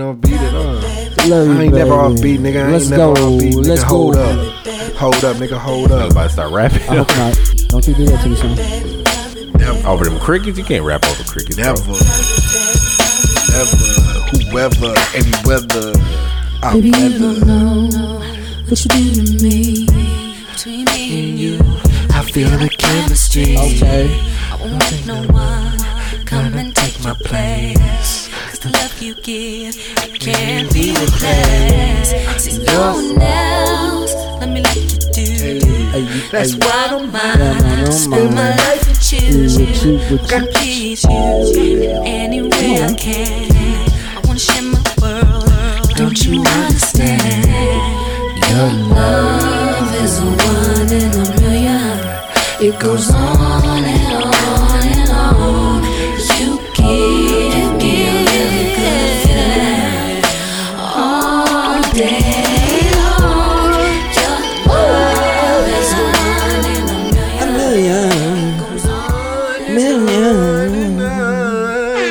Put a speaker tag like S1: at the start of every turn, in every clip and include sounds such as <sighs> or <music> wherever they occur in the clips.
S1: on beat it on.
S2: Love you,
S1: I ain't never
S2: baby.
S1: off beat, nigga. I
S2: Let's
S1: ain't never
S2: go.
S1: off beat, nigga.
S2: Let's
S1: hold
S2: go.
S1: up. Hold up, nigga. Hold
S3: I
S1: up.
S3: was about to start rapping
S2: I hope not. Don't you do that to me, son.
S3: <laughs> over them crickets. You can't rap over crickets. bro.
S1: Never, never, whoever, any weather, I
S4: Baby, you don't
S1: weather.
S4: know what you do to me. Between me and you,
S1: I feel the chemistry.
S2: Okay.
S4: I won't let no one come and take my place. Cause the love you give, it can't be replaced. See, no one else, let me like you do.
S2: Hey, you- hey,
S4: That's why I don't
S2: Yeah, man, I
S4: mind.
S2: don't
S4: Spend my
S2: mind.
S4: life and choose
S2: Yeah,
S4: you.
S2: with you, with
S4: Can
S2: you.
S4: please you in any way I can. I wanna share my world. Don't you understand? Your love is a one in a million. It goes on and on and on. You give me a really good feeling all day long. Your love is a one in a million.
S2: Million,
S4: Goes on and
S2: million.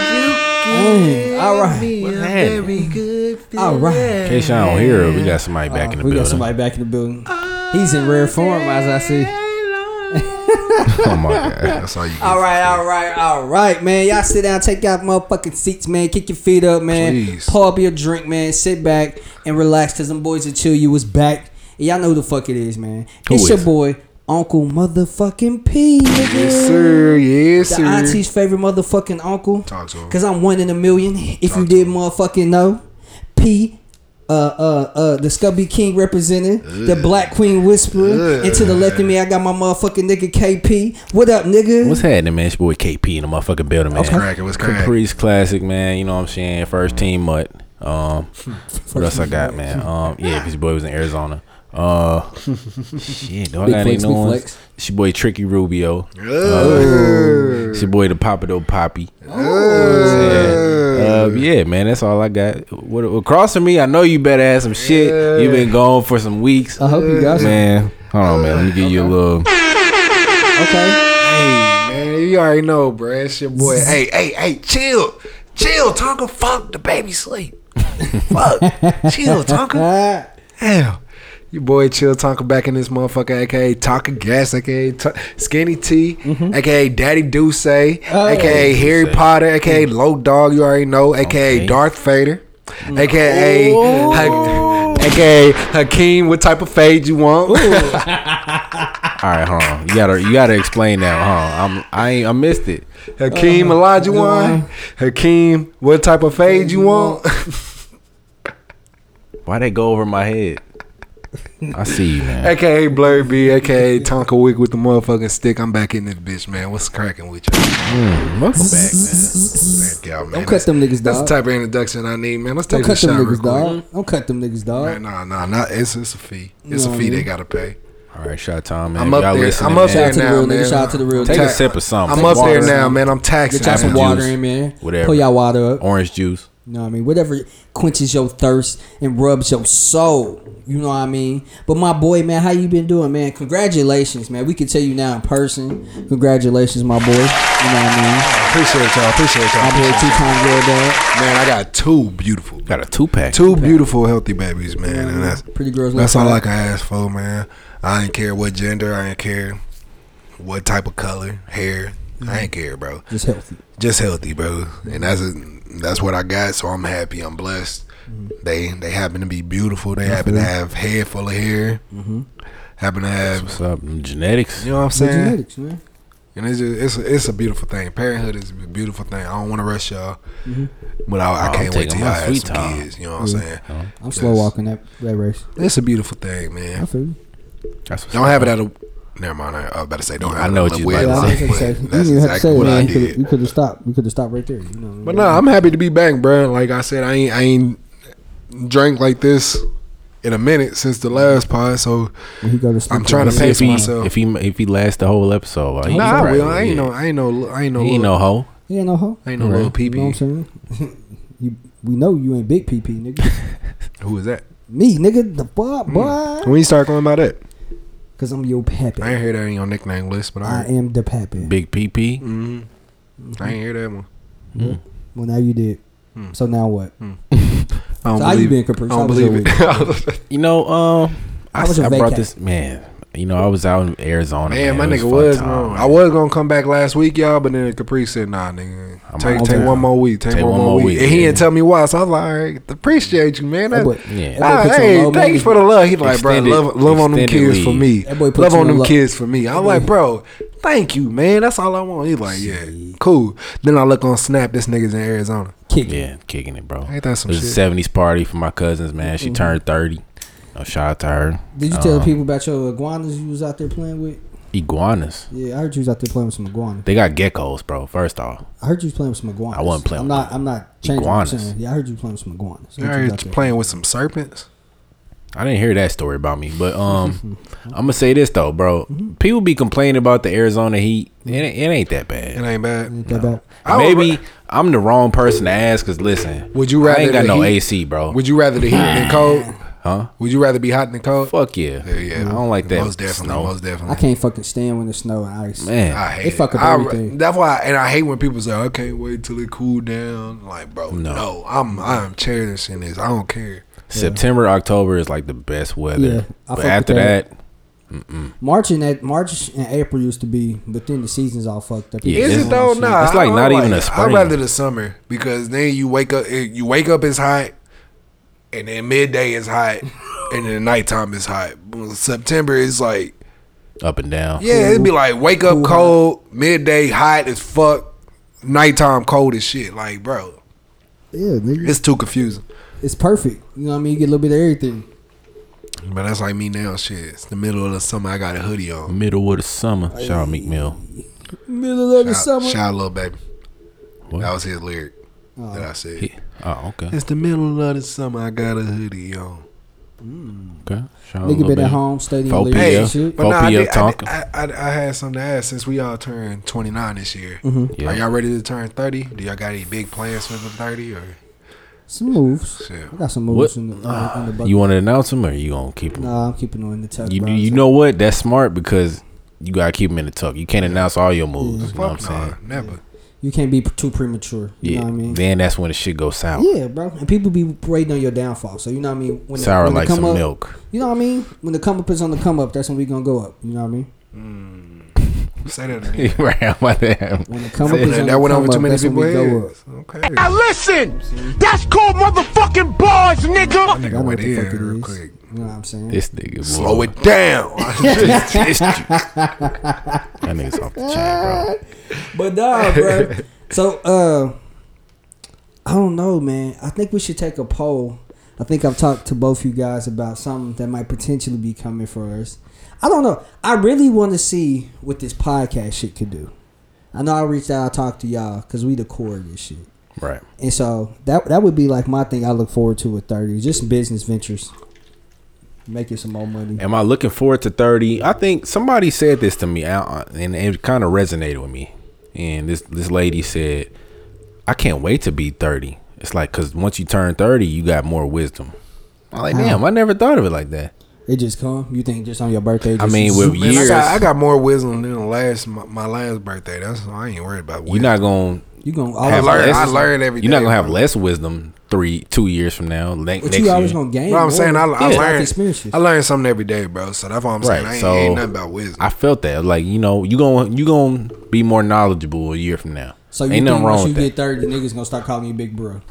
S2: Mm, All right.
S3: What happened?
S2: All right.
S3: In case y'all don't hear it, we got somebody back in the
S2: we
S3: building.
S2: got somebody back in the building. He's in rare form, as I see.
S3: oh my god.
S1: That's all you get.
S2: All right, all right, all right, man. Y'all sit down, take out motherfucking seats, man. Kick your feet up, man.
S1: Please.
S2: Pour up your drink, man. Sit back and relax, cause them boys that chill you was back. And y'all know who the fuck it is, man.
S3: Who
S2: it's
S3: is
S2: your
S3: it?
S2: boy Uncle Motherfucking P, nigga.
S1: Yes, sir. Yes,
S2: The
S1: sir.
S2: auntie's favorite motherfucking uncle.
S1: Talk to him.
S2: Cause I'm one in a million. If you did motherfucking know, P, uh, uh, uh, the Scubby King representing the Black Queen Whisperer, and to the left of me, I got my motherfucking nigga KP. What up, nigga?
S3: What's happening, man? It's your boy KP in the motherfucking building, man.
S1: What's cracking? What's cracking?
S3: Caprice Classic, man. You know what I'm saying? First team mutt. Um, what else I got, man? Um, yeah, because your boy was in Arizona.
S2: <laughs>
S3: Uh, shit, do I
S2: Big
S3: got any
S2: flex, big
S3: new ones?
S2: flex.
S3: It's your boy Tricky Rubio.
S1: Uh,
S3: It's your boy the Papado Poppy. Yeah. Uh, yeah, man, that's all I got. What, what crossing me? I know you better have some shit. You've been gone for some weeks,
S2: I hope you guys
S3: man. Hold on, man. Let me give you a little.
S2: okay.
S1: hey, man, you already know, bruh. It's your boy. <laughs> Hey, hey, hey, chill. Chill, Tonka. Fuck the baby <laughs> sleep. Fuck. Chill, Tonka.
S2: Ah,
S1: Hell. Your boy Chill Tonka back in this motherfucker, aka Tonka Gas, aka T- Skinny T, aka Daddy Duce, aka Harry Potter, aka Low Dog, you already know, aka
S3: Okay.
S1: Darth Vader, aka Ha- aka Hakeem, what type of fade you want?
S3: All right, hold on. You gotta, you gotta explain that. Hold on. I'm, I, ain't, I missed it.
S1: Hakeem Olajuwon, Hakeem, what type of Uh-huh. fade you want?
S3: Why they go over my head? I see you, man.
S1: aka Blur B, aka Tonka Wick with the motherfucking stick. I'm back in this bitch, man. What's cracking with you?
S2: Hmm,
S3: Welcome back, man.
S1: Thank y'all, man.
S2: don't cut them niggas,
S1: That's the
S2: dog.
S1: type of introduction I need, man. Let's
S2: Don't
S1: take a
S2: cut
S1: shot
S2: them
S1: real
S2: niggas,
S1: quick.
S2: dog. Don't cut them niggas,
S1: Nah,
S2: dog.
S1: nah, nah, nah. It's it's a fee. It's
S2: No,
S1: a fee
S2: man.
S1: they gotta pay.
S3: All right, shot time, man.
S1: I'm
S3: If
S1: up
S3: y'all
S1: there.
S3: listening,
S1: I'm up
S3: man,
S2: Shout
S1: there
S2: out to the
S1: now,
S2: real nigga.
S1: man.
S2: Shout out to the real
S3: Take
S2: nigga.
S3: a sip of something.
S1: I'm
S3: Take
S1: up there
S3: water.
S1: now, man. I'm taxing.
S2: Get y'all some
S3: Juice.
S2: water in, man.
S3: Whatever.
S2: Pour y'all water up.
S3: Orange juice.
S2: You know what I mean? Whatever quenches your thirst and rubs your soul. You know what I mean? But my boy, man, how you been doing, man? Congratulations, man. We can tell you now in person. Congratulations, my boy. You know what I mean?
S1: Appreciate y'all. Appreciate y'all.
S2: My boy, two
S1: appreciate
S2: time real dad.
S1: y'all. Man, I got two beautiful,
S3: Got a two pack.
S1: two beautiful healthy babies, man. And that's
S2: Pretty girls.
S1: That's
S2: love
S1: all
S2: her.
S1: I can ask for, man. I ain't care what gender, I ain't care what type of color, hair. I ain't care, bro.
S2: Just healthy.
S1: Just healthy, bro. And that's a, that's what I got. So I'm happy. I'm blessed. They they happen to be beautiful. They happen to have head full of hair. Happen to have.
S3: What's up? Genetics.
S1: You know what I'm
S2: The
S1: saying?
S2: genetics, man.
S1: And it's just, it's a, it's a beautiful thing. Parenthood is a beautiful thing. I don't want to rush y'all, but I,
S3: Oh, I'm
S1: I can't
S3: taking
S1: wait till
S3: my
S1: y'all have
S3: sweet
S1: some
S3: time.
S1: kids. You know what I'm saying?
S2: I'm slow walking that, that race.
S1: It's a beautiful thing,
S2: I
S1: man.
S2: feel you.
S3: That's what's
S1: Don't
S3: up.
S1: have it at a. Never mind. I, I was about to say don't
S3: Yeah,
S1: have
S3: I know
S1: it
S3: what
S1: at a
S3: you was
S2: Yeah, I
S3: about
S2: was
S1: wedding.
S2: gonna
S1: But
S2: say, you
S1: That's
S2: didn't even have to
S1: exactly
S2: say
S1: what I
S2: that, man. You
S1: did.
S2: could have stopped. You could have stopped right there. You know. what I mean?
S1: But no, I'm happy to be back, bro. Like I said, I ain't I ain't drank like this in a minute since the last pod. So
S2: When he go to sleep,
S1: I'm trying to
S2: he
S1: pay
S2: goes
S1: for
S3: if
S2: sleep.
S3: he,
S1: myself.
S3: if he if he lasts the whole episode, uh, he
S1: nah, I
S3: probably-
S1: will. I ain't
S3: yeah.
S1: no I ain't no I ain't no
S3: He ain't
S1: little-
S3: no hoe.
S2: He ain't no hoe.
S1: I ain't no little
S2: You know what I'm
S1: PP.
S2: saying? <laughs> you, we know you ain't big PP, nigga.
S1: Who is that?
S2: Me, nigga, the fuck,
S1: Mm.
S2: boy.
S1: When you start going by that,
S2: Cause I'm your pappy.
S1: I
S2: I,
S1: ain't hear that in your nickname list, but I,
S2: am the pappy.
S3: Big PP.
S1: Mhm. I ain't hear that one.
S2: Well, now you did.
S1: Hmm.
S2: So now what?
S1: I don't
S2: So how you
S1: believe
S2: been,
S1: it. I
S2: Caprice? How
S1: don't
S2: was your
S1: believe <laughs> it.
S3: You know, um, I,
S2: How was
S3: s-
S2: your
S3: I brought
S2: vacay?
S3: this man. You know, I was out in Arizona.
S1: Man, my
S3: It a
S1: nigga
S3: fun
S1: was
S3: time,
S1: wrong.
S3: man.
S1: I was gonna come back last week, y'all, but then Caprice said, "Nah, nigga,
S3: I'm
S1: take
S3: out
S1: take
S3: there.
S1: one more week, take, one, more week." And he
S3: yeah.
S1: didn't tell me why, so I was like, "All right, appreciate you, man."
S2: That
S1: That-
S2: boy, that
S3: Yeah.
S2: boy
S1: Ah,
S2: put you on
S1: hey,
S2: low
S1: thanks
S2: maintenance.
S1: for the love. He like, bro,
S3: Extended-
S1: love, love on them
S3: extended
S1: kids
S3: lead.
S1: for me.
S2: That boy put
S1: Love
S2: you
S1: on
S2: on
S1: them
S2: lo-
S1: kids for me. I'm like, bro, thank you, man. That's all I want. He like, yeah, cool. Then I look on Snap. This nigga's in Arizona.
S2: kick. it.
S3: Yeah, kicking it, bro.
S1: Ain't that some
S3: it was
S1: shit? Mm-hmm.
S3: a 70s party for my cousins, man. She turned 30. No shout out to her.
S2: Did you tell
S3: Um,
S2: people about your iguanas you was out there playing with?
S3: Iguanas.
S2: Yeah, I heard you was out there playing with some iguanas.
S3: They got geckos, bro. First off,
S2: I heard you was playing with some iguanas.
S3: I wasn't playing
S2: I'm
S3: with
S2: not. I'm not changing. What I'm
S3: iguanas.
S2: saying. Yeah, I heard you playing with some iguanas. I
S1: All
S2: heard you
S1: right,
S2: was out there.
S1: playing with some serpents.
S3: I didn't hear that story about me,
S1: <laughs>
S3: but um, I'm gonna say this though, bro. People be complaining about the Arizona heat. It, ain't- it ain't that bad.
S1: It ain't bad.
S2: Ain't that bad?
S1: I would
S3: Maybe I'm the wrong person to ask. Cause listen,
S1: Would you rather
S3: I ain't got
S1: the
S3: no
S1: heat-
S3: AC, bro.
S1: Would you rather the heat than cold?
S3: huh?
S1: Would you rather be hot than cold?
S3: Fuck yeah.
S1: Hell yeah.
S3: I don't like that.
S1: Most definitely.
S3: snow.
S1: Most definitely.
S2: I can't fucking stand when it's snow and ice.
S3: Man,
S1: I hate
S2: They fuck
S1: it.
S2: up
S1: I-
S2: everything.
S1: that's why, and I hate when people say, "I can't wait till it cool down." Like, bro, no,
S3: No.
S1: I'm I'm cherishing this. I don't care.
S3: September, October is like the best weather.
S2: Yeah, I fuck
S3: but
S2: with
S3: after
S2: that.
S3: that,
S2: March and that March and April used to be, but then the season's all fucked up.
S3: Yeah,
S2: People
S1: Is
S3: it's-
S1: it
S2: don't
S1: though?
S2: want shit.
S1: Nah,
S3: It's
S1: I
S3: like
S1: don't
S3: not even a
S1: I'd
S3: spring.
S1: rather the summer because then you wake up, you wake up it's hot, and then midday is hot, and then nighttime is hot. September is like,
S3: up and down.
S1: yeah, it'd be like wake up
S2: Cool.
S1: cold, midday hot as fuck, nighttime cold as shit. Like, bro,
S2: Yeah, nigga.
S1: it's too confusing.
S2: It's perfect. You know what I mean? You get a little bit of everything.
S1: But that's like me now. Shit, it's the middle of the summer. I got a hoodie on.
S3: Middle of the summer. Shout out Meek Mill.
S2: Middle of the
S1: Shout-
S2: summer.
S1: Shout out Lil Baby.
S3: What?
S1: That was his lyric that I said.
S3: He- Oh, okay.
S1: <laughs> It's the middle of the summer. I got a hoodie on.
S3: Okay. Shout out Lil
S2: Nigga been
S3: Baby.
S2: at home, studying
S3: Four
S2: lyrics
S3: P.M.
S2: and shit.
S1: But nah, I,
S3: Poppy
S1: did,
S3: up
S1: I, did,
S3: talking.
S1: I, I, I had something to ask since we all turned 29 this year.
S2: Mm-hmm.
S3: Yeah.
S1: Are y'all ready to turn 30? Do y'all got any big plans for the 30 or
S2: Some moves.
S1: shit?
S2: I got some
S3: What?
S2: moves in the, in the- in the bucket.
S3: You want to announce him or you going to keep him?
S2: nah, I'm keeping on in the tuck.
S3: you
S2: bro.
S3: you know what? That's smart because you got to keep him in the tuck. You can't announce all your moves. You know what I'm
S1: Fuck nah,
S3: saying?
S1: never.
S2: you can't be too premature. You
S3: Yeah.
S2: know what I mean?
S3: Then that's when the shit goes sour.
S2: Yeah, bro. And people be waiting on your downfall. So you know what I mean? When
S3: Sour
S2: when
S3: like some
S2: up, <laughs>
S3: milk. <laughs>
S2: You know what I mean? When the come up is on the come up, that's when we gonna go up. You know what I mean?
S1: Say
S3: <laughs>
S1: that again.
S3: right. I'm about to have-
S2: When the come up
S1: Say
S2: is
S1: that,
S2: on
S1: that
S2: the
S1: went
S2: come
S1: over
S2: up,
S1: too many
S2: that's when
S1: people's
S2: we go up.
S1: heads. Okay.
S5: Now listen, that's called motherfucking bars, nigga.
S1: Nigga
S2: Y'all know
S1: went
S2: what the
S1: in
S2: fuck it
S1: real
S2: is.
S1: quick.
S2: You know what I'm saying?
S3: This nigga. boy. <laughs>
S1: Slow it down. <laughs>
S2: <laughs>
S3: That nigga's off the chain, bro.
S1: <laughs>
S2: But nah, bro. So uh I don't know, man. I think we should take a poll. I think I've talked to both you guys about something that might potentially be coming for us. I don't know. I really want to see what this podcast shit could do. I know I reached out, I talked to y'all because we the core of this shit,
S3: Right.
S2: and so that that would be like my thing. I look forward to with thirty, just business ventures, making some more money.
S3: Am I looking forward to 30? I think somebody said this to me I- and it kind of resonated with me. And this this lady said, "I can't wait to be 30." It's like cuz once you turn 30, you got more wisdom. I'm like, "Damn, I never thought of it like that."
S2: It just come. You think just on your birthday? Just
S3: I mean, with
S1: Man, I
S3: years,
S1: got, I got more wisdom than the last my, my last birthday. That's I ain't worried about.
S3: you're
S1: Wisdom.
S3: not going
S2: you gonna
S3: to
S1: I
S2: always
S3: have
S1: learned-
S3: less,
S1: I learned every
S3: You're not
S1: day,
S3: going to have
S1: bro.
S3: less wisdom 3 2 years from now. Ne-
S2: But
S3: next
S2: you always
S3: year.
S2: gonna gain.
S1: But I'm
S2: more
S1: saying I, I
S2: life
S1: learned
S2: experiences.
S1: I learned something every day, bro. So that's what I'm saying. I
S3: Right,
S1: ain't,
S3: so-
S1: ain't nothing about wisdom.
S3: I felt that. Like, you know, you going you going to be more knowledgeable a year from now.
S2: So you
S3: ain't
S2: think
S3: nothing wrong
S2: once you
S3: with that.
S2: get thirty, niggas gonna start calling you big bro?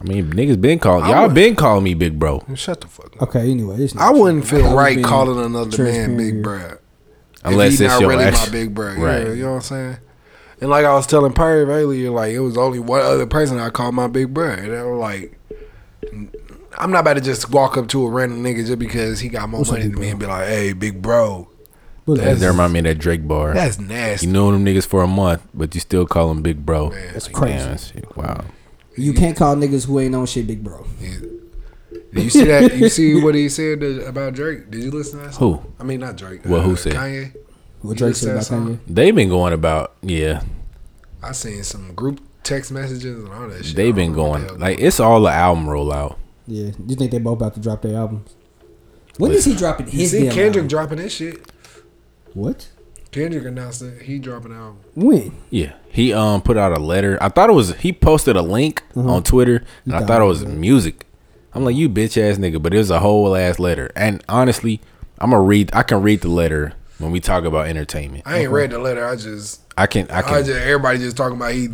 S3: I mean, niggas been calling
S1: I
S3: y'all
S1: would-
S3: been calling me big bro.
S1: Shut the fuck up.
S2: Okay, anyway, it's
S1: I wouldn't feel
S2: thought we
S1: right
S2: being
S1: calling another man
S2: transparent
S1: big
S2: here.
S1: bruh. If
S3: Unless
S1: he
S3: it's
S1: not
S3: your
S1: really
S3: ex-
S1: my big bruh.
S3: Right.
S1: Yeah, you know what I'm saying? And like I was telling Perv earlier, like it was only one other person I called my big bruh. And I'm like I'm not about to just walk up to a random nigga just because he got more
S2: What's up,
S1: money
S2: big
S1: than me
S2: bro?
S1: and be like, hey, big bro.
S2: But
S3: That that remind me of that Drake bar.
S1: That's nasty.
S3: you know them niggas for a month, but you still call them big bro.
S1: That's
S3: Like,
S2: crazy.
S3: damn, that shit- wow.
S2: you can't call niggas who ain't on shit big bro.
S1: you see that you see
S3: <laughs>
S1: what he said to- about Drake? Did you listen to that?
S3: Who?
S1: I mean not Drake. Uh,
S3: Well, who said?
S1: Kanye.
S2: What
S1: You
S2: Drake
S1: just
S2: said about
S1: said
S2: Kanye?
S3: They've been going about yeah.
S1: I seen some group text messages and all that shit. I
S3: They've
S1: don't
S3: been
S1: know what the hell
S3: going like it's all the album rollout.
S2: Yeah, you think they both about to drop their albums? When is he dropping
S1: You
S2: his?
S1: see
S2: damn
S1: Kendrick
S2: album?
S1: dropping this shit.
S2: What?
S1: Kendrick announced that he dropping an album.
S2: When?
S3: Yeah, he um put out a letter. I thought it was he posted a link
S1: Uh-huh.
S3: on Twitter, and I thought it was music. I'm like, you bitch ass nigga, but it was a whole ass letter. And honestly, I'm gonna read. I can read the letter when we talk about entertainment.
S1: I ain't read the letter. I just,
S3: I can. I
S1: I,
S3: can.
S1: just, everybody just talking about he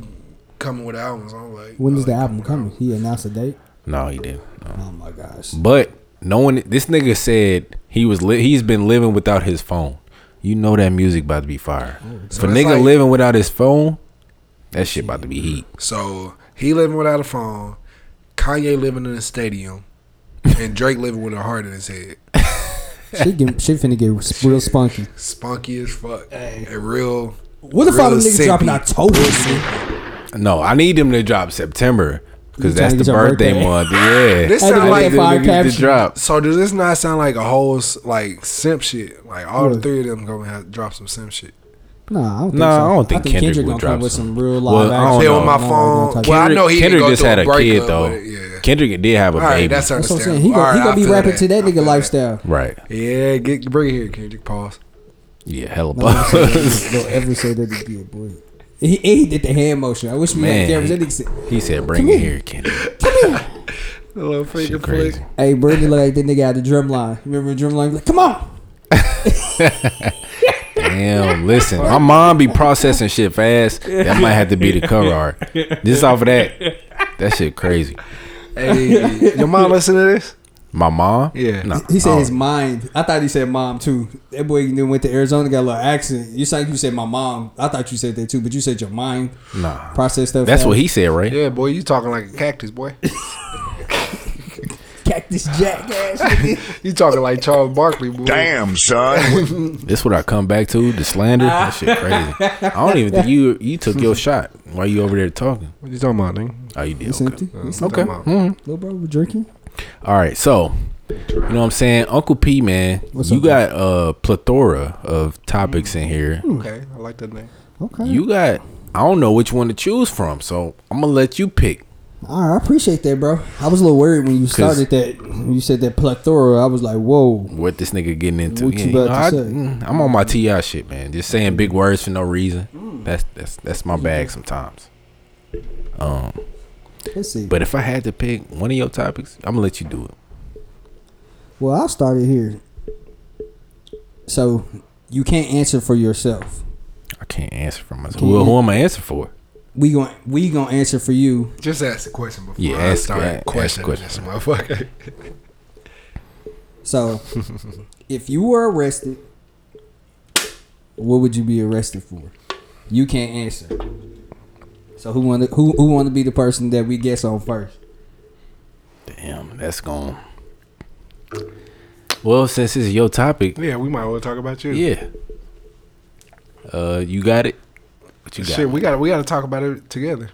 S1: coming with albums. I'm like,
S2: When is
S1: I
S2: the
S1: like,
S2: album coming? He announced a date.
S3: no, he didn't. No.
S2: Oh
S1: <laughs>
S2: my gosh.
S3: But knowing this nigga said he was li- he's been living without his phone. You know that music about to be fire. For
S1: Mm, that's
S3: nigga
S1: like-
S3: living without his phone, that shit about to be heat.
S1: So he living without a phone. Kanye living in a stadium, and Drake living with a heart in his head.
S2: She get, she finna get real spunky.
S1: Spunky as fuck. A real.
S2: What if all the
S1: real
S2: niggas
S1: simpy.
S2: dropping October?
S3: No, I need him to drop September because that's
S2: trying
S3: the
S2: to get your
S3: birthday,
S2: birthday.
S1: <laughs>
S3: month. Yeah,
S1: This
S2: Had to
S1: sound
S2: make
S1: like
S2: a fire
S3: Nigga get to
S2: caption.
S3: drop.
S1: So does this not sound like a whole s- like simp shit? Like all the
S2: What?
S1: three of them gonna have drop some simp shit.
S2: Nah, I don't think
S3: Nah,
S2: so.
S3: I don't think Kendrick would
S2: gonna
S3: drop
S2: come with
S3: some.
S2: some real
S3: Well,
S2: live
S3: I don't
S2: action.
S3: know.
S1: Play on my phone.
S2: Nah, nah, nah, nah.
S1: Well, I know he didn't
S3: Kendrick
S1: go
S3: just
S1: through
S3: had
S1: a
S3: a kid
S1: breakup,
S3: though.
S1: but, yeah.
S3: Kendrick did have a
S1: All right,
S3: baby.
S1: that's
S2: That's what I'm
S1: understandable.
S2: saying. He
S1: All
S2: gonna,
S1: right,
S2: he gonna
S1: I
S2: be
S1: feel
S2: rapping to that
S1: I
S2: nigga
S3: <laughs>
S1: feel
S2: lifestyle.
S3: right.
S1: Yeah, get bring it here, Kendrick. Pause.
S3: Yeah, hella
S2: No
S3: <laughs>
S2: one said
S3: buzz.
S2: that- don't ever say that again, boy. He, and he did the hand motion. I wish we had
S3: Man.
S2: cameras. That nigga said,
S3: he said, "Bring it here, Kendrick."
S1: A little finger
S3: Shit crazy.
S2: "Hey, Brandon, look like that nigga out the drumline. Remember the drumline? Like, come on, <laughs>
S3: Damn, listen, my mom be processing shit fast. That might have to be the cover art. Just off of that, that shit crazy.
S1: Hey, <laughs> your mom listen to this?
S3: My mom?
S1: Yeah.
S3: Nah,
S2: He said
S3: I
S2: his
S3: don't-
S2: mind. I thought he said mom too. That boy then went to Arizona, got a little accident. You sound like you said my mom. I thought you said that too, but you said your mind
S3: Nah.
S2: process stuff.
S3: That's
S2: fast.
S3: what he said, right?
S1: Yeah, boy, you talking like a cactus, boy.
S2: Cactus Jack
S3: <laughs>
S2: ass.
S1: you talking like Charles Barkley, boy.
S6: Damn, son.
S3: This what I come back to, the slander. That shit crazy. I don't even think you you took your shot. Why you over there talking?
S1: What you talking about, nigga?
S3: Oh, you did.
S2: It's
S3: Okay.
S2: empty. It's
S1: Okay.
S2: Little bro, we drinking.
S3: All right, so you know what I'm saying, Uncle P, man,
S2: What's
S3: you
S2: up,
S3: got a plethora of topics in here.
S2: Hmm.
S1: Okay, I like that name.
S2: Okay.
S3: You got, I don't know which one to choose from, so I'm gonna let you pick.
S2: All right, I appreciate that, bro. I was a little worried when you started that. When you said that plethora, I was like, whoa.
S3: What this nigga getting into?
S2: What you
S3: know,
S2: about to
S3: I,
S2: say?
S3: mm, I'm on my Ti shit, man. Just saying big words for no reason. That's that's that's my bag sometimes.
S2: Let's see.
S3: But if I had to pick one of your topics, I'm gonna let you do it.
S2: Well, I'll start it here. So, you can't answer for yourself.
S3: I can't answer for myself. Who, who am I answer for?
S2: We going we gonna answer for you.
S1: Just ask the question before
S3: Yeah,
S1: I
S3: ask-
S1: start
S3: ask- ask
S1: questioning
S3: question.
S1: this motherfucker. <laughs>
S2: So, if you were arrested, what would you be arrested for? You can't answer. So who want to who who want to be the person that we guess on first?
S3: Damn, that's gone. Well, since it's your topic,
S1: Yeah, we might want to talk about you.
S3: Yeah. Uh, you got it. What you got?
S1: Shit, we got to we got to talk about it together.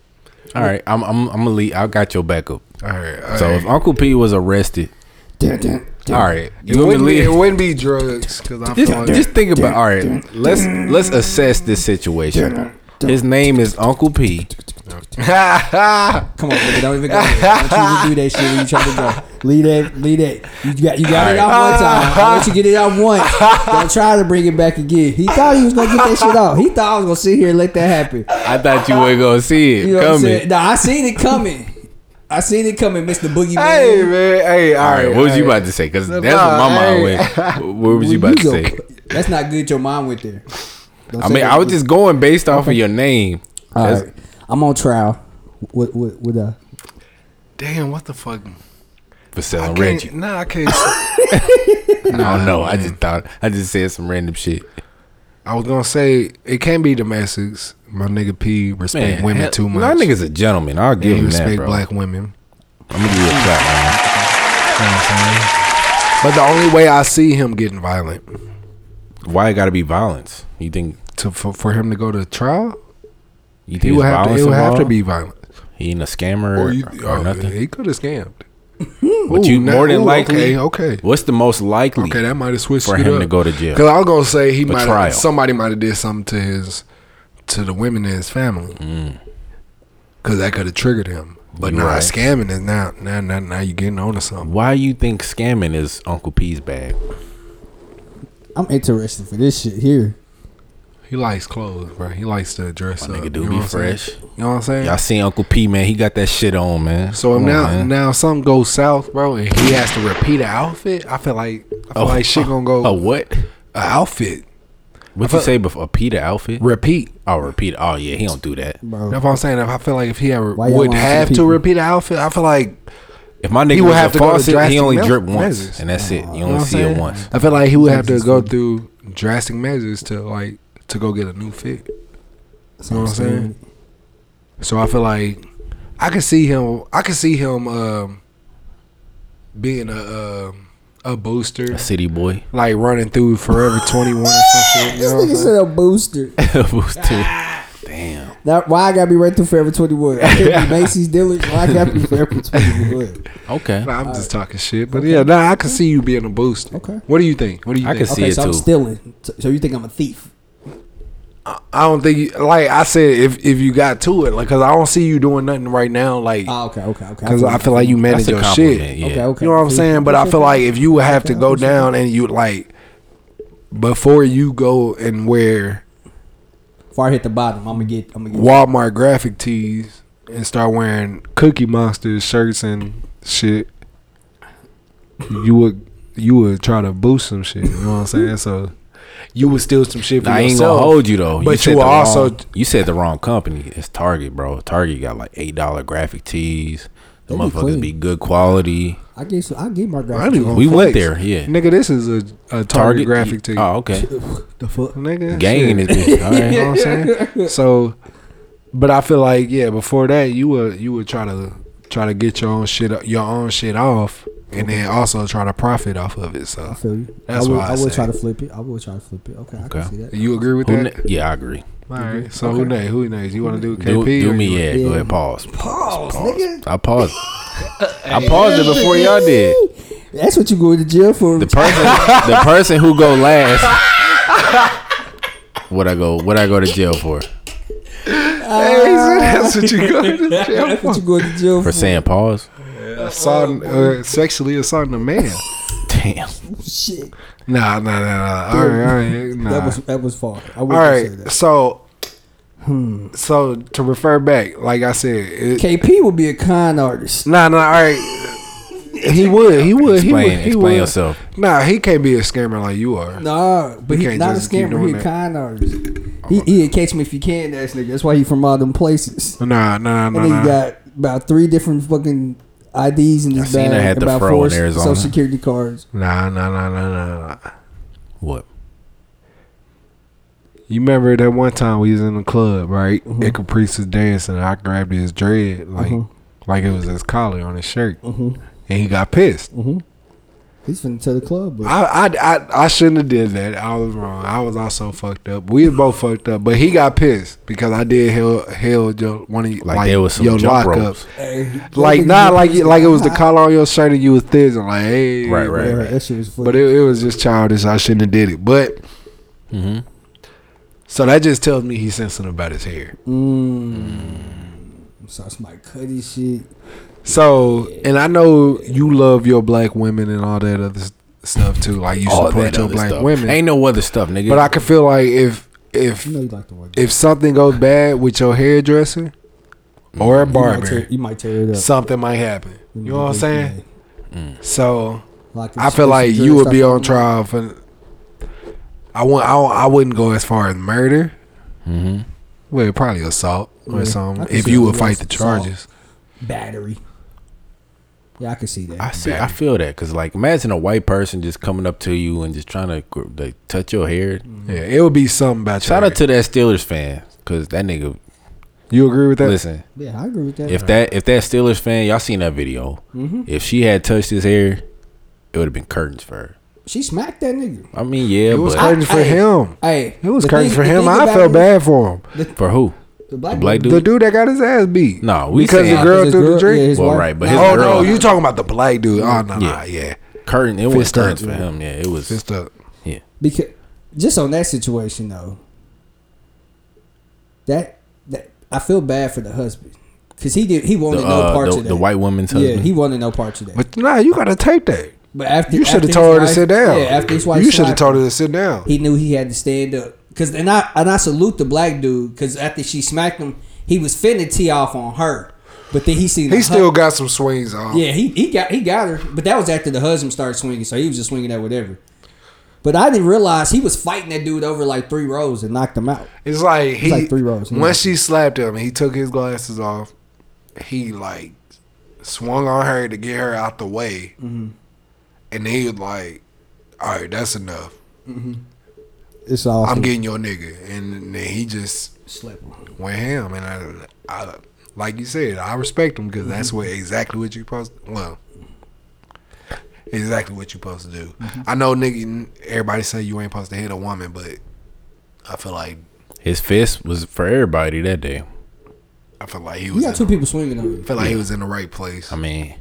S3: All right, I'm I'm I'm gonna leave. I got your backup.
S1: All right. All
S3: So if Uncle P was arrested,
S2: Dun, dun, dun.
S3: all right,
S1: it
S3: you want me to
S1: wouldn't, be, it
S3: leave?
S1: wouldn't be drugs because I'm
S3: Just,
S1: feeling
S3: just think about. All right, let's let's assess this situation. His name is Uncle P.
S2: Come on, nigga, don't even go. There. I want you to do that shit when you try to go. Leave that, leave that. You got, you got it
S3: All
S2: out one time. I want you to get it out
S3: <laughs>
S2: once. Don't try to bring it back again. He thought he was gonna get that shit out. He thought I was gonna sit here and let that happen.
S3: I thought you were gonna see it
S2: You know what I'm saying?
S3: coming.
S2: Nah, I seen it coming. I seen it coming, Mr. Boogeyman.
S1: Hey man, hey, all
S3: All
S1: right.
S3: right, what was you
S1: all right.
S3: about to say? Because that's what
S1: Nah,
S3: my mind
S1: hey.
S3: went. What was
S2: Well,
S3: you about to
S2: go-
S3: say?
S2: That's not good. Your mom went there. Don't
S3: I
S2: say
S3: mean,
S2: that.
S3: I was just going based off of your name.
S2: All
S3: That's-
S2: right. I'm on trial. What? What? What? Uh,
S1: Damn, what the fuck?
S3: For selling
S1: Can't,
S3: Reggie.
S1: nah, I can't. s-
S3: I don't
S1: <laughs>
S3: know. I just thought I just said some random shit.
S1: I was gonna say it can't be domestics. My nigga P respect women
S3: hell-
S1: too much.
S3: That nigga's a gentleman. I'll
S1: And
S3: give
S1: he
S3: him that,
S1: respect
S3: bro.
S1: black women.
S3: I'm gonna give you a clap, man.
S1: You know what I'm saying? But the only way I see him getting violent
S3: Why it gotta be violence? You think
S1: to for, for him to go to trial,
S3: you think
S1: he
S3: it's
S1: would have to,
S3: violence
S1: it would have to
S3: involved?
S1: be violent.
S3: He ain't a scammer or,
S1: Or you-
S3: or
S1: oh,
S3: nothing.
S1: He could have scammed.
S3: But you
S1: Ooh,
S3: more
S1: now-
S3: than
S1: ooh, okay,
S3: likely.
S1: okay.
S3: What's the most likely?
S1: Okay, that might have switched
S3: For
S1: it
S3: him
S1: up.
S3: to go to jail.
S1: Because I was gonna say he
S3: For
S1: might
S3: trial.
S1: have somebody might have did something to his to the women in his family. Cause that could have triggered him. But
S3: Mm. You
S1: now
S3: right.
S1: scamming is now now now now you getting on to something.
S3: Why you think scamming is Uncle P's bag?
S2: I'm interested for this shit here.
S1: He likes clothes, bro. He likes to dress
S3: My
S1: up.
S3: nigga do
S1: you know
S3: be
S1: what I'm saying?
S3: fresh.
S1: You know what I'm saying?
S3: Y'all seen Uncle P, man? He got that shit on, man.
S1: So if
S3: Come on,
S1: now,
S3: man.
S1: now if something goes south, bro, and he has to repeat an outfit. I feel like I feel
S3: Oh.
S1: like shit gonna go
S3: A what?
S1: a outfit
S3: What you say before? A Peter outfit?
S1: repeat.
S3: Oh, repeat. Oh yeah, he don't do that.
S2: bro.
S1: That's what I'm saying. If I feel like if he ever
S2: Why y'all
S1: would
S2: lying to
S1: have to
S2: people?
S1: repeat an outfit, I feel like
S3: If my nigga
S1: would
S3: was
S1: have
S3: a
S1: to go to
S3: faucet, he
S1: drastic
S3: only
S1: me-
S3: drip once,
S1: measures.
S3: and that's it. You
S1: you know
S3: only
S1: what I'm
S3: see
S1: saying?
S3: it once.
S1: I feel like he would have to go through drastic measures to like to go get a new fit. You know what I'm saying? So I feel like I could see him. I could see him um, being a um a booster,
S3: A city boy. <laughs>
S1: like running through Forever 21 or some shit. You know
S2: This
S1: what I'm
S2: nigga
S1: saying?
S2: said a booster.
S1: <laughs>
S3: Boost too. Damn.
S2: That why I gotta be right through Forever Twenty One. I can't
S3: <laughs>
S2: be Macy's Dillard. Why I gotta be Forever Twenty One?
S3: Okay.
S1: Nah, I'm just talking shit, but yeah, nah, I can see you being a booster.
S2: Okay.
S1: What do you think? What do you
S3: I
S1: think?
S3: can see
S2: Okay,
S3: it
S2: so I'm
S3: too.
S2: stealing. So- So you think I'm a thief?
S1: I don't think you, like I said if if you got to it like cuz I don't see you doing nothing right now like
S2: Oh, okay, okay, okay.
S1: cuz I feel like you manage
S3: Uh, That's a
S1: your
S3: compliment.
S1: shit.
S3: Yeah.
S2: Okay, okay.
S1: You know what I'm saying? But I feel like if you would have to
S2: Okay,
S1: go
S2: appreciate
S1: down and you like before you go and wear
S2: Before I hit the bottom, I'm gonna get. I'm gonna get.
S1: Walmart graphic tees and start wearing Cookie Monster shirts and shit, you would you would try to boost some shit. You know what I'm saying? So you would steal some shit for
S3: I ain't
S1: yourself.
S3: gonna hold you though.
S1: but
S3: said
S1: you,
S3: the
S1: will also
S3: wrong- you said the wrong company. It's Target, bro. Target got like eight dollar graphic tees. The
S2: They be
S3: motherfuckers
S2: clean.
S3: be good quality.
S2: I get. I get my
S1: I ain't even
S2: graphic.
S1: gonna
S3: We went
S1: flex.
S3: there, yeah.
S1: Nigga, this is a, a target,
S3: Target
S1: graphic tee.
S3: Oh, okay.
S2: The fuck.
S1: Nigga,
S3: Gang
S1: <laughs>
S3: in
S1: shit. <laughs>
S3: this bitch. All right.
S1: You know what I'm saying? So, but I feel like yeah. Before that, you would you would try to try to get your own shit your own shit off, and then also try to profit off of it. So
S2: I feel you.
S1: That's
S2: I would,
S1: why I
S2: would
S1: say.
S2: try to flip it. I would try to flip it. Okay, I
S3: Okay.
S2: can see that.
S1: you agree with
S3: Who
S1: that?
S3: ne- yeah, I agree.
S1: All right. So who next? Who next? You want to do
S3: Do,
S1: KP?
S3: do
S1: or you-
S3: me, yeah. Go
S2: Yeah.
S3: ahead, pause.
S2: Pause, nigga.
S3: I paused. I paused it before y'all did.
S2: That's what you go to jail for.
S3: The person,
S1: <laughs>
S3: the person who go last. What I go, what I go to jail for?
S1: <laughs> That's what you going to jail
S2: That's
S1: for. <laughs>
S2: what you go to jail for.
S3: For saying pause?
S1: Assaulting, uh, sexually assaulting a man.
S3: Damn.
S2: Shit.
S1: Nah, nah, nah, nah. All right, all right. Nah.
S2: That was that was far. I would
S1: all
S2: right. say
S1: right.
S2: that.
S1: So, Hmm. so to refer back, like I said, it,
S2: KP would be a con artist.
S1: Nah, nah, all right. He would, he would, he would,
S3: Explain,
S1: he
S3: explain
S1: would.
S3: yourself.
S1: Nah, he can't be a scammer like you are.
S2: Nah, but
S1: You
S2: he's
S1: can't
S2: not a
S1: just keep
S2: scammer.
S1: doing
S2: He a
S1: that.
S2: con artist.
S1: Oh,
S2: He he'd catch me if you can, ass nigga. That's why he from all them places.
S1: Nah, nah, nah,
S2: And then
S1: nah.
S2: he got about three different fucking IDs in his
S3: seen
S2: bag.
S3: her had the
S2: about
S3: fro
S2: four
S3: in Arizona.
S2: social security cards.
S1: nah, nah, nah, nah, nah, nah.
S3: What?
S1: You remember that one time we was in the club, right? And Caprice was dancing. and I grabbed his dread like, like it was his collar on his shirt,
S2: Mm-hmm.
S1: and he got pissed.
S2: He's finna tell the club, but
S1: I, I, I, I shouldn't have did that. I was wrong. I was also fucked up. We was both fucked up, but he got pissed because I did held held your one of y-
S3: Like, there was some
S1: your
S3: jump
S1: lockups. <laughs>
S3: ropes.
S1: like not like it, like it was the
S2: cop.
S1: collar on your shirt and you was thizzing like hey
S3: Right, right.
S2: That shit was funny.
S1: but it, it was just childish I shouldn't have did it but
S3: Mm-hmm.
S1: so that just tells me he's sensitive about his hair
S2: Mm. so somebody cut his shit.
S1: so and I know you love your black women and all that other s- stuff too like you
S3: All
S1: support
S3: that
S1: your
S3: other
S1: black
S3: stuff.
S1: women
S3: Ain't no other stuff, nigga.
S1: but I can feel like if if
S2: You know you like the one.
S1: if something goes bad with your hairdresser or a
S2: you might,
S3: Mm-hmm.
S1: barber
S2: tear, you might tear it up.
S1: something might happen you know what I'm saying so
S2: Like
S1: I
S2: it's-
S1: feel
S2: it's
S1: like
S2: a
S1: you would
S2: jury
S1: be
S2: stuff.
S1: on trial for. I won't. I, don't- I wouldn't go as far as murder. Mm-hmm. Well, probably assault or
S2: I
S1: something.
S2: can
S1: If
S2: see
S1: you
S2: how
S1: would
S2: you
S1: fight
S2: lost
S1: the
S2: assault.
S1: charges,
S2: battery. Yeah, I can see that.
S3: I see. I feel that because, like, imagine a white person just coming up to you and just trying to gr- like, touch your hair.
S2: Mm-hmm.
S1: yeah, it would be something about.
S3: Shout
S1: your
S3: out to that Steelers fan because that nigga.
S1: you. Agree with that?
S3: Listen,
S2: yeah, I agree with that.
S3: if that if that Steelers fan, y'all seen that video.
S1: Mm-hmm.
S3: If she had touched his hair, it would have been curtains for her.
S2: she smacked that nigga.
S3: I mean, yeah,
S1: it was
S3: but
S1: curtains for
S2: I-
S1: him.
S2: Hey,
S1: It was
S2: the
S1: curtains
S2: thing-
S1: for
S2: the
S1: him.
S2: thing
S1: I
S2: about
S1: felt
S2: it-
S1: bad for him.
S3: for who?
S2: The black,
S3: The black
S2: dude.
S1: The
S3: dude?
S1: dude that got his ass beat.
S3: No, we
S1: because the
S3: saying-
S1: girl
S2: His
S1: threw the
S2: girl-
S1: drink.
S2: yeah, his
S3: Well,
S2: wife-
S3: right, but his
S1: oh
S3: girl,
S1: no, you talking about the black dude? Oh no, yeah.
S3: Yeah.
S1: Nah, yeah,
S3: curtain. It was
S1: Fist up,
S3: curtains for
S1: yeah.
S3: him. Yeah, it was.
S1: fist up.
S3: Yeah,
S2: Because just on that situation though, that that I feel bad for the husband because he did he wanted
S3: the,
S2: no
S3: uh,
S2: part
S3: the,
S2: of that.
S3: the white woman's
S2: yeah,
S3: husband.
S2: he wanted no part of that. But,
S1: But nah, you gotta take that.
S2: after
S1: You should
S2: after
S1: have
S2: his
S1: told her to
S2: wife-
S1: sit down.
S2: Yeah, after his wife,
S1: you should have
S2: slapped
S1: told her
S2: him,
S1: to sit down.
S2: He knew he had to stand up Cause and I and I salute the black dude because after she smacked him, he was finna tee off on her, but then he seen the
S1: He
S2: hu-
S1: still got some swings off.
S2: yeah he, he got he got her, but that was after the husband started swinging, so he was just swinging at whatever. But I didn't realize he was fighting that dude over like three rows and knocked him out.
S1: It's like he
S2: like three rows, yeah.
S1: Once she slapped him, he took his glasses off. He like swung on her to get her out the way,
S2: Mm-hmm.
S1: and he was like, "All right, that's enough.
S2: It's all
S1: I'm getting your nigga." And then he just
S2: slept. him.
S1: went ham. And I, I like you said, I respect him because that's
S2: Mm-hmm.
S1: what exactly what you supposed. Well, exactly what you supposed to do.
S2: Mm-hmm.
S1: I know, nigga. Everybody say you ain't supposed to hit a woman, but I feel like
S3: His fist was for everybody that day.
S1: I feel like he
S2: You
S1: was.
S2: got
S1: in-
S2: two people swinging on you.
S1: I feel like he was in the right place.
S3: I mean,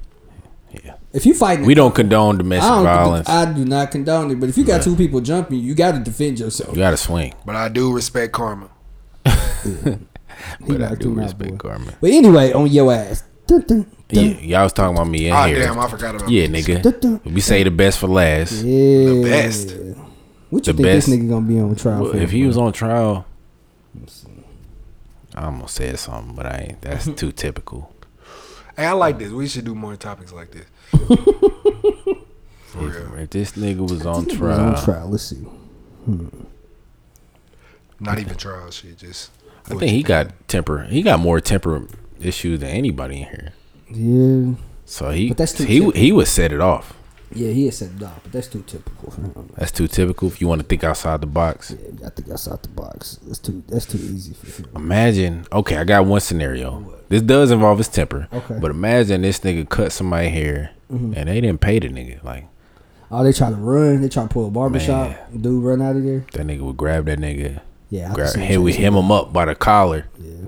S2: If you fighting,
S3: we don't condone domestic
S2: I don't.
S3: violence.
S2: I do not condone it. But if you got two people jumping, you got to defend yourself.
S3: you got to swing.
S1: But I do respect karma.
S2: He
S3: But I
S2: knocked
S3: do
S2: him out,
S3: respect
S2: boy.
S3: Carmen.
S2: But anyway, on your ass. Dun, dun,
S3: Yeah,
S2: dun,
S3: y'all was talking about me in
S1: Oh
S3: here.
S1: damn, I forgot about
S3: yeah,
S1: this.
S2: dun,
S3: nigga. We say the best for last.
S2: Yeah.
S1: The best.
S2: What you
S3: The
S2: think
S3: best.
S2: this nigga gonna be on trial
S3: Well,
S2: for?
S3: if he was on trial, I almost said something, but I ain't. <laughs> That's too typical.
S1: Hey, I like this. We should do more topics like this.
S3: If, if this nigga was
S2: This
S3: on
S2: nigga was
S3: trial,
S2: on trial. Let's see.
S1: Not even trial shit, just
S3: I think he got temper. He got more temper issues than anybody in here.
S2: Yeah.
S3: So he
S2: But that's too
S3: he
S2: typical.
S3: he would set it off.
S2: Yeah, he had said dog, but that's too typical. for him.
S3: That's too typical. If you want to think outside the box,
S2: Yeah, I think that's out the box. That's too. That's too easy for him.
S3: imagine. Okay, I got one scenario. This does involve his temper.
S2: Okay. Mm-hmm.
S3: But imagine this nigga cut somebody hair and they didn't pay the nigga. Like
S2: Oh, they try to run. They try to pull a barbershop. Dude, run out of there.
S3: that nigga would grab that nigga.
S2: Yeah. I can
S3: Grab,
S2: see what
S3: him,
S2: you're
S3: we him him up by the collar.
S2: saying. Yeah.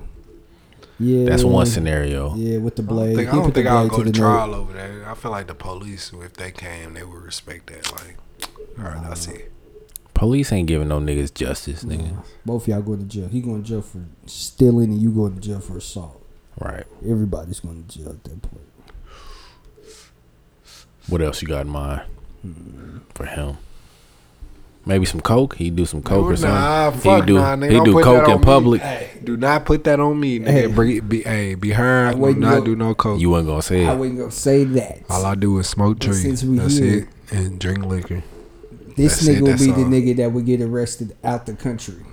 S2: Yeah.
S3: That's one scenario.
S2: Yeah, with the
S1: I
S2: blade.
S1: think, I
S2: He
S1: don't
S2: put the
S1: think I'll
S2: blade
S1: go to
S2: the neck.
S1: trial over there. I feel like the police, if they came, they would respect that. Like, all right, that's it.
S3: Police ain't giving no niggas justice, nigga.
S2: Both of y'all going to jail. He going to jail for stealing, and you going to jail for assault.
S3: Right.
S2: Everybody's going to jail at that point.
S3: What else you got in mind for him? Maybe some coke. He do some coke or something.
S1: Nah,
S3: he
S1: fuck
S3: do
S1: nah, nigga.
S3: he
S1: Don't
S3: do
S1: put
S3: coke
S1: that
S3: in
S1: on me.
S3: public.
S1: Hey, do not put that on me, nigga.
S2: Hey.
S1: Be, be, hey, be her.
S2: wake
S1: Do
S2: you
S1: not
S2: up.
S1: do no coke.
S3: You wasn't gonna say
S2: I
S3: it.
S2: wasn't gonna say that.
S1: All I do is smoke trees.
S2: Since we
S1: That's
S2: here.
S1: it, and drink liquor.
S2: this
S1: That's it,
S2: nigga will
S1: that's
S2: be
S1: all.
S2: the nigga that would get arrested out the country.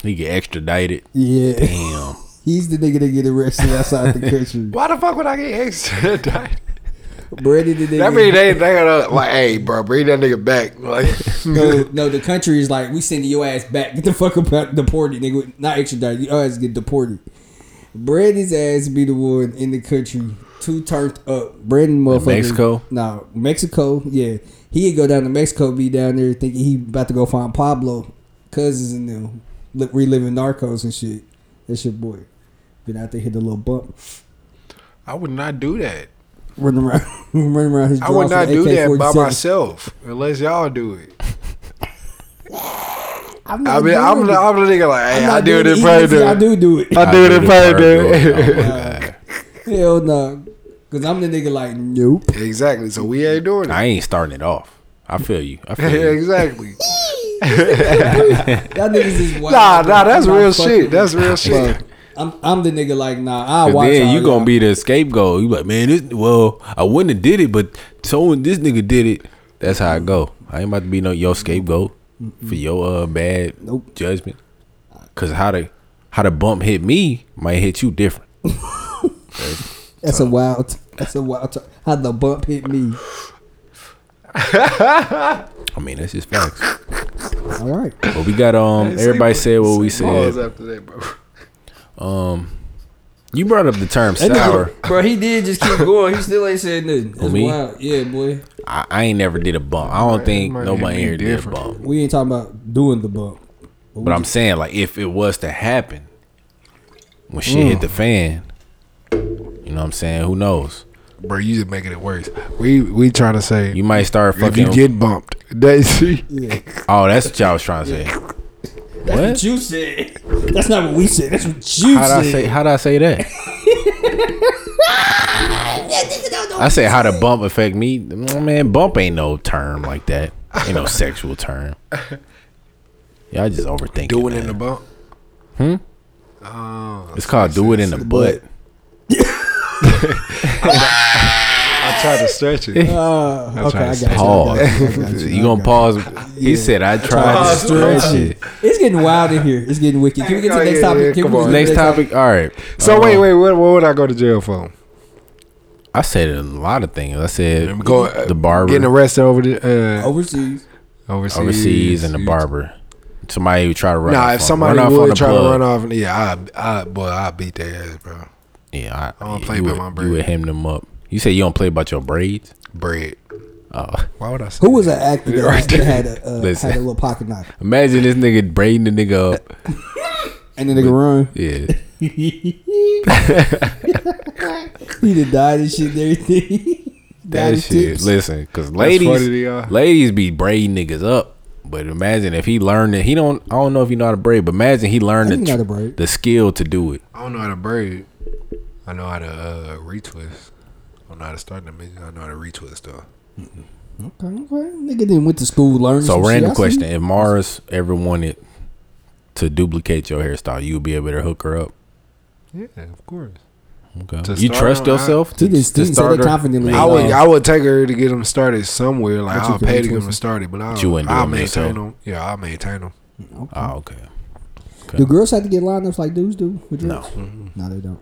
S3: He get extradited.
S2: Yeah,
S3: Damn.
S2: <laughs> he's the nigga that get arrested outside the
S3: <laughs>
S2: country.
S1: <laughs> Why the fuck would I get extra?
S2: Brady the nigga.
S1: That mean they they gotta like, hey, bro, bring that nigga back. <laughs> Like,
S2: no, no, the country is like we sending your ass back. Get the fuck up out, deported, nigga. Not extradited. Your ass get deported. Brady's ass be the one in the country, two turned up. Brandon motherfucker.
S3: Mexico?
S2: No, Mexico. Yeah, he'd go down to Mexico, be down there thinking he about to go find Pablo, cousins and them, li- reliving narcos and shit. That's your boy. Been out there hit a little bump,
S1: I would not do that.
S2: running around, <laughs> running around his.
S1: I would
S2: drawers
S1: not
S2: with
S1: do that by
S2: AK-47.
S1: myself unless y'all do it. I
S2: I'm not
S1: mean,
S2: doing
S1: I'm,
S2: it.
S1: I'm the nigga like, hey,
S2: not
S1: I do it
S2: doing
S1: in
S2: even if y'all
S1: private.
S2: do do it.
S1: I do it in
S3: Oh,
S1: private. <laughs>
S3: my God.
S2: Hell no. Cause I'm the nigga like, nope.
S1: <laughs> Exactly. So we ain't doing <laughs> it.
S3: I ain't starting it off. I feel you.
S1: <laughs>
S3: I feel you.
S1: exactly.
S2: That nigga's just wild.
S1: Nah, nah, that's
S2: I'm not
S1: real
S2: fucking
S1: shit.
S2: with
S1: That's
S2: you.
S1: real shit.
S2: I'm I'm the nigga like, nah, I
S3: 'Cause
S2: watch.
S3: then
S2: all
S3: you gonna
S2: y'all.
S3: be the scapegoat. You like, man, this well, I wouldn't have did it, but so and this nigga did it. That's how I go. I ain't about to be no your scapegoat for your uh bad
S2: Nope.
S3: judgment. Cause how the how the bump hit me might hit you different.
S2: That's a wild. That's a wild. T- how the bump hit me.
S3: I mean, that's just facts.
S2: All right.
S3: but we got um.
S1: <laughs>
S3: Everybody said what we
S1: Pause
S3: said.
S1: after that, bro.
S3: You brought up the term sour.
S2: bro, he did just keep going. He still ain't said nothing. That's
S3: me?
S2: wild. Yeah, boy.
S3: I, I ain't never did a bump. I don't think
S1: might
S3: nobody
S1: hit me
S3: here did a
S1: different.
S3: bump.
S2: We ain't talking about doing the bump.
S3: But I'm saying like if it was to happen, when shit hit the fan, you know what I'm saying? Who knows?
S1: Bro, you just making it worse. We we trying to say
S3: You might start
S1: if
S3: fucking.
S1: you get bumped, <laughs> that's
S3: oh, that's what y'all was trying to say.
S2: That's what
S3: what?
S2: you said. That's not what we said. That's what you
S3: How'd I
S2: said.
S3: say? How'd I say that? I say how the bump affect me. Mm, Man, bump ain't no term like that. Ain't no sexual term. Yeah, I just overthink.
S1: Do it
S3: it
S1: in the bump.
S2: Hmm?
S1: Uh,
S3: It's called do it in the butt.
S1: I tried to stretch
S2: <laughs>
S1: it.
S2: Uh, okay,
S1: trying
S2: I
S1: to
S2: got you.
S3: Pause.
S2: I got you, I
S1: <laughs>
S2: got you,
S3: You
S2: I
S3: gonna
S2: got
S3: pause? He said I tried to
S1: Pause.
S3: stretch it.
S2: you. It's getting wild in here. It's getting wicked. Can we get to the
S1: Yeah,
S2: next
S1: Oh, yeah,
S2: topic?
S1: yeah,
S2: Can
S1: come
S2: we just
S1: on.
S2: get to the
S3: Next topic. All right. Um,
S1: So
S2: Uh,
S1: wait, wait, what, what would I go to jail for?
S3: I said a lot of things. I said
S1: Go- uh,
S3: the barber
S1: Getting arrested over the
S2: Oh,
S1: uh,
S2: Overseas.
S1: overseas,
S3: overseas and the barber. Somebody who try to run.
S1: Nah,
S3: off
S1: if
S3: on-
S1: somebody
S3: run off on
S1: would
S3: the
S1: try to
S3: plug.
S1: run off, yeah, I, I, boy, I beat their ass, bro.
S3: Yeah, I,
S1: I don't
S3: yeah,
S1: play
S3: you
S1: by
S3: would,
S1: my
S3: You
S1: braids.
S3: would hem them up. You say you don't play about your braids.
S1: Bread. <laughs>
S3: Oh,
S1: Why would I? Say
S2: Who was
S1: that?
S2: an actor that
S1: Right there.
S2: had a uh,
S3: Listen.
S2: had a little pocket knife?
S3: imagine this nigga braiding the nigga up.
S2: And then they run.
S3: <laughs> Yeah,
S2: He done died and shit and everything. <laughs>
S3: that shit. Listen, cause ladies,
S1: funny to y'all.
S3: ladies be braiding niggas up. But imagine if he learned it. He don't. I don't know if he know how to braid. But imagine he learned
S2: think he know how
S3: the,
S2: to
S3: tr-
S2: braid.
S3: the skill to do it.
S1: I don't know how to braid. I know how to uh, retwist. I don't know how to start the bitch. I know how to retwist though.
S2: Okay, okay. Nigga then went to school, learned
S3: So
S2: some shit.
S3: random
S2: I see.
S3: question: If Mars ever wanted to duplicate your hairstyle, you would be able to hook her up.
S1: Yeah, of course.
S3: Okay.
S1: To
S3: You
S1: start
S3: trust
S1: on, I-
S3: yourself
S2: He just didn't say that confidently.
S1: I
S2: No.
S1: would I would take her to get them started somewhere. Like
S2: But uh, you
S1: I'll
S2: can
S1: pay to get
S2: retwist 'em.
S1: them started, but I'll,
S3: you wouldn't do
S1: I'll
S3: them
S1: maintain
S3: yourself.
S1: them. Yeah, I'll maintain them.
S3: Oh, okay.
S2: Do girls have to get lineups like dudes do? With
S3: No.
S2: dreads? no, they don't.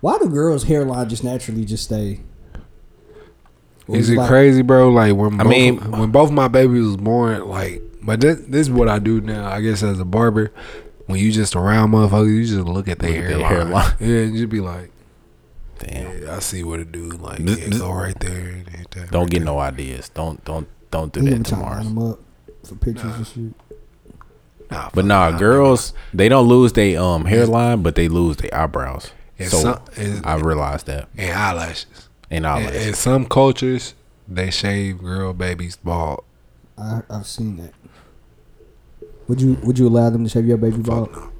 S2: Why do girls' hairline just naturally just stay? Or
S1: Is
S2: it's
S1: it
S2: like-
S1: crazy, bro? Like when
S3: I
S1: both,
S3: mean-
S1: when both my babies was born, like, but this, this is what I do now. I guess as a barber, when you just around motherfuckers, you just look at their
S3: Look at their
S1: hairline.
S3: hairline.
S1: <laughs> yeah, and you be like,
S3: Damn.
S1: yeah, I see what it do. Like,
S3: This-
S1: yeah,
S3: this-
S1: go right there. And hit that.
S3: Don't get no ideas. Don't don't don't do
S2: They never
S3: that
S2: try to
S3: tomorrow.
S2: line them up for pictures and shit.
S1: Nah, fuck
S3: But nah,
S1: nah,
S3: girls they don't lose their um hairline, but they lose their eyebrows.
S1: Yeah,
S3: so
S1: some- it's-
S3: I realized that,
S1: and eyelashes.
S3: and I
S1: In,
S3: like
S1: in some cultures, they shave girl babies bald.
S2: I, I've seen that. Would you Would you allow them to shave your baby bald?
S1: Fuck no.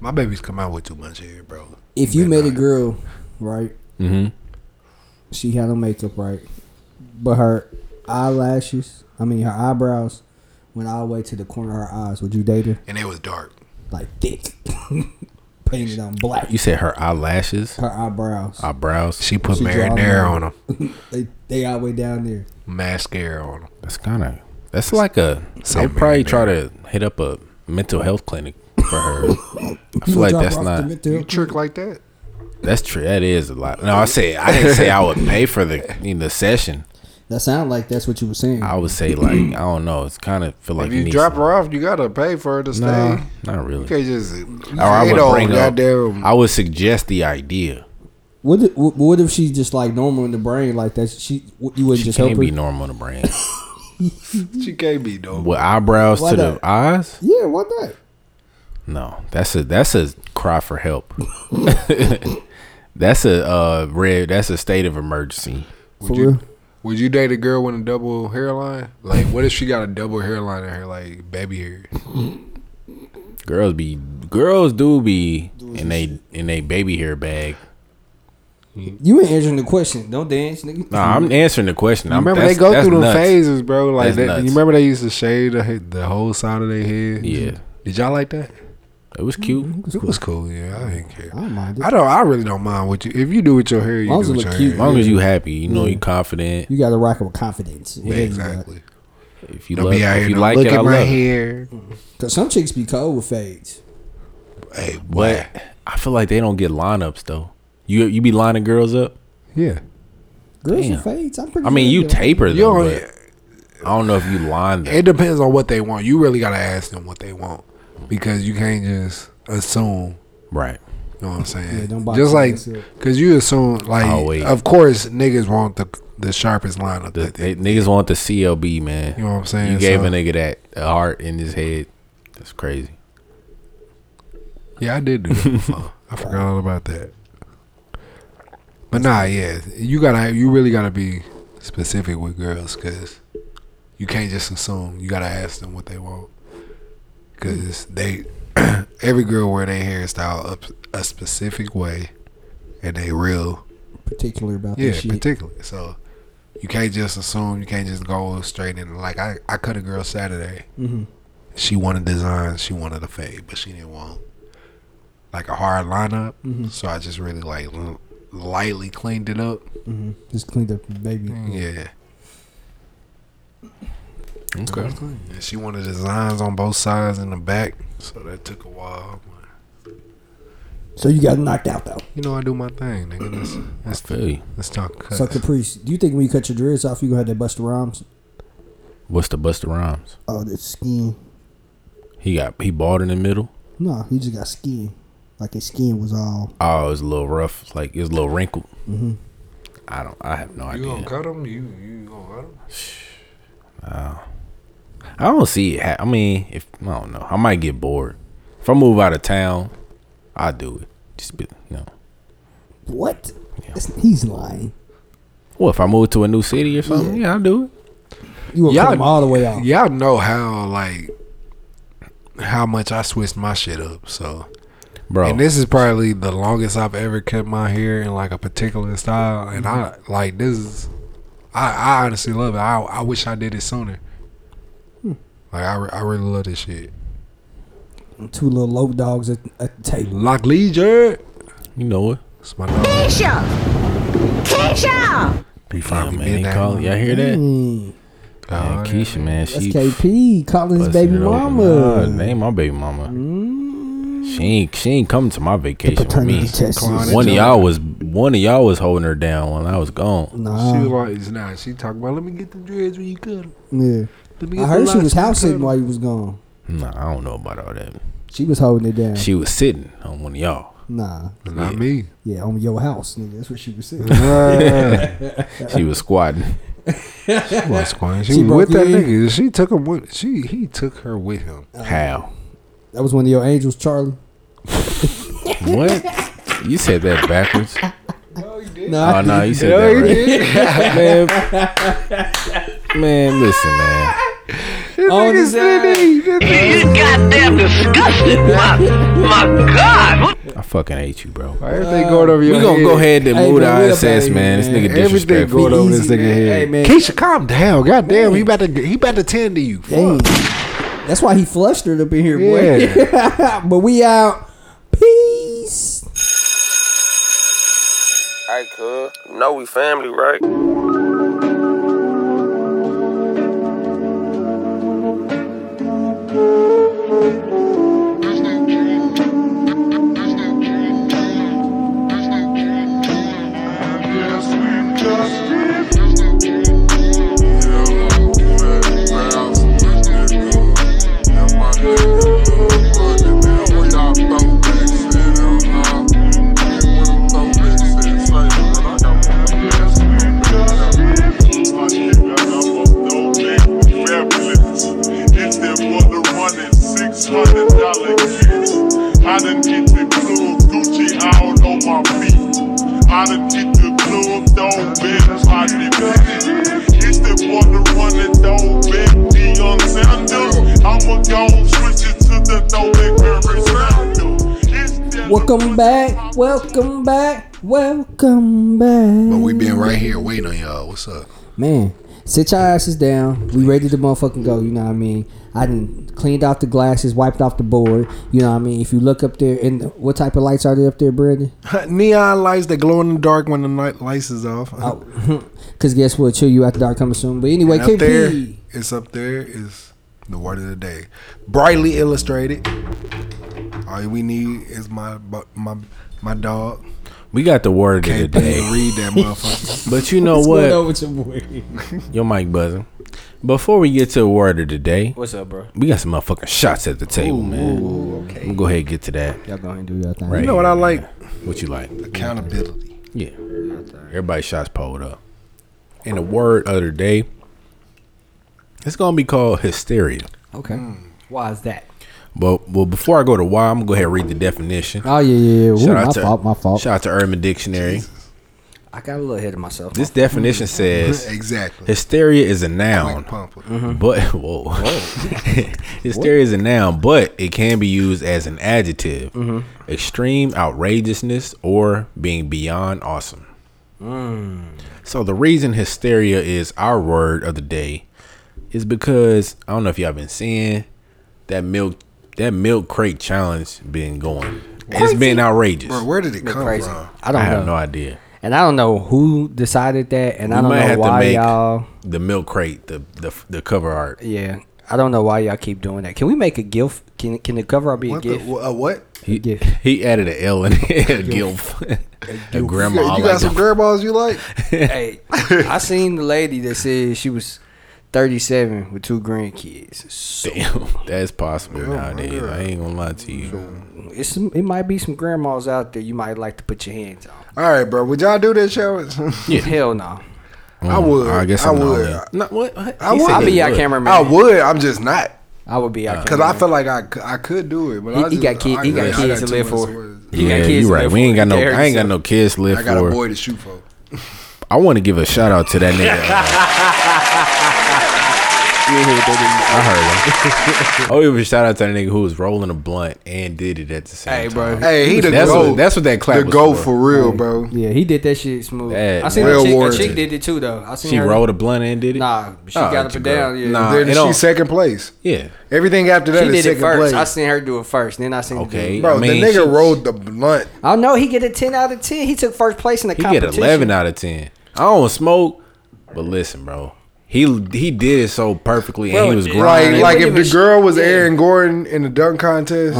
S1: My babies come out with too much hair, bro.
S2: If you
S1: They're
S2: met a
S1: not.
S2: girl, right?
S3: hmm
S2: She had no makeup, right? But her eyelashes, I mean her eyebrows, went all the way to the corner of her eyes. Would you date her?
S1: and it was dark.
S2: Like thick, <laughs> painted on black.
S3: You said her eyelashes,
S2: Her eyebrows,
S3: eyebrows.
S1: She put
S2: She drawed
S1: marinara
S2: them.
S1: on them,
S2: they they all the way down there.
S1: mascara on them.
S3: that's kind of that's like a.
S1: Say
S3: I'll probably
S1: marinara.
S3: try to hit up a mental health clinic
S2: <laughs>
S3: for her. I
S2: You
S3: feel
S2: gonna
S3: like
S2: drop
S3: that's
S2: her off
S3: not
S2: to mental
S1: You
S2: health
S1: trick like that.
S3: that's true. That is a lot. No, I said I didn't say I would pay for the in the session.
S2: That sounded like that's what you were saying.
S3: I would say like I don't know. It's kind of feel like
S1: If you
S3: need
S1: drop
S3: some-
S1: her off, you gotta pay for her to stay.
S3: Nah, not really.
S1: You can't just.
S3: Or Oh, I would bring up.
S1: goddamn.
S3: I would suggest the idea.
S2: What if, what what if she's just like normal in the brain like that? She what- you wouldn't
S3: She
S2: just
S3: can't
S2: help her.
S3: be normal in the brain.
S1: She can't be dope.
S3: With eyebrows
S2: Why
S3: to
S2: not?
S3: the eyes?
S2: yeah, why not?
S3: No, that's a that's a cry for help. <laughs> that's a uh, red. That's a state of emergency.
S2: For
S1: Would you,
S2: real?
S1: would you date a girl with a double hairline? Like, what if she got a double hairline in her, like baby hair?
S3: Girls be girls do be in a in a baby hair bag.
S2: You ain't answering the question. Don't dance, nigga.
S3: Nah, I'm answering the question.
S1: You
S3: I'm,
S1: remember they
S3: that's-
S1: go
S3: that's
S1: through them
S3: nuts.
S1: phases, bro. Like,
S3: That's
S1: that,
S3: nuts.
S1: you remember they used to shave the, he- the whole side of their head.
S3: Yeah.
S1: Did y'all like that?
S3: It was cute.
S1: It was cool. Yeah, I didn't care.
S2: I don't mind it.
S1: I don't. I really don't mind what you. If you do with your hair, you
S2: Lonzo
S1: do with
S2: look
S1: your
S2: cute.
S3: As
S1: hair.
S3: long as you happy, you know you confident.
S2: You got to rock it with confidence. whatever
S1: Yeah,
S2: you
S1: exactly.
S3: If you
S1: Don't
S3: love,
S1: be out
S3: if
S1: here.
S3: you
S1: no,
S3: like
S1: look
S3: it, I
S1: at my
S3: love it.
S1: hair.
S2: got. Cause some chicks be cold with fades.
S1: Hey, boy.
S3: But I feel like they don't get lineups though. You you be lining girls up.
S1: Yeah.
S2: Girls
S3: Damn.
S2: with fades. I'm pretty.
S3: I mean,
S2: sure
S3: you
S2: they-
S3: taper them.
S1: You don't-
S3: but I don't know if you line them.
S1: It depends on what they want. You really gotta ask them what they want because you can't just assume.
S3: Right.
S1: You know what I'm saying?
S2: Yeah, don't box
S1: just like
S2: yourself.
S1: because you assume like
S3: Always.
S1: of course niggas want the the sharpest line of
S3: The,
S1: the,
S3: they, niggas want the CLB, man.
S1: You know what I'm saying?
S3: You gave
S1: So-
S3: a nigga that a heart in his head. That's crazy.
S1: yeah I did do that before. I forgot all about that. But nah, yeah, you gotta you really gotta be specific with girls because you can't just assume. You gotta ask them what they want because they <clears throat> every girl wear their hairstyle up a specific way and they real.
S2: particular about
S1: Yeah,
S2: that shit.
S1: particularly. So you can't just assume. You can't just go straight in. Like I, I cut a girl Saturday, She wanted design, she wanted a fade, but she didn't want like a hard lineup. So I just really like l- lightly cleaned it up.
S2: Just cleaned up the baby.
S1: Yeah.
S3: Okay.
S1: And she wanted designs on both sides and the back. So that took a while.
S2: So you got knocked out though.
S1: You know I do my thing, nigga. That's that's
S3: Feel you.
S1: that's talk cuts.
S2: So Caprice, do you think when you cut your dreads off, you gonna have that Busta Rhymes?
S3: What's the Buster Rhymes?
S2: Oh, that skin.
S3: He got he bald in the middle.
S2: No, he just got skin. Like his skin was all.
S3: Oh, it's a little rough. It's Like it's a little wrinkled.
S1: Mm-hmm.
S3: I don't. I have no
S1: you gonna
S3: idea.
S1: cut them? You you gonna cut them?
S3: I don't see it. ha- I mean, if I don't know, I might get bored. If I move out of town, I do it. Just be, you know.
S2: What? That's- He's lying.
S3: Well, if I move to a new city or something, yeah, I'll do it.
S2: You gonna cut
S1: Y'all-
S2: him all the way off?
S1: Y'all know how like how much I switched my shit up. So
S3: Bro,
S1: And this is probably the longest I've ever kept my hair in like a particular style. And I
S2: Mm-hmm.
S1: like this is, I, I honestly love it. I, I wish I did it sooner.
S2: Hmm.
S1: Like I, re- I really love this shit.
S2: Two little low dogs at, at the table.
S1: Lock Leisure.
S3: you know it.
S1: It's my dog.
S7: Keisha! Keisha!
S1: He
S3: Yeah,
S1: finally
S3: man,
S1: did
S3: they
S1: that.
S3: call, y'all hear that?
S2: Mm,
S1: Oh,
S3: Man, Keisha, man,
S2: that's
S3: she
S2: KP calling his
S3: busted
S2: baby
S3: it open.
S2: mama. Mm.
S3: Nah, they ain't my baby mama. She ain't she ain't coming to my vacation with
S2: Paternity
S3: me.
S2: test.
S1: Clown
S2: is-
S1: it.
S3: One of y'all was one of y'all was holding her down when I was gone.
S1: She
S2: Nah.
S1: was like, nah, she talking about, let me get the dreads when you cut 'em.
S2: Yeah.
S1: Let me
S2: I
S1: get
S2: heard
S1: the
S2: she
S1: locks when you
S2: was house
S1: cut
S2: sitting
S1: 'em."
S2: while you was gone.
S3: Nah, I don't know about all that.
S2: She was holding it down.
S3: She was sitting on one of y'all.
S2: nah.
S1: Not
S2: <laughs>
S1: me.
S2: Yeah, on your house, nigga. That's what she was saying.
S3: She was squatting.
S1: She was squatting. She,
S2: She
S1: was
S2: broke
S1: with that
S2: your ear?
S1: nigga. She took him with. She he took her with him.
S3: How?
S2: that was one of your angels, Charlie.
S3: What? You said that backwards.
S2: Nah.
S3: Oh no, you said that
S1: <laughs>
S3: right. man, man, listen, man.
S2: Oh, this
S8: Goddamn disgusting. My, my God. What
S3: I fucking hate you, bro.
S1: Everything going over your
S3: We gonna
S1: head.
S3: go ahead and
S2: Hey, man, we
S3: move the
S2: up out of
S3: ISS,
S2: here,
S3: man. This
S2: man.
S3: nigga
S1: Everything
S3: disrespectful.
S1: going over
S2: Easy,
S1: this nigga
S2: man.
S1: head.
S2: Hey, man.
S1: Keisha, calm down. God damn, he about to he about to tend to you.
S2: Dang.
S1: Fuck.
S2: That's why he flustered up in here, boy. <laughs> but we out. Peace.
S9: I could. You know we family, right?
S10: $600 kids. I done get the club Gucci out on my feet. I done get the club dog bed pocket bitches. Get the water running dog bed Deion Sanders. I'ma go switch it to the throwback Barry Sanders. It's that-
S2: Welcome back. Welcome back. Welcome back.
S1: But Oh, we been right here waiting on y'all. What's up?
S2: Man, sit your asses down. We ready to motherfucking go. You know what I mean? I done cleaned out the glasses, wiped off the board. You know what I mean? If you look up there, and what type of lights are there up there, Brandon?
S1: <laughs> Neon lights that glow in the dark when the night lights is off. <laughs>
S2: Oh, <laughs> because guess what? Chill you out the dark coming soon. But anyway,
S1: And up there,
S2: KP.
S1: it's up there is the word of the day, brightly illustrated. All we need is my bu- my my dog.
S3: We got the word of the
S1: Can't
S3: day.
S1: read
S3: <laughs>
S1: that motherfucker.
S3: But you know
S2: What's going
S3: what?
S2: on with your boy?
S3: Your mic buzzing. Before we get to the word of the day,
S9: What's up, bro?
S3: we got some motherfucking shots at the table, man. I'm gonna go ahead and get to that.
S2: Y'all go ahead and do your thing.
S3: Right.
S1: you know what I like?
S3: What you like?
S1: Accountability.
S3: Yeah. Everybody shots pulled up. And the word of the day, it's gonna be called hysteria.
S2: Okay.
S9: Why is that?
S3: But well, before I go to why, I'm gonna go ahead and read the definition.
S2: Oh yeah, yeah, yeah. Ooh,
S3: Shout
S2: my
S3: out to-
S2: fault, my fault.
S3: Shout out to Urban Dictionary.
S9: I got a little ahead of myself.
S3: This
S2: <laughs>
S3: definition says
S1: Exactly.
S3: hysteria is a noun,
S1: Like Pumper.
S2: Mm-hmm.
S3: but <laughs> whoa, <laughs> hysteria is a noun, but it can be used as an adjective:
S2: Mm-hmm.
S3: extreme outrageousness or being beyond awesome.
S2: Mm.
S3: So the reason hysteria is our word of the day is because I don't know if y'all been seeing that milk that milk crate challenge been going. It's been outrageous.
S1: Bro, where did it
S2: Been
S1: come
S2: crazy.
S1: from?
S2: I
S3: I
S2: don't know.
S3: have no idea.
S2: and I don't know who decided that, and I don't know why y'all.
S3: the milk crate the, the the cover art.
S2: Yeah, I don't know why y'all keep doing that. Can we make a gif? Can Can the cover art be a
S1: What? The,
S2: gif?
S1: wha- uh, what?
S3: He,
S2: gif.
S3: <laughs> he added an L in
S1: <laughs>
S3: it, <laughs> a gilf, a grandma.
S1: you got,
S3: I
S1: you
S3: like
S1: got some
S3: that.
S1: girl balls you like?
S2: <laughs> hey, I seen the lady that said she was 37 with two grandkids. So
S3: <laughs> Damn, that's possible
S1: Oh, my
S3: nowadays.
S1: God.
S3: I ain't gonna lie to you.
S2: it's some, it might be some grandmas out there you might like to put your hands on.
S1: <laughs> All right, bro. Would y'all do that challenge?
S2: Hell no.
S1: I would.
S3: Mm, I guess
S1: I
S3: I'm the
S1: would.
S3: only- No, what? what?
S1: I
S3: He
S1: would.
S3: said
S1: I'll
S2: I'll
S3: he
S2: be our
S3: would. Uh,
S2: cameraman.
S1: I would. I'm just not
S2: I would be our
S1: because
S2: cameraman.
S1: I feel like I, c- I could do it, but
S2: Mm. He-
S1: I
S2: he
S1: just,
S2: got kid- he got
S1: I- I
S2: kids to
S1: too
S2: live
S1: much
S2: for.
S1: words.
S2: You got
S3: Yeah,
S2: kids
S3: you
S2: to
S3: right.
S2: live
S3: We
S2: for.
S3: ain't got no.
S2: You
S3: I ain't got no kids
S1: I
S3: left
S1: got a
S3: for.
S1: boy to shoot for.
S3: I want to give a shout out to that
S1: <laughs>
S3: nigga. I heard him. <laughs> I want to give a shout out to that nigga who was rolling a blunt and did it at the same
S2: Hey,
S3: time.
S2: bro.
S1: Hey, he the
S3: That's
S1: goat.
S3: what- that's what that clap
S1: The
S3: was
S1: goat
S3: for.
S1: for real, bro.
S2: Yeah, he did that shit smooth.
S3: That
S2: I seen
S1: real
S2: a chick, a
S1: warranted.
S2: chick did it too though. I seen
S3: She
S2: her.
S3: rolled a blunt and did it.
S2: Nah, she
S3: Oh,
S2: got up
S3: it's a
S2: and
S3: girl.
S2: down. Yeah,
S3: Nah.
S1: Then
S3: it
S1: she
S3: don't-
S1: second place.
S3: Yeah.
S1: Everything after that
S2: she
S1: is
S2: did it
S1: second
S2: first.
S1: place.
S2: I seen her do it first. Then I seen.
S3: Okay.
S2: The
S1: bro,
S3: I mean,
S1: the nigga
S3: she-
S1: rolled the blunt.
S2: oh no, he get a ten out of ten. He took first place in the
S3: He get
S2: competition.
S3: eleven out of ten. I don't smoke, but listen, bro. He he did it so perfectly, and he was grinding.
S1: Like, like
S2: wouldn't
S1: if the
S2: even-
S1: girl was
S2: yeah.
S1: Aaron Gordon in the dunk contest,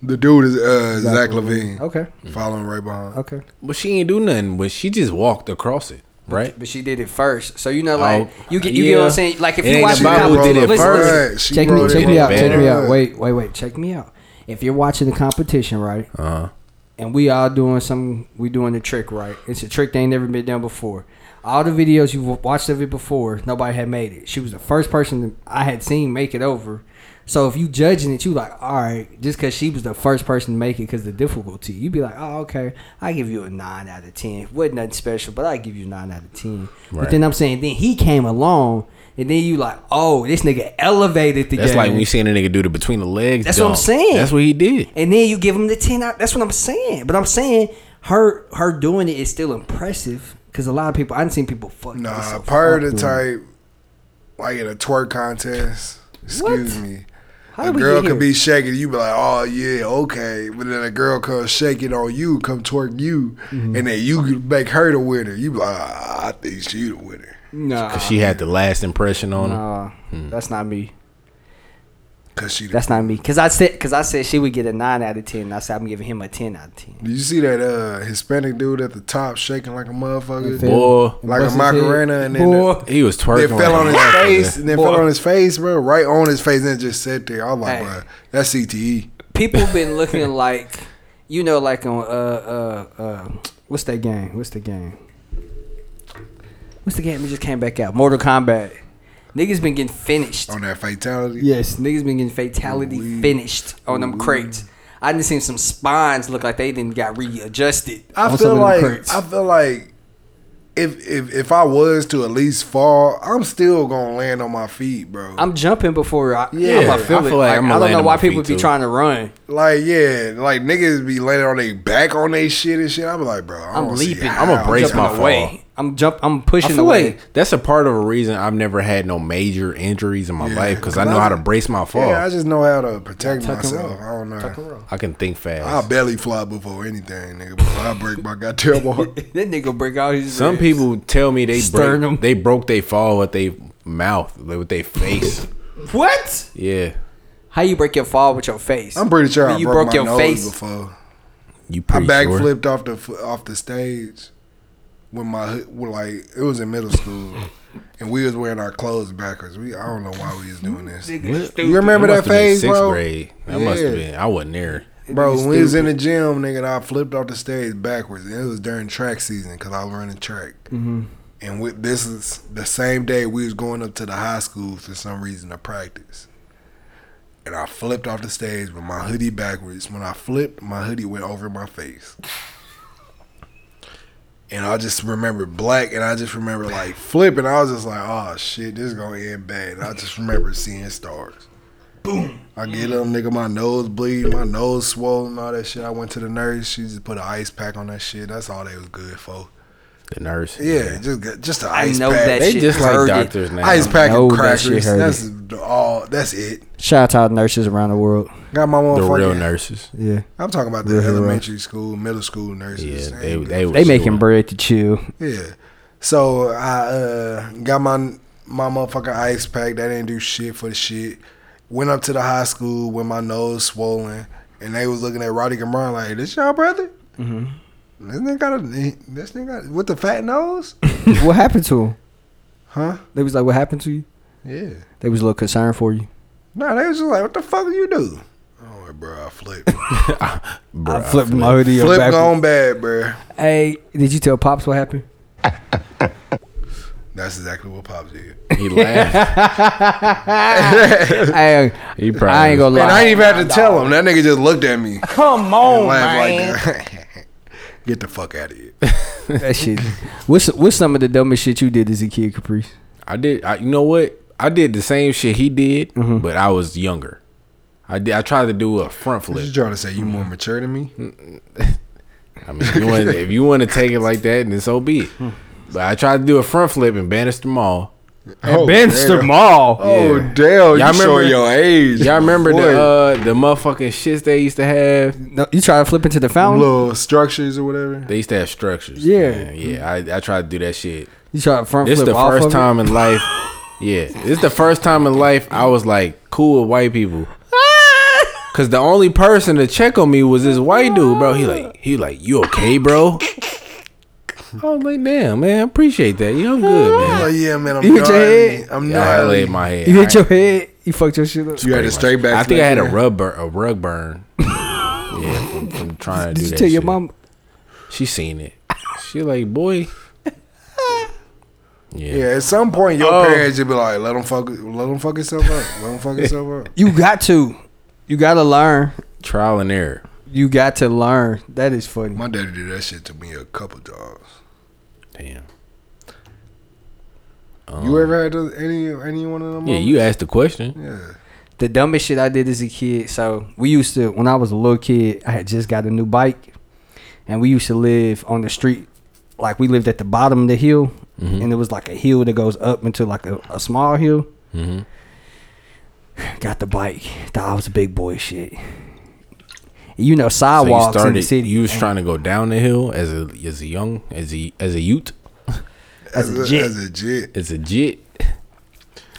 S1: the dude is uh, Uh-huh. Zach Levine.
S2: Okay.
S1: Following right behind.
S2: Okay.
S3: but she ain't do nothing. But she just walked across it, right?
S2: But she did it first, so you know, like
S3: Oh,
S2: you get, you get
S3: yeah.
S2: what I'm saying. Like if
S3: It
S2: you
S3: ain't
S2: watch the
S3: about who
S2: comp-
S3: did it
S2: listen,
S3: first.
S2: listen.
S1: Right, she
S11: Check me,
S1: wrote
S11: check
S3: it
S11: me
S3: in
S11: out, check
S3: better.
S11: me out. Wait, wait, wait. Check me out. If you're watching the competition, right,
S3: Uh-huh.
S2: and we all doing some, we doing the trick, right? It's a trick that ain't never been done before. All the videos you've watched of it before, nobody had made it. She was the first person that I had seen make it over. So if you judging it, you like, all right, just because she was the first person to make it because the difficulty, you'd be like, oh, okay, I give you a nine out of ten. Wasn't nothing special, but I give you nine out of ten. But
S3: Right.
S2: then I'm saying, then he came along, and then you like, oh, this nigga elevated the
S3: That's
S2: game.
S3: like when you seen a nigga do the between the legs.
S2: That's what I'm
S3: dunk.
S2: saying.
S3: That's what he did.
S2: and then you give him the ten out. That's what I'm saying. But I'm saying her her doing it is still impressive because a lot of people I didn't seen people fuck.
S1: Nah,
S2: themselves up doing it.
S1: prototype, like in a twerk contest. Excuse
S2: What?
S1: me.
S2: How
S1: a
S2: did we
S1: girl
S2: get here?
S1: could be shaking, you be like, oh yeah, okay. But then a girl comes shaking on you, come twerk you,
S2: Mm-hmm.
S1: and then you could make her the winner. You be like, ah, I think she the winner.
S2: nah,
S3: She had the last impression on him.
S2: nah,
S1: Hmm.
S2: that's not me.
S1: Cause she the
S2: That's not me. Cause I said because I said she would get a nine out of ten. and I said I'm giving him a ten out of ten.
S1: Did you see that uh, Hispanic dude at the top shaking like a motherfucker?
S11: Fell-
S3: Boy.
S11: bust
S1: Like a
S11: his head.
S1: Macarena and then
S2: Boy.
S1: the,
S3: He was twerking.
S1: then fell
S3: like
S1: on
S3: a
S1: his
S3: motherfucker.
S1: face and then fell
S2: Boy.
S1: on his face, bro. Right on his face and just sat there. I was like,
S2: Hey.
S1: bro, that's E CTE.
S2: People <laughs> been looking like you know like on uh uh uh what's that game? What's the game? What's the game that just came back out? Mortal Kombat. Niggas been getting finished.
S1: On that fatality.
S2: Yes, niggas been getting fatality finished on them crates. I done seen some spines look like they didn't got readjusted.
S1: I
S2: on some
S1: feel
S2: of them
S1: like
S2: crates.
S1: I feel like if if if I was to at least fall, I'm still gonna land on my feet, bro.
S2: I'm jumping before I, yeah,
S1: Yeah,
S2: I'm
S1: I
S2: I feel
S3: feel
S2: it.
S3: like
S2: Like,
S3: I'm
S2: I
S3: gonna
S2: don't
S3: land
S2: know
S3: on
S2: why
S3: my feet
S2: people be
S3: too.
S2: trying to run.
S1: like, yeah, like niggas be landing on their back on their shit and shit. I'm like, bro, I
S2: I'm
S1: don't see
S2: leaping.
S1: how.
S3: I'ma
S2: I'm
S3: brace
S2: jumping
S3: my fall.
S2: away. I'm jump. I'm
S3: I
S2: pushing
S3: feel
S2: away.
S3: like that's a part of a reason I've never had no major injuries in my
S1: Yeah,
S3: life because I
S1: 'cause
S3: know
S1: I-
S3: how to brace my fall.
S1: Yeah, I just know how to protect
S2: Tuck and roll.
S1: myself. I don't
S2: Tuck and
S1: know.
S2: roll.
S3: I can think fast.
S1: I belly flop before anything, nigga. Before I break my goddamn
S2: <laughs>
S1: heart.
S2: That nigga break out his.
S3: Some
S2: ribs.
S3: people tell me they
S2: Sternum.
S3: break, they broke their fall with their mouth, like, with their face.
S2: What?
S3: yeah,
S2: How you break your fall with your face?
S1: I'm pretty sure I
S2: You
S1: broke,
S2: broke
S1: my
S2: your
S1: nose
S2: face?
S1: before.
S3: you
S1: I
S3: pretty sure.
S1: backflipped off the f- off the stage when my hood- when like it was in middle
S3: <laughs>
S1: school. And we was wearing our clothes backwards. We I don't know why we was doing this,
S2: Stupid.
S1: You remember that
S3: must've been
S1: phase,
S3: sixth
S1: bro?
S3: grade. That must have
S1: Yeah.
S3: been. I wasn't there.
S1: Bro, when we was in the gym, nigga, I flipped off the stage backwards. And it was during track season because I was running track. And with, this is the same day we was going up to the high school for some reason to practice. And I flipped off the stage with my hoodie backwards. When I flipped, my hoodie went over my face. And I just remember black, and I just remember like flipping. I was just like, "Oh shit, this is gonna end bad." And I just remember seeing stars. I get up, nigga, my nose bleed, my nose swollen, all that shit. I went to the nurse. She just put an ice pack on that shit. That's all they was good for.
S3: The nurse.
S1: Yeah, just just the
S2: I
S1: ice
S2: know
S1: pack.
S2: that
S3: They
S2: shit
S3: just like
S2: hurt it.
S3: doctors now.
S1: ice pack
S2: know
S1: and
S2: that
S1: crackers.
S2: shit hurt
S1: That's all. That's it.
S2: Shout out to nurses around the world.
S1: Got my
S3: The real
S1: motherfucker.
S3: nurses.
S2: Yeah,
S1: I'm talking about the
S2: Real hero.
S1: elementary school, middle school nurses.
S3: Yeah, they they
S2: they
S3: was
S2: making
S3: doing-
S2: bread to
S1: <laughs>
S2: chew.
S1: Yeah. So I uh, got my my motherfucking ice pack. That didn't do shit for the shit. Went up to the high school with my nose swollen, and they was looking at Roddy Gamron like, "This y'all brother? Mm-hmm. This nigga got a this nigga got, with the fat nose,
S2: what happened to them?
S1: huh?
S2: They was like, "What happened to you?"
S1: Yeah.
S2: They was a little concerned for you.
S1: No, they was just like, "What the fuck do you do? Oh, bro, I <laughs> flipped,
S3: Bruh, I
S2: flipped my hoodie up
S1: flipped
S2: backwards.
S1: on bad, bro.
S2: Hey, did you tell pops what
S3: <laughs>
S2: happened?
S1: That's exactly what pops did.
S2: <laughs>
S3: He laughed.
S2: hey,
S3: He probably.
S2: I ain't gonna
S1: And I
S2: lie.
S1: ain't even have to tell him. That nigga just looked at me. Come on, man. <laughs> Get the fuck out of here.
S2: that shit. What's what's some of the dumbest shit you did as a kid, Caprice?
S3: I did. I, you know what? I did the same shit he did,
S2: Mm-hmm.
S3: but I was younger. I did. I tried to do a front
S1: What you
S3: flip.
S1: trying to say? You more mature than me?
S3: I mean, if you want, if you want to take it like that, then
S1: <laughs>
S3: so be it. But I tried to do a front flip and banished them all.
S1: Oh, damn.
S2: Mall.
S1: Oh,
S3: Yeah.
S1: damn. you showing
S3: Y'all remember-
S1: your age.
S3: Y'all remember
S1: Boy,
S3: the uh, the motherfucking shits they used to have?
S2: No, you try to flip into the fountain.
S1: little structures or whatever?
S3: They used to have structures.
S2: Yeah.
S3: man. yeah. I, I tried to do that shit.
S2: You try to front
S3: This
S2: flip
S3: the
S2: off
S3: first
S2: of it?
S3: time
S2: <laughs>
S3: in life. Yeah, this the first time in life I was like cool with
S2: <laughs>
S3: white people. Cause the only person to check on me was this white dude, bro. He like he like you
S2: <laughs>
S3: okay, bro? I was like, damn, man, appreciate that. You, I'm good,
S2: <laughs>
S3: man.
S1: Oh, yeah, man. I'm
S2: You hit your
S1: gnarly.
S2: head?
S1: I'm
S3: Yeah, I
S1: gnarly.
S3: laid my head.
S2: You hit
S3: I-
S2: your head. You fucked your shit up.
S1: You had a straight back.
S3: I think I had a
S1: run.
S3: rug burn. A rug burn. yeah, from, from trying to do
S2: Did you
S3: that
S2: tell your
S3: shit.
S2: mom?
S3: She seen it. She like, boy. Yeah.
S1: Yeah, at some point, your parents would be like, let him fuck, let him fuck himself up. Let him
S3: <laughs>
S1: fuck himself up.
S2: You got to. You got to learn.
S3: Trial and error.
S2: You got to learn. That is funny.
S1: My daddy did that shit to me a couple times.
S3: Damn.
S1: you ever had those- any, any one of them?
S3: Oh. Yeah,
S1: moments?
S3: you asked the question.
S1: Yeah.
S2: The dumbest shit I did as a kid. So we used to when I was a little kid, I had just got a new bike, and we used to live on the street. Like we lived at the bottom of the hill, and it was like a hill that goes up into like a, a small hill.
S3: Mm-hmm.
S2: <sighs> Got the bike. Thought I was a big boy shit. You know
S3: So you
S2: sidewalks in the
S3: started.
S2: city.
S3: You was trying to go down the hill as a as a young as a as a youth
S2: That's
S1: As
S2: legit.
S1: As a jit.
S3: as a jit.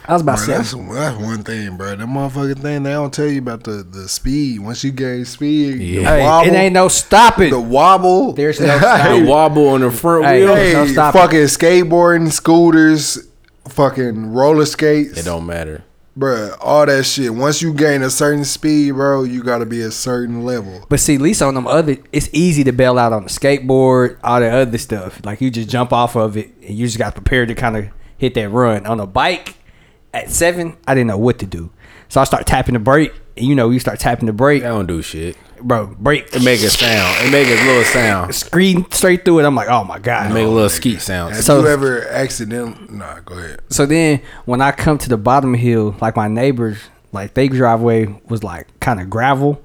S2: I was about
S1: Bro,
S2: to
S1: that's,
S2: say
S1: that's one thing, bro. That motherfucking thing they don't tell you about the, the speed. Once you gain speed,
S3: Yeah.
S1: the
S3: Hey,
S1: wobble,
S2: it ain't no stopping.
S1: the wobble.
S2: There's
S1: <laughs>
S2: no stopping.
S3: The wobble on the front
S2: Hey,
S3: wheel.
S1: hey,
S2: no stopping.
S1: fucking skateboarding, scooters, fucking roller skates,
S3: It don't matter.
S1: bro. All that shit. Once you gain a certain speed, bro, you gotta be a certain level.
S2: But see, at least on them other, it's easy to bail out on the skateboard, all that other stuff. Like you just jump off of it, and you just got prepared to kind of hit that run. On a bike, at seven, I didn't know what to do, so I start tapping the brake. And you know, you start tapping the brake,
S3: That don't do shit.
S2: bro, brake,
S3: It make a sound. It make a little
S2: <laughs>
S3: sound.
S2: screen straight through it. I'm like, oh my god.
S3: It make a little skeet sound.
S1: Have
S2: So-
S1: you ever accidentally? Nah, go ahead.
S2: So then, when I come to the bottom hill, like my neighbors, like they driveway was like kind of gravel,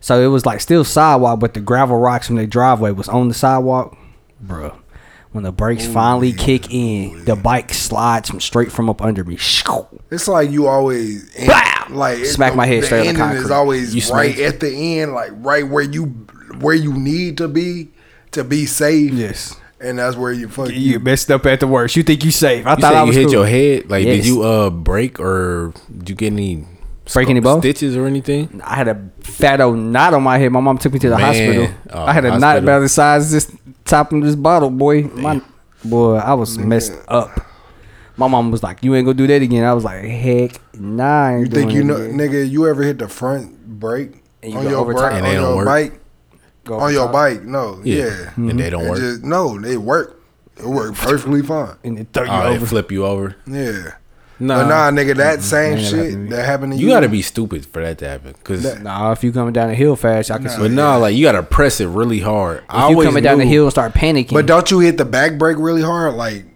S2: so it was like still sidewalk, but the gravel rocks from their driveway was on the sidewalk, bruh. When the brakes finally kick in, the bike slides from straight from up under me.
S1: It's like you always end,
S2: Bam!
S1: like it's-
S2: Smack my head
S1: the
S2: straight on the
S1: ending is
S2: concrete.
S1: always
S3: You smack-
S1: right at the end, like right where you where you need to be to be safe.
S2: Yes.
S1: and that's where you fuck
S2: You
S1: you.
S2: messed up at the worst. You think you safe? I
S3: You
S2: thought
S3: said
S2: I
S3: you
S2: was
S3: hit
S2: cool.
S3: your head. Like,
S2: Yes.
S3: did you uh break or did you get any
S2: Break any
S3: sc-
S2: bone?
S3: stitches or anything?
S2: I had a fat old knot on my head. My mom took me to the
S3: Man.
S2: hospital.
S3: Oh,
S2: I had a knot
S3: hospital.
S2: about the size of this top of this bottle, boy. My boy, I was messed up. My mom was like, "You ain't gonna do that again." I was like, "Heck, nah." I ain't
S1: You think
S2: doing
S1: you
S2: it
S1: know,
S2: again."
S1: nigga? You ever hit the front brake
S2: And you
S1: on
S2: go
S1: your
S2: overtime.
S1: brake
S3: And
S1: on
S3: they don't
S1: your
S3: work?
S1: bike
S2: Go Mm-hmm.
S1: on your
S2: top
S1: bike? No, yeah,
S3: And they don't
S1: It
S3: work.
S1: just- no, they work. It
S2: <laughs>
S1: worked perfectly fine.
S2: and it throw you
S3: Oh, they
S2: over.
S3: flip you over.
S1: Yeah,
S3: Nah,
S1: but nah, nigga, that same
S2: Ain't never happened to
S1: shit
S2: me.
S1: that happened to you.
S3: you gotta be stupid for that to happen. Cause,
S2: Nah, if you coming down the hill fast, I can. see
S3: but nah, like you gotta press it really hard. I
S2: If you
S3: always
S2: coming down the
S3: knew-
S2: hill and start panicking,
S1: But don't you hit the back brake really hard? Like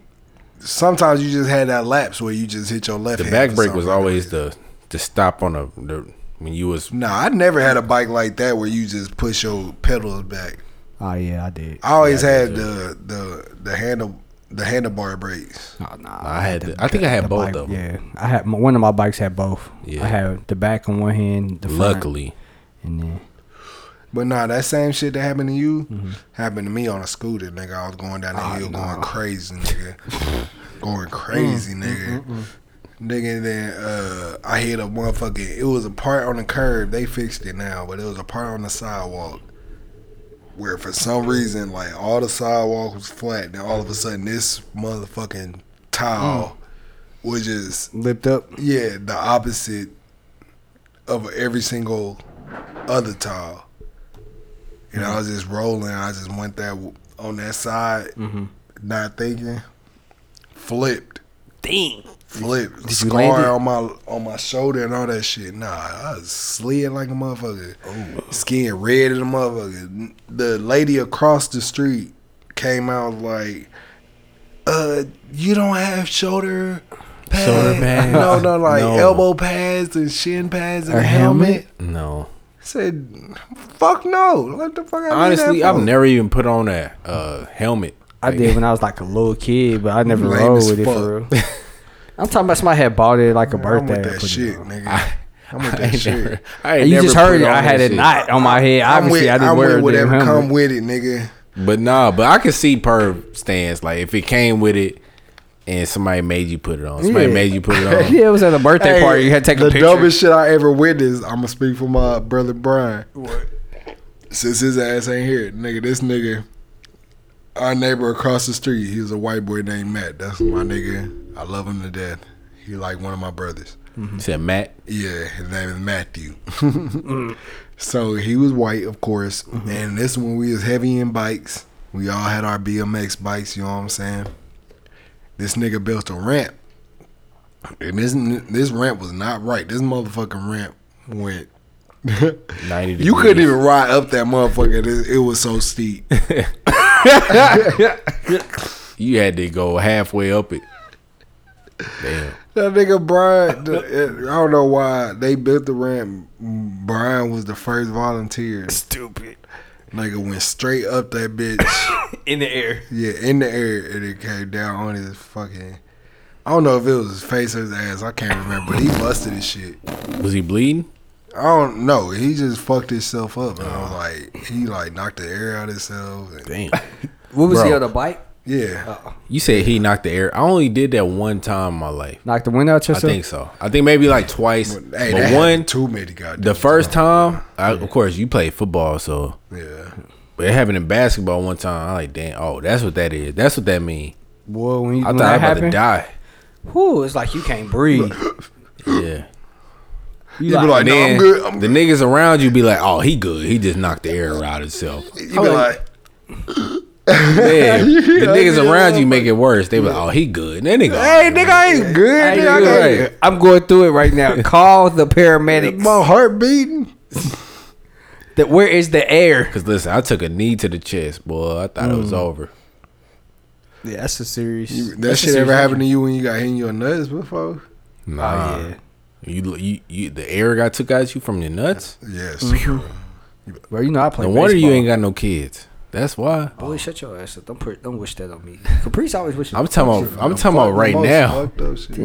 S1: sometimes you just had that lapse where you just hit your left.
S3: The
S1: hand
S3: back
S1: or
S3: brake was
S1: something.
S3: always the the stop on a the when you was
S1: Nah, I never had a bike like that where you just push your pedals back.
S2: Oh yeah, I did.
S1: I always had the the the handle the handlebar braids.
S2: Oh, nah,
S3: I had the- I think I had
S2: the
S3: both
S2: bike-
S3: of 'em.
S2: Yeah, I had my, one of my bikes had both.
S3: Yeah.
S2: I had the back on one hand, the front,
S3: Luckily,
S2: and then
S1: But nah, that same shit that happened to you happened to me on a scooter, nigga. I was going down the hill, going crazy, nigga, going crazy, nigga. Nigga, and then uh, I hit a motherfucking. It was a part on the curb. They fixed it now, but it was a part on the sidewalk where for some reason, like all the sidewalk was flat, and all of a sudden this motherfucking tile was just
S2: lipped up.
S1: yeah, the opposite of every single other tile. And I was just rolling. I just went that w- on that side,
S2: Mm-hmm.
S1: not thinking. Flipped. Dang. Flipped.
S2: you land it?
S1: Scar on my on my shoulder and all that shit. Nah, I was slid like a motherfucker. Skin red as a motherfucker. The lady across the street came out like, "Uh, you don't have shoulder." Pads.
S3: Shoulder pads.
S1: No, no, like
S3: No.
S1: elbow pads and shin pads and
S2: Or
S1: a helmet.
S2: helmet?
S3: no.
S1: I said, fuck no. What the fuck I need that
S3: Honestly, I've
S1: for?
S3: never even put on a uh, helmet.
S2: I did when I was like a little kid, but I never
S1: Lame
S2: rode
S1: as
S2: with it for real. I'm talking about somebody had bought it like a
S1: I'm
S2: birthday.
S1: with
S2: or
S1: that
S2: put it
S1: shit,
S2: on.
S1: nigga. I, am with
S3: I
S1: that
S3: ain't
S1: shit.
S3: never, <laughs> I ain't
S2: You
S3: never
S2: just heard
S3: put
S2: it.
S3: on
S2: I
S3: that
S2: had a
S3: shit.
S2: knot on my head.
S1: I'm
S2: Obviously,
S1: with,
S2: I didn't
S1: I'm
S2: wear
S1: with
S2: a damn
S1: whatever
S2: helmet.
S1: come with it, nigga.
S3: But nah, but I could see perv stance. Like if it came with it, and somebody made you put it on, somebody
S2: Yeah.
S3: made you put it
S2: <laughs>
S3: on.
S2: yeah, it was at a birthday party. You had to take
S1: the
S2: a picture.
S1: dumbest shit I ever witnessed. I'ma speak for my brother Brian. What? Since his ass ain't here, nigga, this nigga, our neighbor across the street, he was a white boy named Matt. That's my nigga. I love him to death. He like one of my brothers.
S3: Said Matt.
S1: Yeah, his name is Matthew. <laughs> so he was white, of course. And this one we was heavy in bikes. We all had our BMX bikes, you know what I'm saying? This nigga built a ramp. And this this ramp was not right. This motherfucking ramp went
S3: 90
S1: you
S3: degrees.
S1: couldn't even ride up that motherfucker. It, it was so steep.
S3: You had to go halfway up it. Damn.
S1: That nigga Brian, the- I don't know why they built the ramp. Brian was the first volunteer.
S2: Stupid.
S1: Nigga went straight up that bitch.
S2: In the air.
S1: Yeah, in the air, and it came down on his fucking. I don't know if it was his face or his ass. I can't remember. But he busted his shit.
S3: Was he bleeding?
S1: I don't know. He just fucked himself up, and I was like, he like knocked the air out of himself. and-
S3: Damn.
S2: What was the
S3: Bro.
S2: other bike?
S1: yeah,
S3: You said he knocked the air. I only did that one time in my life.
S2: Knocked the window out
S3: I
S2: yourself.
S3: think so. I think maybe like twice.
S1: hey,
S3: but
S1: that
S3: one,
S1: one too many goddamn.
S3: the first time, I, of course, you played football, so.
S1: yeah,
S3: But it happened in basketball one time. I like, damn, oh, that's what that is. That's what that mean.
S2: Boy, when, you,
S3: I
S2: when
S3: thought
S2: that
S3: I was about to
S2: happened,
S3: die.
S2: whew, it's like you can't breathe.
S3: Yeah.
S2: You
S1: You be
S2: like,
S1: like,
S3: And
S1: no,
S3: then
S1: I'm good. I'm
S3: the
S1: good.
S3: niggas around you be like, oh, he good. He just knocked the air out himself.
S1: You be like,
S3: Yeah. the niggas around you make it worse. They be like, oh, he good. That nigga.
S1: hey, nigga, I ain't good.
S2: "Hey,
S1: nigga, I
S2: look,
S1: can't-
S2: I'm going through it right now. Call the paramedics.
S1: My "Oh, heart beating.
S2: That- where is the air?
S3: Cause listen, I took a knee to the chest, boy. I thought it was over.
S2: Yeah, that's a serious.
S1: You- That shit ever happened to you when you got hit in your nuts before?
S3: Nah, you, you you the air got took out you from your nuts.
S1: Yes.
S2: Bro, you know I play.
S3: No wonder you
S2: baseball.
S3: ain't got no kids. That's why.
S2: Boy, shut your ass up! Don't put, don't wish that on me. Caprice always wishes.
S3: I'm talking about. I'm talking about Oh, right
S1: Most
S3: now.
S1: fucked up shit.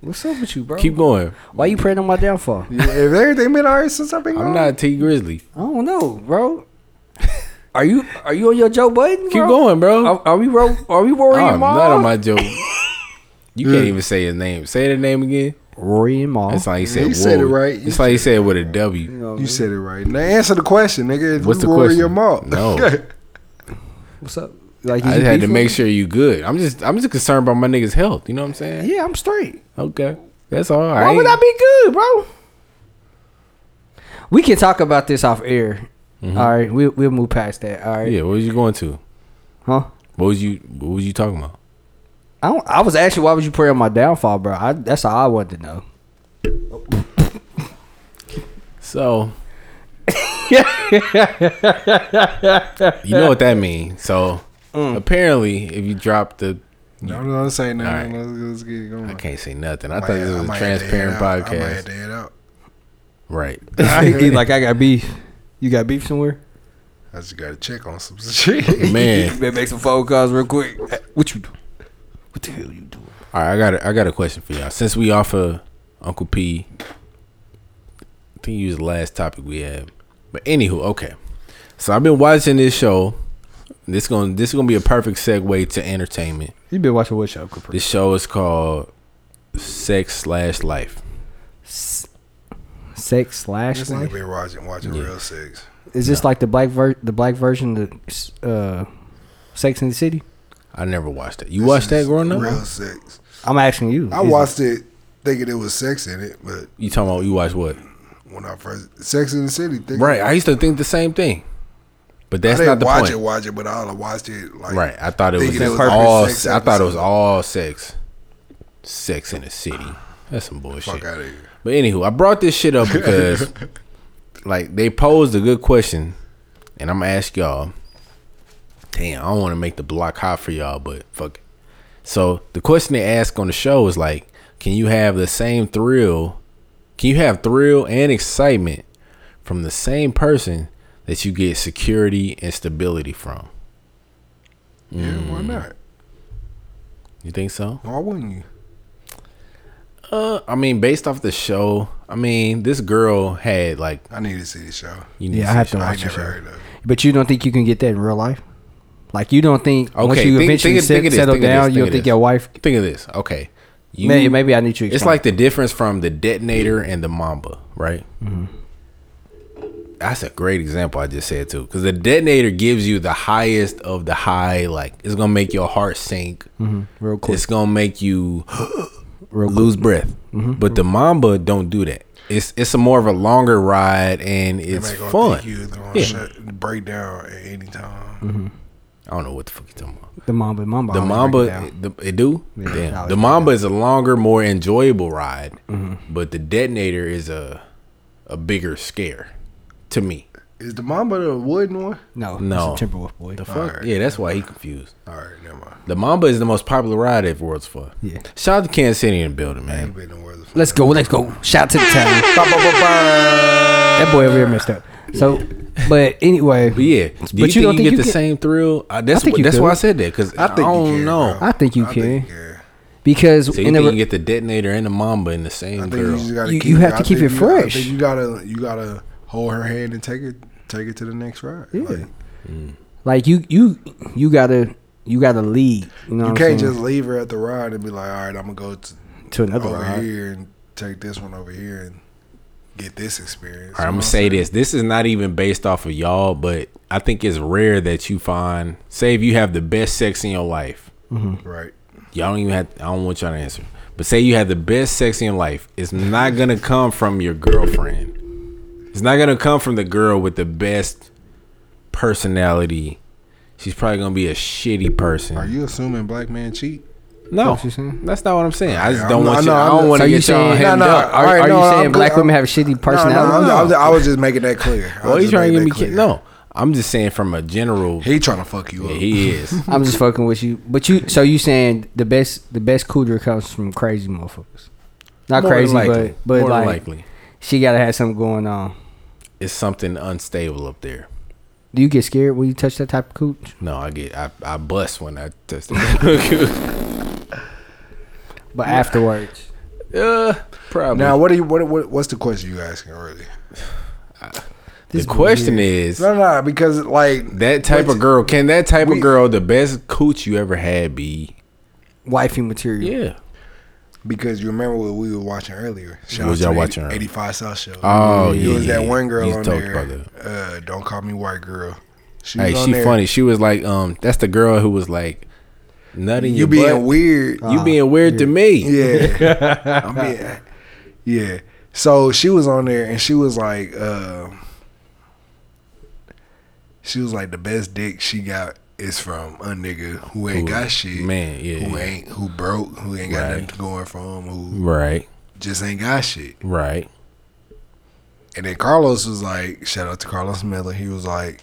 S2: What's up with you, bro?
S3: <laughs> Keep going.
S2: Why you praying on my downfall?
S1: Yeah, if everything been alright since I've been gone,
S3: I'm not T Grizzly.
S2: I don't know, bro. Are you are you on your Joe Budden?
S3: Keep
S2: bro?
S3: going, bro. Oh,
S2: Are, are we ro- are we Rory
S3: I'm
S2: and Maul?
S3: not on my joke. You can't even say his name. Say the name again.
S2: Rory and Maul.
S3: It's like he said.
S1: He said it
S3: whoa.
S1: right.
S3: It's like he said with a W.
S1: You said it right. Now answer the question, nigga. If
S3: What's
S1: you
S3: the
S1: roar
S3: question?
S1: your mouth. <laughs>
S3: No.
S2: What's up? Like
S3: I just had to make sure you good. I'm just. I'm just concerned about my niggas' health. You know what I'm saying?
S2: Yeah, I'm straight.
S3: Okay. That's all.
S2: Why would I be good, bro? We can talk about this off air. All right, we we'll move past that. All right,
S3: Mm-hmm. Yeah. What was you going to?
S2: huh?
S3: What was you? What was you talking about?
S2: I don't, I was asking why would you pray on my downfall, bro? I, that's all I wanted to know.
S3: So, you know what that means. So,
S1: Mm.
S3: apparently, if you drop the,
S1: No, I'm not saying
S3: All
S1: nothing.
S3: right.
S1: Let's, let's get going.
S3: I can't say nothing. I
S1: I
S3: thought this
S1: might- I
S3: was a
S1: might have to
S3: transparent
S1: head out. I might have
S3: podcast,
S1: to head out.
S3: right?
S2: I like I got beef. You got beef somewhere?
S1: I just got to check on some <laughs> shit.
S3: <laughs> Man,
S2: Man, make some phone calls real quick. What you do? What the hell you doing?
S3: all right, I got a, I got a question for y'all. Since we off of Uncle P, I think you was the last topic we had. But anywho, okay. So I've been watching this show. This going this is gonna be a perfect segue to entertainment.
S2: You been watching what show, Capri?
S3: This show is called Sex Slash Life.
S2: Sex slash
S1: This nigga
S2: life.
S1: been watching watching real sex.
S2: Is this like the black ver- the black version of uh, Sex in the City?
S3: I never watched it. You watched that growing up?
S1: Real sex.
S2: I'm asking you.
S1: I
S2: Is it-
S1: watched it thinking there was sex in it, but
S3: You talking about you watched what?
S1: when I first Sex in the City, thinking,
S3: Right. I used to think the same thing. But
S1: I
S3: that's
S1: didn't
S3: not the
S1: watch
S3: point.
S1: it, watch it, but I watched it like
S3: Right. I thought it was,
S1: Thinking it was
S3: all
S1: perfect sex
S3: I thought it was
S1: episode.
S3: all sex. Sex in the city. That's some bullshit.
S1: fuck out of here.
S3: But anywho, I brought this shit
S1: <laughs>
S3: up because like they posed a good question and I'm gonna ask y'all. Damn, I don't wanna make the block hot for y'all, but fuck it. So the question they ask on the show is like, can you have the same thrill? Can you have thrill and excitement from the same person that you get security and stability from?
S1: Yeah,
S3: Mm.
S1: why not?
S3: You think so?
S1: Why wouldn't you?
S3: Uh, I mean, based off the show, I mean, this girl had like
S1: I need to see the show.
S3: you
S2: Yeah, I have to
S3: see-
S1: I
S2: watch
S1: ain't
S2: the
S1: never
S2: show.
S1: heard of it.
S2: But you don't think you can get that in real life? Like you don't think once
S3: Okay,
S2: you
S3: think-
S2: eventually
S3: think it-
S2: set-
S3: think it is,
S2: settle
S3: think it is,
S2: down,
S3: think
S2: you
S3: it
S2: don't think
S3: is.
S2: your wife?
S3: Think of this. Okay. You,
S2: Maybe, maybe I need you. to
S3: It's
S2: explain.
S3: like the difference from the detonator and the mamba, right?
S2: Mm-hmm.
S3: That's a great example I just said too, because the detonator gives you the highest of the high. Like it's gonna make your heart sink.
S2: real quick.
S3: It's gonna
S2: <gasps>
S3: make you lose breath.
S2: Mm-hmm.
S3: But the mamba don't do that. It's it's a more of a longer ride and it's
S1: They gonna
S3: fun.
S1: think You, they're gonna
S3: Yeah.
S1: shut, break down at any time.
S2: Mm-hmm.
S3: I don't know what the fuck you're talking about.
S2: The Mamba, Mamba,
S3: The
S2: I'll break it
S3: Mamba,
S2: Oh, down.
S3: it, the- it do.
S2: Yeah,
S3: Damn.
S2: I'll
S3: The
S2: break it
S3: Mamba is a longer, more enjoyable ride, but the detonator is a a bigger scare to me.
S1: Is the Mamba the wooden one?
S2: No,
S3: No.
S2: it's a Timberwolf boy.
S3: The fuck? Yeah, that's why he confused.
S1: All right, never mind.
S3: The Mamba is the most popular ride at World's Fun.
S2: Yeah.
S3: Shout out to Kansas City in the building, man.
S1: Been nowhere the fuck.
S2: Let's go, let's go. Shout to the
S1: <laughs>
S2: town. that boy over here messed up. So, but anyway,
S3: But yeah, do
S2: you
S3: you,
S2: don't
S3: think you
S2: think
S3: get
S2: you
S3: the
S2: can-
S3: same thrill? Uh, that's
S2: I think
S3: wh-
S2: you
S3: that's why I
S2: could.
S3: said that because I,
S1: think you
S3: don't
S1: can,
S3: know.
S1: bro.
S2: I think you
S1: I
S2: can
S1: think you can.
S2: because
S3: So you
S2: in
S3: think
S2: the
S3: you can get the detonator and the Mamba in
S1: I
S3: the same
S1: think you
S3: girl?
S1: just gotta
S2: You-
S1: keep.
S2: you have to
S1: I
S2: keep
S1: think
S2: it
S1: you gotta- I
S2: fresh.
S1: think You gotta, you gotta hold her hand and take it, take it to the next ride. Yeah. Like,
S2: like you, you, you gotta, you gotta lead. You know,
S1: you
S2: what
S1: can't
S2: I'm saying?
S1: just leave her at the ride and be like, all right, I'm gonna go to,
S2: to another
S1: over
S2: ride.
S1: here and take this one over here and get this experience.
S3: All right,
S1: You know
S3: I'm gonna
S1: what
S3: say this. This is not even based off of y'all, but I think it's rare that you find, say, if you have the best sex in your life,
S1: saying? Right.
S3: y'all don't even have. I don't want y'all to answer, but say you have the best sex in your life, it's not gonna come from your girlfriend. It's not gonna come from the girl with the best personality. She's probably gonna be a shitty person.
S1: Are you assuming black man cheat?
S3: no,
S2: what you're saying?
S3: that's not what I'm saying. I just
S1: I'm
S3: don't
S1: not-
S3: want you.
S1: no,
S3: I
S1: I'm
S3: don't
S1: not-
S3: want
S2: So
S3: to
S2: you
S3: get y'all.
S2: saying,
S1: No,
S3: hemmed
S1: no,
S3: up.
S2: are,
S1: All right,
S2: are
S1: no,
S2: you saying
S1: I'm-
S2: black
S1: I'm-
S2: women have shitty
S1: No, no, I'm-
S2: personalities?
S1: I was- I was just making that clear. I
S3: Well,
S1: was
S3: he's
S1: just
S3: trying to
S1: making
S3: get me.
S1: that
S3: ki-
S1: clear.
S3: No, I'm just saying from a general.
S1: He trying to fuck you
S3: Yeah,
S1: up.
S3: he is.
S2: I'm just fucking with you. But you, so you saying the best, the best cooter comes from crazy motherfuckers. Not
S3: More than
S2: crazy,
S3: likely.
S2: but but
S3: More than
S2: like
S3: likely.
S2: she gotta have something going on.
S3: it's something unstable up there.
S2: Do you get scared when you touch that type of cooch?
S3: No, I get I, I bust when I test it.
S1: <laughs>
S2: But afterwards,
S3: uh, probably.
S1: Now,
S3: Now
S1: what are you? What, what what's the question you asking? Really?
S3: the question is
S1: No, no, because like
S3: that type of girl can that type
S1: we-
S3: of girl the best cooch you ever had be?
S2: wifey material.
S3: Yeah.
S1: Because you remember what we were watching earlier. Shout
S3: What was
S1: out to
S3: y'all
S1: the
S3: watching
S1: 80-
S3: earlier?
S1: 85 South Show.
S3: Oh,
S1: It
S3: yeah,
S1: was
S3: yeah,
S1: that
S3: yeah.
S1: one girl
S3: You
S1: on
S3: talked
S1: there.
S3: about
S1: Uh, don't call me white girl. She
S3: Hey,
S1: was on
S3: she
S1: there.
S3: funny. She was like, um, that's the girl who was like nutting
S1: You
S3: your
S1: being
S3: butt.
S1: weird. Ah,
S3: you being weird to me.
S1: yeah.
S3: <laughs>
S1: I'm being, yeah. So she was on there and she was like, uh, she was like the best dick she got is from a nigga who ain't
S3: Who-
S1: got shit.
S3: man, yeah,
S1: Who
S3: yeah.
S1: ain't who broke, who ain't got
S3: Right.
S1: nothing going for him, who
S3: Right.
S1: just ain't got shit.
S3: Right.
S1: And then Carlos was like, shout out to Carlos Miller. He was like,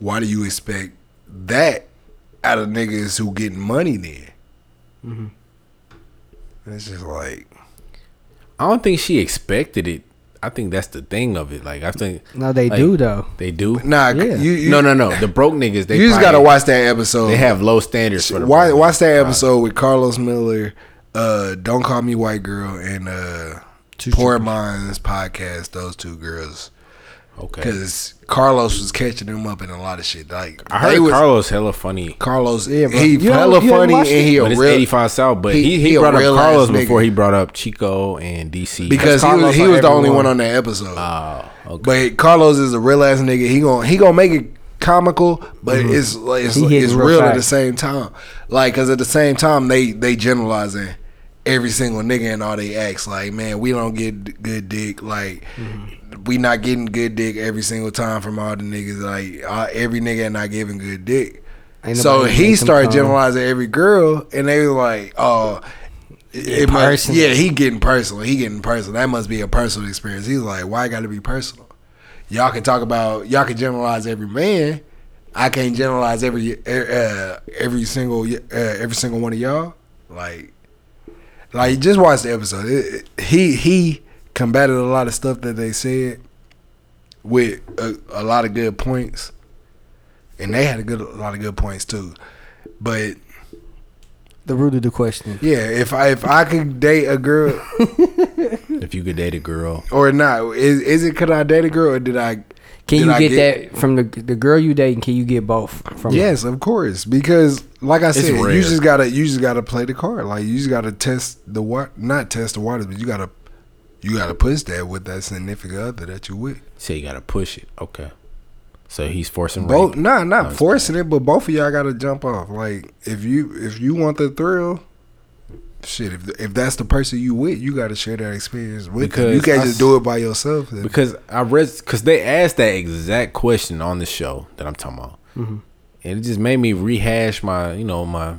S1: why do you expect that out of niggas who getting money then?
S3: Mm-hmm.
S1: It's just like,
S3: I don't think she expected it. I think that's the thing of it. Like I think
S2: No, they
S3: like,
S2: do, though.
S3: They do.
S1: Nah,
S2: Yeah.
S1: you, you
S3: no, no, no. The broke niggas. They
S1: You just gotta
S3: probably-
S1: watch that episode.
S3: They have low standards for the
S1: Oh. Why,
S3: broke
S1: watch
S3: niggas.
S1: that episode with Carlos Miller, uh, Don't Call Me White Girl, and uh, Poor Minds podcast. Those two girls,
S3: Okay.
S1: because Carlos was catching them up in a lot of shit. Like
S3: I heard
S1: they was-
S3: Carlos hella funny.
S1: Carlos,
S2: Yeah, bro.
S1: he
S2: You
S1: hella
S2: don't- you didn't
S1: funny and
S2: watch
S1: he a
S3: But it's
S1: real
S3: 85 South. But
S1: he-
S3: he, he,
S1: he a
S3: brought up
S1: real-ass
S3: Carlos
S1: nigga.
S3: before he brought up Chico and DC.
S1: because he was,
S2: Carlos
S1: he
S2: on
S1: was the
S2: every
S1: only
S2: one.
S1: one on that episode.
S3: Oh, okay.
S1: But Carlos is a real ass nigga. He gon' he gonna make it comical, but it's like it's,
S2: Mm-hmm. He hitting
S1: it's
S2: real
S1: real, at the
S2: facts.
S1: same time. Like, cause at the same time they they generalizing every single nigga and all they acts. Like, man, we don't get d- good dick. Like,
S2: Mm-hmm.
S1: we not getting good dick every single time from all the niggas. Like, all, every nigga not giving good dick.
S2: Ain't
S1: So
S2: nobody
S1: he
S2: make them
S1: started
S2: come.
S1: generalizing every girl, and they was like, oh. It must,
S2: Personal.
S1: yeah, he getting personal. He getting personal. That must be a personal experience. He's like, why got to be personal? Y'all can talk about y'all can generalize every man. I can't generalize every uh, every single uh, every single one of y'all. Like, like just watch the episode. It, it- he he combated a lot of stuff that they said with a, a lot of good points, and they had a good a lot of good points too. But
S2: The root of the question.
S1: yeah, if I if I could date a girl.
S3: if you could date a girl,
S1: or not? Is is it could I date a girl or did I?
S2: Can
S1: did
S2: you
S1: I
S2: get, that from the the girl you dating? Can you get both from? her?
S1: Yes, of course. Because like I said,
S3: rare.
S1: you just gotta you just gotta play the card. Like you just gotta test the what not test the waters, but you gotta you gotta push that with that significant other that you with.
S3: say you gotta push it. Okay. So he's forcing
S1: Both
S3: both.
S1: nah, not forcing it, but both of y'all gotta jump off. Like if you if you want the thrill. Shit, if, if that's the person you with, you got to share that experience with them. You
S3: Because
S1: can't
S3: I
S1: just
S3: s-
S1: do it by yourself.
S3: Because I read because they asked that exact question on the show that I'm talking about,
S1: Mm-hmm.
S3: and it just made me rehash my you know my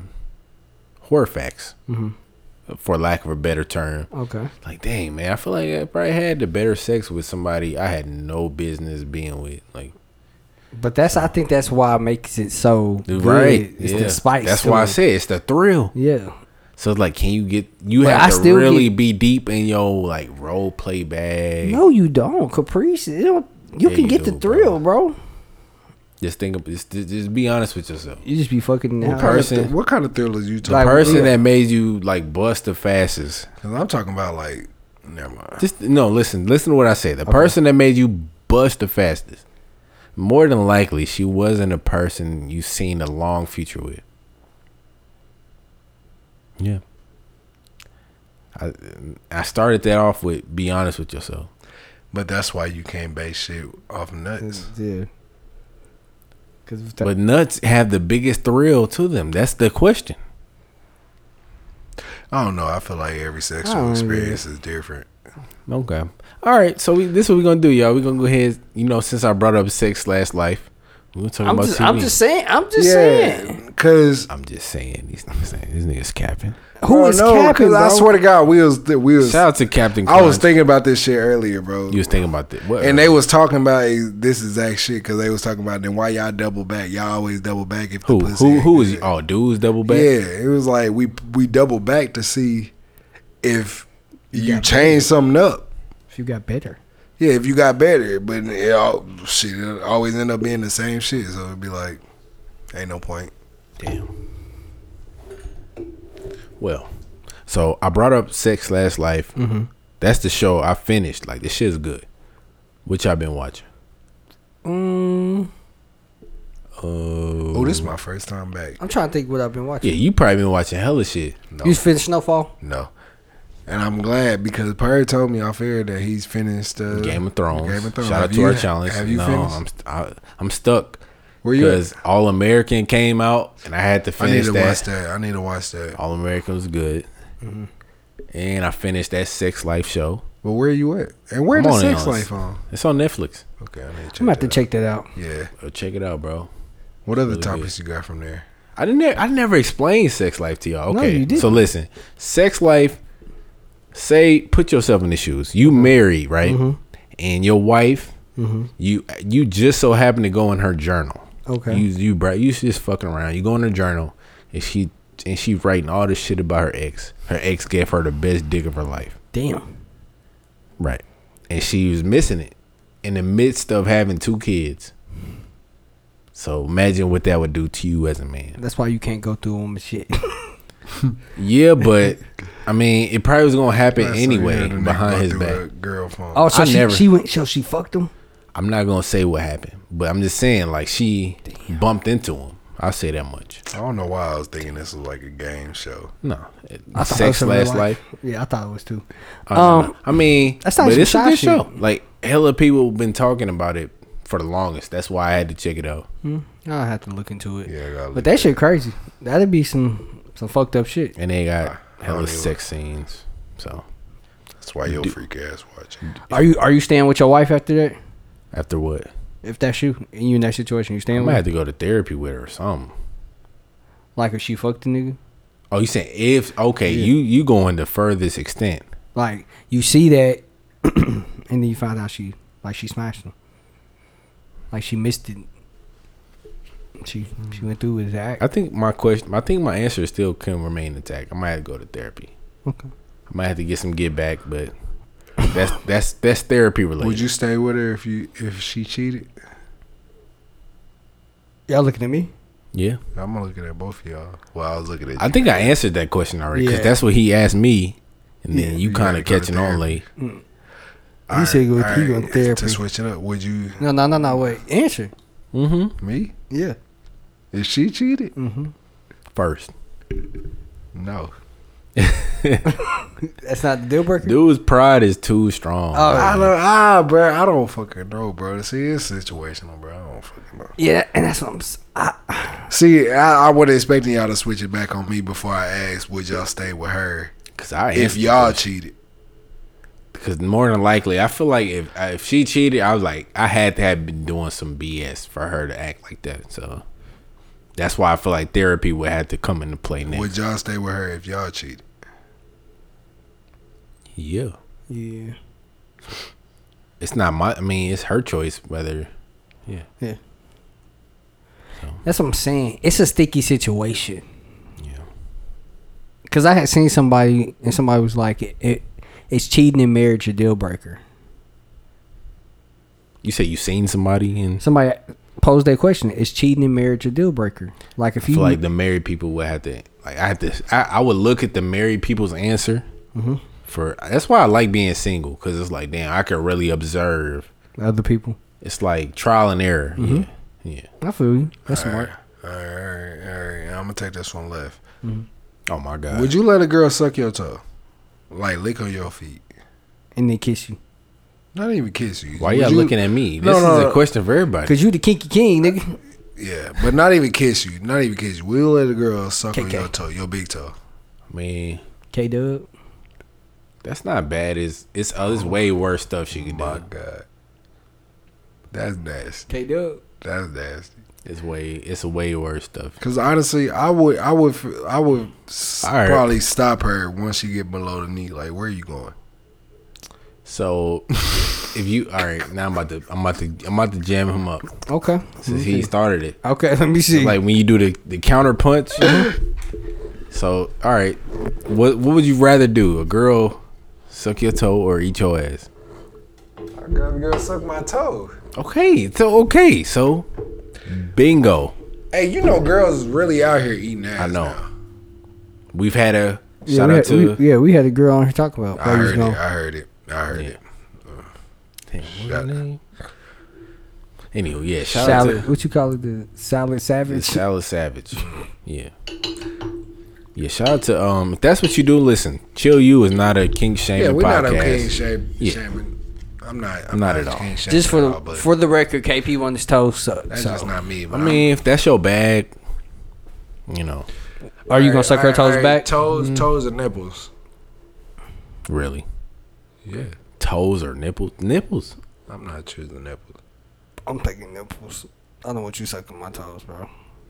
S3: horror facts,
S1: Mm-hmm.
S3: for lack of a better term.
S2: Okay.
S3: Like dang man, I feel like I probably had the better sex with somebody I had no business being with. Like
S2: But that's I think that's why it makes it so good.
S3: right,
S2: It's
S3: yeah.
S2: the spice.
S3: That's
S2: to
S3: why I
S2: it.
S3: said it's the thrill.
S2: Yeah.
S3: So it's like, can you get? You
S2: But
S3: have
S2: I
S3: to
S2: still
S3: really
S2: get-
S3: be deep in your like role play bag.
S2: No, you don't. Caprice. It don't, you
S3: Yeah,
S2: can
S3: you
S2: get
S3: do,
S2: the thrill, bro.
S3: Just think, of, just, just just be honest with yourself.
S2: You just be fucking.
S1: What
S2: Now.
S1: kind, of
S3: person-
S1: th- what kind of thrill is you talking
S2: Like,
S1: about?
S3: Person
S2: yeah.
S3: that made you like bust the fastest.
S1: 'Cause I'm talking about like, never mind.
S3: Just no, listen, listen to what I say. The person that made you bust the fastest, more than likely, she wasn't a person you seen a long future with. Yeah. I I started that off with be honest with yourself.
S1: But that's why you can't base shit off
S3: Mm.
S1: nuts.
S2: Yeah. Cause it's
S3: But nuts have the biggest thrill to them. That's the question.
S1: I don't know. I feel like every
S2: I
S1: sexual
S2: don't
S1: experience is different.
S3: Okay. All right. So we, this is what we're gonna do, y'all. We're gonna go ahead. You know, since I brought up sex slash life, we were talking
S2: I'm
S3: about
S2: just,
S3: TV.
S2: I'm just saying. I'm just saying.
S1: because
S3: I'm just saying. These niggas saying these niggas capping.
S2: Who is capping, bro?
S1: I swear to God, we was th- we was.
S3: Shout out to Captain.
S1: I was
S3: Crunch.
S1: thinking about this shit earlier, bro.
S3: You was thinking about that. What?
S1: and they was talking about eh, this exact shit because they was talking about then why y'all double back? Y'all always double back if
S3: who
S1: the pussy
S3: who
S1: ain't
S3: who is
S1: good.
S3: oh dudes double back?
S1: Yeah, it was like we we double back to see if you change something up.
S2: If you got better.
S1: Yeah, if you got better, but it all shit it always end up being the same shit. So it'd be like, ain't no point.
S3: Damn. Well, so I brought up sex last life.
S1: Mm-hmm.
S3: That's the show I finished. Like this shit is good. Which I've been watching.
S1: Oh, this is my first time back.
S2: I'm trying to think what I've been watching.
S3: Yeah, you probably been watching hella shit.
S1: No,
S2: You finished Snowfall?
S1: no. And I'm glad because Perry told me off air that he's finished uh,
S3: Game of Thrones.
S1: Game of Thrones.
S3: Shout out
S1: Have
S3: to
S1: you-
S3: our challenge.
S1: Have you
S3: no,
S1: finished?
S3: I'm st- I, I'm stuck.
S1: Where you at?
S3: Because All American came out and I had to
S1: I need
S3: finish
S1: to
S3: that.
S1: watch that. I need to watch that.
S3: All American was good. And I finished that sex life show.
S1: But where you at? And where
S3: I'm
S1: the
S3: on it
S1: sex
S3: on-
S1: life on?
S3: It's on Netflix.
S1: Okay, I need to check.
S2: I'm about to
S1: that
S2: check that out.
S1: out. Yeah.
S3: Go check it out, bro.
S1: What other
S3: Really
S1: topics you got from there?
S3: I didn't. e, I never explained sex life to y'all.
S2: No,
S3: Okay,
S2: you didn't.
S3: so listen, sex life. Say, put yourself in the shoes. You married, right? And your wife, you you just so happen to go in her journal.
S2: Okay.
S3: You you bro, you just fucking around. You go in her journal, and she and she writing all this shit about her ex. Her ex gave her the best dick of her life.
S2: Damn.
S3: Right. and she was missing it in the midst of having two kids. So imagine what that would do to you as a man.
S2: That's why you can't go through them and
S3: <laughs>
S2: shit.
S3: Yeah, but I mean, it probably was gonna happen anyway behind his back.
S1: Girl phone.
S2: Oh, so
S3: I
S2: she,
S3: never-
S2: she went. So she fucked him.
S3: I'm not gonna say what happened, but I'm just saying like she bumped into him. I'll say that much.
S1: I don't know why I was thinking this was like a game show.
S3: No,
S2: I thought
S3: sex
S2: that was in real
S3: last life.
S2: Yeah, I thought it was too.
S3: Um,
S2: Um,
S3: I mean,
S2: that's not
S3: but
S2: some
S3: it's a
S2: shy
S3: good
S2: shit.
S3: show. Like hella people been talking about it for the longest. That's why I had to check it out.
S2: Um, I'll have to look into it.
S1: Yeah, I gotta
S2: but
S1: look
S2: that shit crazy. That'd be some some fucked up shit.
S3: And they got
S1: don't
S3: hella
S1: even-
S3: sex scenes. So
S1: That's why your freak ass watching.
S2: Are you are you staying with your wife after that?
S3: after what?
S2: If that's you and you in that situation, you
S3: I
S2: staying
S3: might
S2: with her?
S3: have to go to therapy with her or something.
S2: like if she fucked the nigga.
S3: Oh, you saying if okay, you you going the furthest extent.
S2: Like you see that, <clears throat> and then you find out she like she smashed him. Like she missed it. She she went through with that.
S3: I think my question, I think my answer still can remain intact. I might have to go to therapy.
S2: Okay.
S3: I might have to get some get back, but
S1: <laughs>
S3: that's that's that's therapy related.
S1: Would you stay with her if you if she cheated?
S2: Y'all looking at me?
S3: Yeah,
S1: I'm gonna look at both of y'all. Well, I was looking at.
S3: I
S1: you.
S3: think I answered that question already because
S2: Yeah.
S3: that's what he asked me, and then you
S1: You
S3: kind
S1: gotta
S3: of
S1: go to
S3: catching on
S1: therapy.
S3: late.
S1: All right,
S2: said go-
S1: all
S2: he go to therapy.
S1: To switch it up, would you
S2: No, no, no, no. Wait, answer.
S1: me
S2: Yeah.
S1: if she cheated?
S2: Mm.
S3: First,
S1: No.
S2: That's not the deal breaker.
S3: dude's pride is too strong.
S1: Oh, I don't, ah, bro, I don't fucking know, bro. See, it's situational, bro. I don't fucking know.
S2: Yeah, and that's what I'm. s- I,
S1: See, I, I wasn't expecting y'all to switch it back on me before I asked, would y'all stay with her
S3: Cause I
S1: if y'all cheated?
S3: because more than likely, I feel like if if she cheated, I was like I had to have been doing some BS for her to act like that. So that's why I feel like therapy would have to come into play next.
S1: Would y'all stay with her if y'all cheated?
S3: yeah.
S2: yeah.
S3: it's not my. I mean, it's her choice whether.
S2: Yeah. That's what I'm saying. It's a sticky situation.
S3: Yeah.
S2: Cause I had seen somebody and somebody was like, it, it it's cheating in marriage a deal breaker.
S3: You say you seen somebody and
S2: Somebody posed that question. Is cheating in marriage a deal breaker? Like if
S3: I
S2: you
S3: feel like the married people would have to. Like I have to. I, I would look at the married people's answer.
S1: Mm-hmm.
S3: For that's why I like being single because it's like damn, I can really observe.
S2: other people.
S3: It's like trial and error.
S1: Mm-hmm.
S3: Yeah. Yeah.
S2: I feel you. That's smart.
S1: All right, all right, all right. I'm gonna take this one left.
S3: Oh my god.
S1: Would you let a girl suck your toe, like lick on your feet?
S2: And they kiss you.
S1: Not even kiss you.
S3: why
S1: Would
S3: y'all
S1: you-
S3: looking at me?
S1: No,
S3: This
S1: no,
S3: is a
S1: no.
S3: question for everybody.
S2: Cause you the kinky king, nigga.
S1: Yeah, but not even kiss you. Not even kiss you. Will you let a girl suck on
S2: KK.
S1: your toe, your big toe?
S3: I mean,
S2: K Dub.
S3: that's not bad. It's it's, uh, it's way worse stuff she could
S1: My
S3: do.
S1: God, that's nasty.
S2: K Dub.
S1: That's nasty.
S3: It's way it's way worse stuff.
S1: Cause honestly, I would, I would, f- I would s-
S3: All right.
S1: probably stop her once she get below the knee. Like, where are you going?
S3: So if you all right, now I'm about to I'm about to I'm about to jam him up
S2: Okay.
S3: since he started it.
S2: Okay. <laughs> Let me see.
S3: Like when you do the the counter punch. so all right, what what would you rather do? A girl suck your toe or eat your ass?
S1: I got a girl suck my toe.
S3: Okay, so okay, so bingo.
S1: Hey, you know girls is really out here eating ass.
S3: I know.
S1: now.
S3: We've had a
S2: yeah,
S3: shout
S2: we
S3: out
S2: had,
S3: to
S2: we, yeah, we had a girl on here talk about.
S1: I
S2: where you
S1: heard it.
S2: gonna-
S1: I heard it. I heard
S3: Yeah.
S1: it.
S3: Damn, what's her name? Anyway, yeah, shout out
S2: salad.
S3: to
S2: What you call it? The salad
S3: the
S2: savage.
S3: Salad Savage. Yeah. Yeah, shout out to um if that's what you do, listen. Chill you is not a kink shaming
S1: Yeah, we're
S3: podcast.
S1: not okay, Shame.
S3: Yeah.
S1: Shaming. I'm not. I'm,
S3: Not at all.
S1: king shaming
S2: Just for
S1: at
S2: the
S1: all, but
S2: for the record, KP on his toes. So,
S1: that's
S2: so.
S1: just not me.
S3: I mean, if that's your bag, you know,
S2: are you gonna suck her toes back?
S1: Toes, toes, and nipples.
S3: really.
S1: Yeah,
S3: Toes or nipples? Nipples.
S1: I'm not choosing nipples.
S2: I'm taking nipples. I don't want you sucking my toes, bro.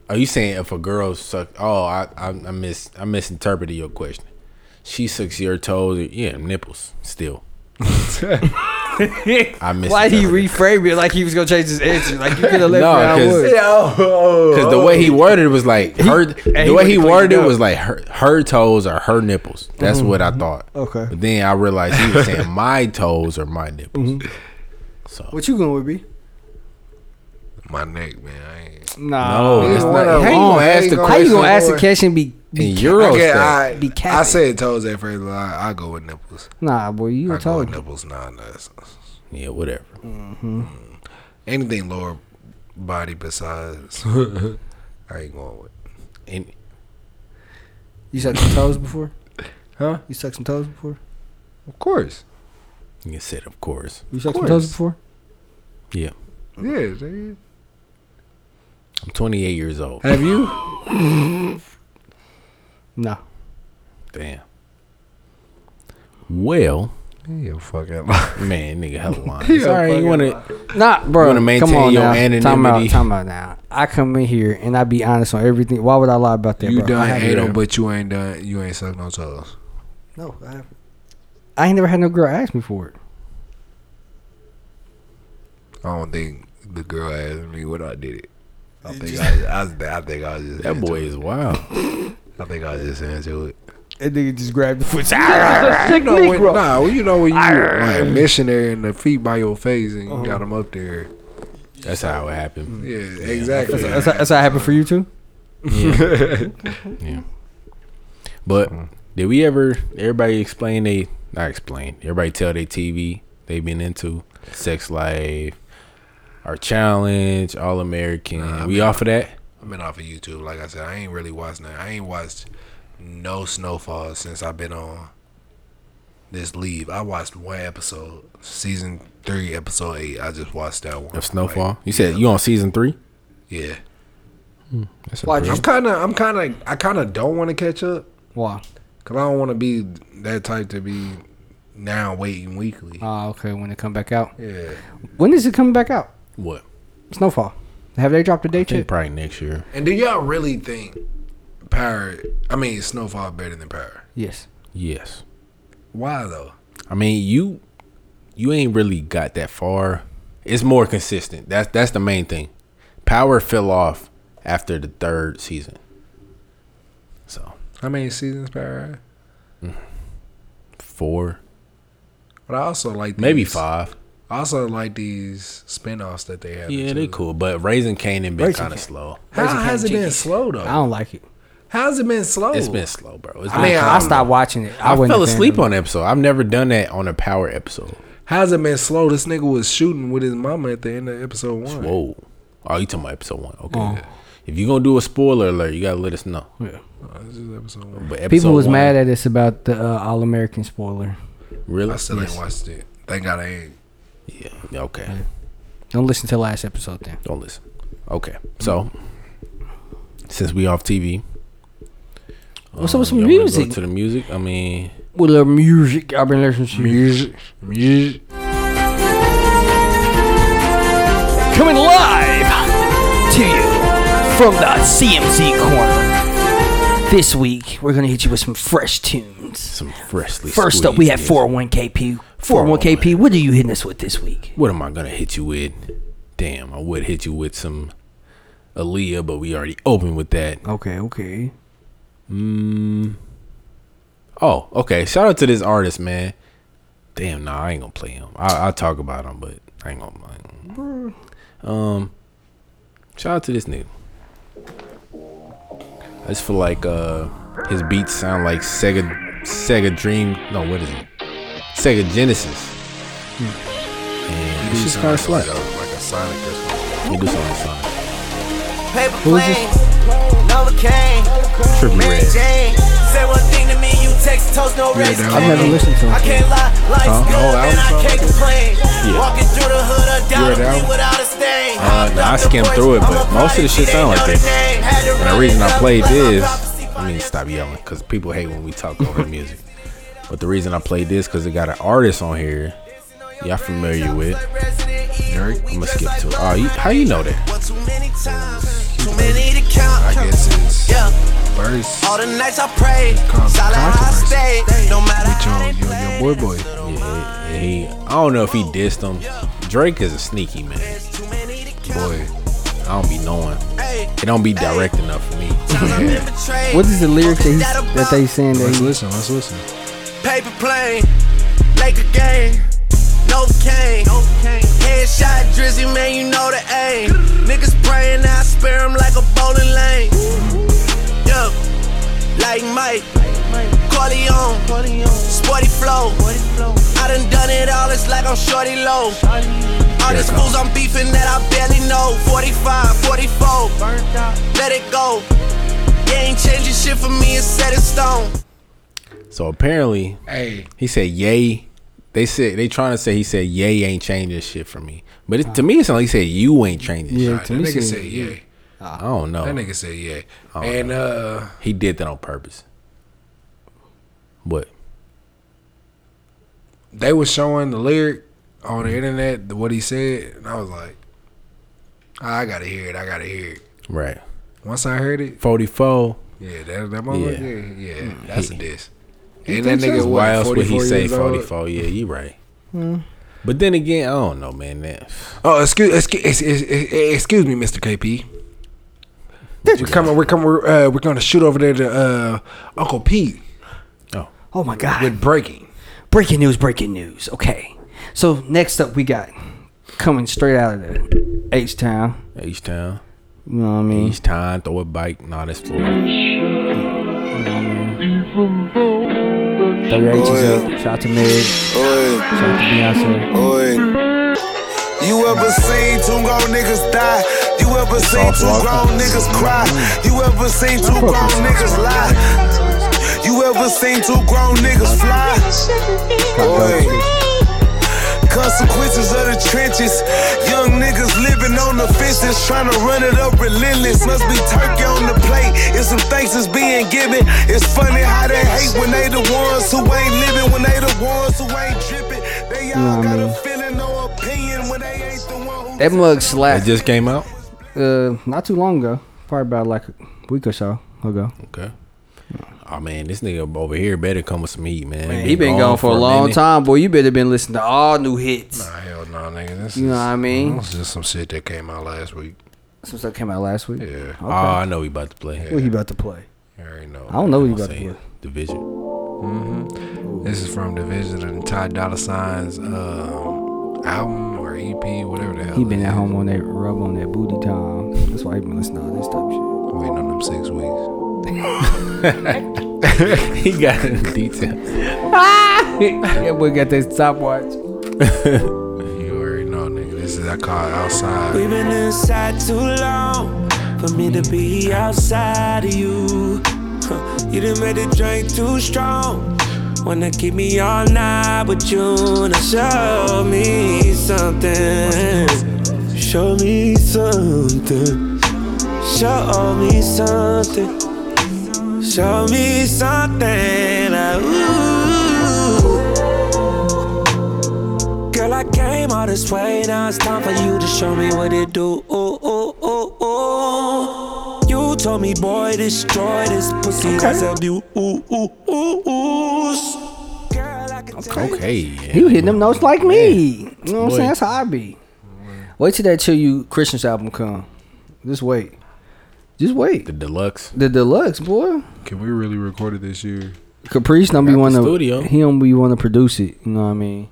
S3: Are you saying if a girl suck? Oh, I I, I mis I
S1: <laughs>
S3: misinterpreted your question. She sucks your toes. Yeah, nipples. Still, I missed
S2: Why
S3: it,
S2: do you
S3: Tony.
S2: reframe it like he was gonna change his answer? Like you could have left
S3: <laughs> No,
S2: where I
S3: 'cause-
S2: was.
S3: Because the way he worded it was like her.
S2: and he
S3: the way
S2: would've
S3: he
S2: cleaned
S3: worded
S2: it
S3: it
S2: up. Mm-hmm.
S3: was like her, her toes are her nipples. That's what I thought.
S2: Okay.
S3: But then I realized he was saying my toes are my nipples.
S2: Mm-hmm.
S3: So
S2: What you going with, B?
S1: My neck, man. I ain't.
S2: Nah.
S3: no,
S1: Neither
S3: it's
S1: one
S3: not.
S1: of
S3: How you
S1: them.
S3: gonna
S1: How
S3: ask
S1: you
S3: the
S1: gonna-
S2: How you
S3: question
S2: gonna ask a question? Be, be
S3: in Euro?
S1: Okay,
S3: I,
S1: I,
S2: Be
S1: I
S2: capping.
S1: said toes at first. But I, I go with nipples.
S2: nah, boy. You
S1: I
S2: were
S1: go with
S2: talking.
S1: nipples. Nah, nah. it's-
S3: yeah, whatever.
S1: Anything lower body besides, I ain't going with.
S3: And
S2: You sucked some toes before?
S1: Huh?
S2: You sucked some toes before?
S1: Of course.
S3: you said, of course.
S2: You sucked some
S1: course.
S2: toes before?
S3: Yeah,
S1: Yeah. nigga.
S3: I'm 28 years old.
S1: Have you?
S2: No.
S3: Damn. Well,
S1: <laughs> Yeah, fucking. lie.
S3: man, nigga, hella
S2: <laughs>
S3: line.
S1: Yeah,
S3: It's all right. You
S1: fucking
S3: wanna?
S2: Nah, bro.
S3: wanna maintain
S2: come on
S3: your
S2: now. Time out.
S3: anonymity?
S2: Time out now. I come in here and I be honest on everything. Why would I lie about that?
S1: You
S2: bro? I
S1: done
S2: haven't-
S1: ate 'em, but you ain't done. You ain't sucked no toes.
S2: No, I haven't. I ain't never had no girl ask me for it.
S1: I don't think the girl asked me what I did it. I think I, I, was- I think I was just
S3: That
S1: into
S3: boy
S1: it.
S3: is wild.
S1: I think I was just into it.
S2: And nigga just grabbed the foot.
S1: You know when, nah, well, you know when you like missionary and the feet by your face and you got them up there.
S3: That's how it happened.
S1: Yeah, exactly.
S2: That's, that's how it happened for you too.
S3: <laughs> Yeah. Mm-hmm. But did we ever? Everybody explain they not explain. Everybody tell they TV they been into sex life, our challenge, all American. we off of that.
S1: I've been off of YouTube. Like I said, I ain't really watched nothing. I ain't watched no Snowfall since I've been on this leave. I watched one episode, season three, episode eight. I just watched that one.
S3: Of Snowfall,
S1: Like,
S3: you said you on season three.
S1: yeah.
S3: That's
S1: I'm
S3: impressive.
S1: kind of, I'm kind of, I kind of don't want to catch up
S2: Why?
S1: because I don't want to be that type to be now waiting weekly.
S3: Uh,
S2: Ah, okay. When it come back out.
S1: yeah.
S2: When is it coming back out?
S3: what?
S2: Snowfall. Have they dropped a
S3: I
S2: date
S3: think
S2: yet?
S3: probably next year.
S1: And do y'all really think Power? I mean, Snowfall better than Power?
S2: Yes.
S3: Yes.
S1: Why though?
S3: I mean you, you ain't really got that far. It's more consistent. That's that's the main thing. Power fell off after the third season. So
S1: How many seasons Power? had?
S3: four,
S1: But I also like
S3: maybe
S1: these-
S3: five.
S1: I also like these spinoffs that they have.
S3: Yeah, they cool. But Raising Canaan been kind of slow.
S1: How has it been slow
S2: I
S1: though?
S2: don't like it.
S1: How's it been slow?
S3: It's been slow, bro. It's
S1: I
S3: been
S1: mean,
S3: kinda
S2: I
S1: I'm-
S3: slow.
S2: stopped watching it. I,
S3: I,
S2: wasn't
S3: fell
S2: a fan
S3: asleep
S2: of it.
S3: on the episode. I've never done that on a power episode.
S1: How's it been slow? This nigga was shooting with his mama at the end of episode one.
S3: Whoa. Oh, you talking about episode one? Okay.
S2: Oh.
S3: If you gonna do a spoiler alert, you gotta let us know.
S1: Oh, this is episode one.
S3: But episode
S2: People was
S3: one-
S2: mad at us about the uh, All American spoiler.
S3: Really?
S1: I still
S3: Yes.
S1: ain't watched it. Thank God I ain't.
S3: Yeah. Yeah, Okay.
S2: Don't listen to last episode then.
S3: Don't listen. Okay. So, since we off TV,
S2: What's up with
S3: y'all
S2: Mm-hmm. some
S3: wanna go
S2: music?
S3: To the music. I mean,
S2: With the music, I've been listening to
S1: Music, music.
S2: Coming live to you from the CMC corner. This week, we're gonna hit you with some fresh tunes.
S3: some freshly.
S2: First up, we have
S3: have
S2: 401kp. 401kp, what are you hitting us with this week?
S3: What am I gonna hit you with? Damn, I would hit you with some Aaliyah, but we already opened with that.
S2: Okay, okay.
S3: Oh, okay. Shout out to this artist, man. Damn, nah, I ain't gonna play him. I, I'll talk about him, but I ain't gonna. I ain't gonna- Um, shout out to this nigga. I just feel like uh his beats sound like Sega Sega Dream. No, what is it? Sega Genesis. And it's just kind of
S1: like,
S3: slap.
S1: a, like a Sonic or something.
S3: He do something slap.
S12: Paper planes, Novocaine,
S3: Triple
S12: Mary
S3: Red.
S12: Jane. Say one thing to me, you text toast, no race.
S1: that
S12: cane.
S1: one. I've never
S2: listened to it.
S12: I can't lie, life's
S1: Huh?
S12: good,
S1: Oh,
S12: and I
S1: album?
S12: can't complain.
S3: Yeah.
S12: Walking through the hood, I
S1: that album?
S12: without a stain.
S3: Uh, nah, I skimmed through it, but most of the shit sound like this. And the reason I played this, I mean, stop yelling because people hate when we talk over the music. But the reason I played this because it got an artist on here. Y'all familiar with?
S12: Drake?
S3: I'm gonna skip to it. Oh, you, how you know that?
S12: Too many times, too many to count.
S1: I guess it's
S12: Yeah,
S1: verse.
S12: All the nights I pray,
S1: Cause
S12: solid I
S1: controversy.
S12: stay. No matter
S1: With
S12: how
S1: your,
S12: they
S1: your,
S12: play.
S1: your boy boy.
S3: Yeah, he, he- I don't know if he dissed him. Drake is a sneaky man.
S12: There's too many to count.
S1: Boy.
S3: I don't be knowing.
S12: Hey,
S3: It don't be direct enough for me. <laughs> Yeah.
S2: What is the lyrics that, he's, that they saying that
S1: Let's
S2: he
S1: listen. Let's listen.
S12: Paper plane, Laker game, no cane. Headshot drizzy, man, you know the aim. Niggas praying, I spare 'em like a bowling lane. Yeah, like Mike, Corleone, Sporty Flow. I done done it all, it's like I'm shorty low. All these fools I'm beefing that I barely know. 45, 44, let it go. You ain't changing shit for me, it's set in stone.
S3: So apparently,
S1: Hey,
S3: he said, "Yay." They said they trying to say he said, "Yay ain't changing shit for me." But it, to me, it's like he said, "You ain't changing
S2: Yeah.
S3: shit."
S1: that nigga said yeah.
S3: I don't know.
S1: That nigga said yeah.
S3: Oh.
S1: And uh,
S3: He did that on purpose. What?
S1: they were showing the lyric on the internet what he said, and I was like, "Ah, I gotta hear it. I gotta hear it.
S3: Right.
S1: Once I heard it,
S3: Forty-four.
S1: yeah, that that moment,
S3: Yeah. Mm-hmm.
S1: yeah, yeah, that's a diss. And that
S3: Think
S1: nigga
S3: so?
S1: what,
S3: Why else would he say
S1: forty-four? years old?
S3: 44? Yeah, you right.
S2: Hmm.
S3: But then again, I don't know, man. That
S1: Oh, excuse, excuse, excuse, excuse me, Mister KP. We're coming. We're coming. We're, uh, we're gonna shoot over there to uh, Uncle Pete
S2: Oh my god.
S1: with breaking.
S2: breaking news, breaking news. Okay. So next up we got coming straight out of the H Town.
S3: H Town,
S2: You know what I mean?
S3: H Town, throw a bike. Nah, that's Florida.
S2: WH is up. Shout out to Meg. Shout out to Beyonce.
S13: Oi. You ever seen two grown niggas die? You ever seen two grown niggas cry? You ever seen two grown niggas lie? You ever seen two grown niggas fly? Oi. Consequences of the trenches. Young niggas living on the fences, trying to run it up relentless. Must be turkey on the plate, and some thanks is being given. It's funny how they hate when they the ones who ain't living, when they the ones who ain't dripping. They all got a feeling, no opinion when they ain't the one who.
S2: That mug
S3: That
S2: slapped.
S3: just came out.
S2: uh, not too long ago. Probably about like a week or so ago.
S3: Okay. Oh man, this nigga over here better come with some heat, man.
S2: he been gone for a long
S3: minute.
S2: time, boy. You better been listening to all new hits.
S1: Nah, hell no, nigga. This
S2: You
S1: is,
S2: know what I mean?
S1: This is just some shit that came out last week.
S2: Some stuff came out last week.
S1: Yeah,
S3: Oh, I know he about to play.
S2: What he about to play?
S1: I already know.
S2: I don't know what he
S3: I'm
S2: about to
S3: saying
S2: play.
S3: division. <laughs>
S1: This is from Division and Ty Dolla Sign's um, album or EP, whatever the hell.
S2: He
S1: it
S2: been at
S1: is.
S2: home on that rub on that booty time. That's why he been listening to all this type of shit.
S1: Waiting on them six weeks.
S3: he got <laughs> it in detail.
S2: yeah, boy got <laughs> that stopwatch.
S1: You already know, nigga. This is I call it outside.
S13: We've been inside too long for me to be outside of you. Huh, You done made the drink too strong. Wanna keep me all night with you. Now show me something. Show me something. Show me something. Show me something. uh, ooh. Girl, I came all this way. Now it's time for you to show me what it do. Ooh, ooh, ooh, ooh. You told me, boy, destroy this pussy. That's abuse. Ooh, ooh, ooh, ooh. Girl, I can tell you-
S3: Okay. yeah.
S2: You hitting them notes like me. You know what I'm
S3: Boy.
S2: saying? That's how I be. Wait till that till you Christian's album come. Just wait. Just wait.
S3: The deluxe.
S2: The deluxe boy.
S1: Can we really record it this year?
S2: Caprice don't be
S3: the
S2: want
S3: studio.
S2: to. He don't be want to produce it. You know what I mean?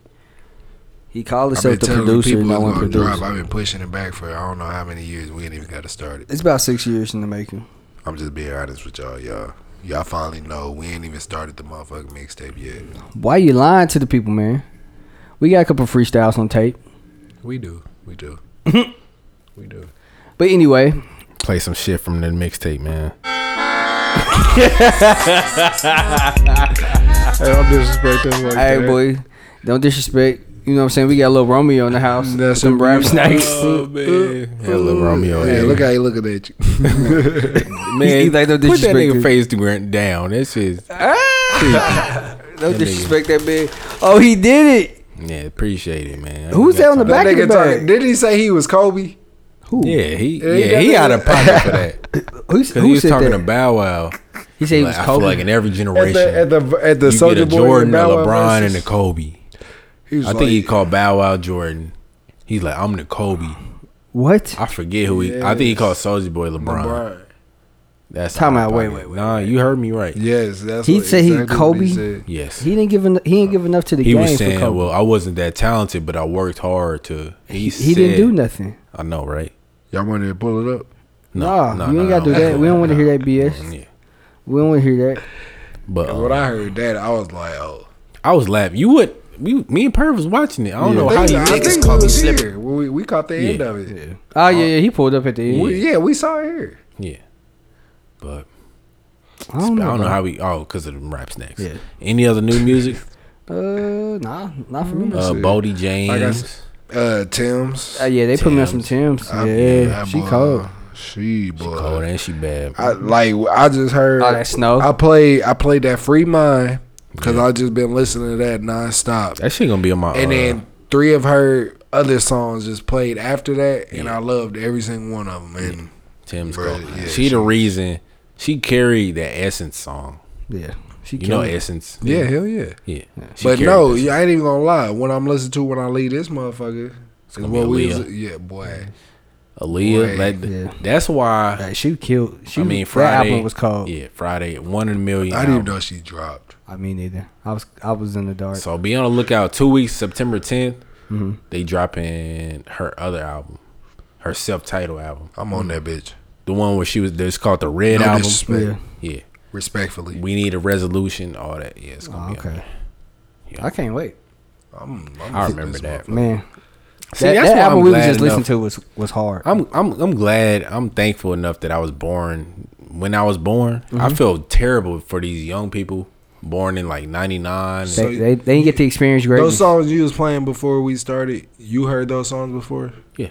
S2: He called himself the producer. No one produced.
S1: I've been pushing it back for I don't know how many years. We ain't even got to start it.
S2: It's about six years in the making.
S1: I'm just being honest with y'all, y'all. Y'all finally know we ain't even started the motherfucking mixtape yet.
S2: Why you lying to the people, man? We got a couple freestyles on tape.
S1: We do, we
S2: <laughs>
S1: do, we do.
S2: But anyway,
S3: Play some shit from the mixtape, man.
S1: Hey, don't disrespect them like
S2: hey boy, don't disrespect. You know what I'm saying? We got a little Romeo in the house.
S1: Mm, That's
S2: with them
S1: a
S2: rap
S1: beautiful-
S2: snakes.
S3: man. Yeah, little Romeo.
S1: Hey,
S3: yeah.
S1: look how he looking at you.
S2: He- he
S3: man.
S2: like no
S3: put that
S2: disrespect to-
S3: nigga face down. down. This is
S2: Don't
S3: That nigga.
S2: disrespect that man. Oh, he did it.
S3: yeah. Appreciate it, man.
S2: Who's that on the
S3: Got
S2: back of the
S1: Nigga
S2: bag?
S1: talking, did he say he was Kobe?
S2: Who?
S3: Yeah, he
S2: Yeah,
S3: yeah,
S2: he
S3: he,
S2: got the-
S3: out of pocket for that.
S2: Who,
S3: Because he was talking to Bow Wow.
S2: He said he was
S3: like, I feel
S2: Kobe.
S3: like in every
S1: At
S3: generation,
S1: the at the at the
S3: you get
S1: Soldier
S3: a
S1: Boy,
S3: Jordan, a
S1: Bow Wow
S3: LeBron,
S1: versus-
S3: and a Kobe.
S1: He was
S3: I think
S1: like-
S3: he called Bow Wow Jordan. He's like, I'm the Kobe.
S2: What?
S3: I forget who he. I think he called Soldier Boy LeBron. That's
S2: Time
S3: how
S2: out,
S3: I
S2: wait,
S3: pocket-
S2: wait,
S3: Nah, you heard me right.
S1: Yes, that's
S2: He
S1: what-
S2: said he
S1: exactly what
S2: Kobe.
S1: he
S2: He,
S1: said.
S3: Yes.
S2: didn't give en- he didn't give enough to the
S3: He
S2: game
S3: was
S2: for Kobe.
S3: saying, "Well, I wasn't that talented, but I worked hard to." He,
S2: he didn't
S3: said-
S2: do nothing.
S3: I know, right?
S1: Y'all want to pull it up?
S3: No,
S2: nah,
S3: no,
S2: you
S3: no,
S2: ain't gotta
S3: no,
S2: do that.
S3: no,
S2: we don't want to
S3: no.
S2: hear that BS.
S3: Yeah.
S2: We don't want to hear that.
S3: But
S1: When
S3: uh,
S1: I heard that, I was like, oh.
S3: I was laughing. You would. We, me and Perv was watching it. I don't know how
S1: I
S3: you
S1: think, I
S3: missed
S1: think
S3: it.
S1: we was here. We, we caught the end
S3: Yeah.
S1: of it. Yeah.
S2: Oh yeah, yeah. He pulled up at the end.
S1: We, yeah, we saw it here.
S3: Yeah, but
S2: I don't
S3: I
S2: know.
S3: don't know
S2: bro.
S3: how we. Oh, because of the rap snacks.
S2: Yeah.
S3: Any other
S2: <laughs>
S3: new music?
S2: Uh, nah, not for me.
S3: uh,
S1: see.
S3: Bodie James.
S1: Like I s- Uh, Tim's.
S2: Uh, yeah, they put me on some Tim's. yeah,
S1: that
S2: she
S1: boy,
S2: cold.
S1: She boy.
S3: Cold and she Oh, bad.
S1: I like. I just heard.
S2: Oh, that snow?
S1: I played. I played that free mind because I just been listening to that nonstop.
S3: that shit gonna be on my.
S1: and
S3: uh,
S1: then three of her other songs just played after that, and I loved every single one of them. And
S3: Tim's
S1: Bro,
S3: cold.
S1: yeah,
S3: she, the reason she carried that Essence song.
S2: Yeah, she
S3: You know
S2: killed it.
S3: Essence.
S1: yeah, hell yeah.
S3: Yeah. She
S1: But
S3: carried
S1: no,
S3: that
S1: yeah, I ain't even gonna lie. When I'm listening to when I leave this motherfucker, is
S3: gonna
S1: what
S3: be
S1: we.
S3: Aaliyah.
S1: was- Yeah, boy.
S3: Aaliyah.
S1: Right.
S3: that-
S2: Yeah.
S3: That's why.
S2: Like, she killed. She
S3: I
S2: was-
S3: mean, Friday.
S2: That album was called.
S3: Yeah, Friday. One in a million.
S1: I didn't even
S3: album.
S1: know she dropped.
S2: I mean, neither. I was I was in the dark.
S3: So be on the lookout. Two weeks, September 10th,
S2: Mm-hmm.
S3: they dropping her other album, her self-titled album,
S1: I'm on that bitch.
S3: the one where she was. It's called the Red
S1: No
S2: Oh,
S3: Album.
S1: disrespect.
S2: Yeah.
S3: Yeah.
S1: Respectfully,
S3: We need a resolution. All that. Yeah, it's gonna
S2: Oh,
S3: be okay.
S2: okay. I can't wait,
S1: I'm, I'm listening
S3: I
S1: to
S3: remember
S1: this
S3: that.
S2: man.
S3: See,
S2: that
S3: that's
S2: that
S3: why
S2: album
S3: I'm
S2: we was
S3: glad
S2: just listening
S3: enough-
S2: to was was hard.
S3: I'm I'm I'm glad. I'm thankful enough that I was born when I was born. I feel terrible for these young people born in like '99.
S2: they, they they didn't get to experience
S1: Those
S2: greatness.
S1: songs you was playing before we started, you heard those songs before?
S3: yeah,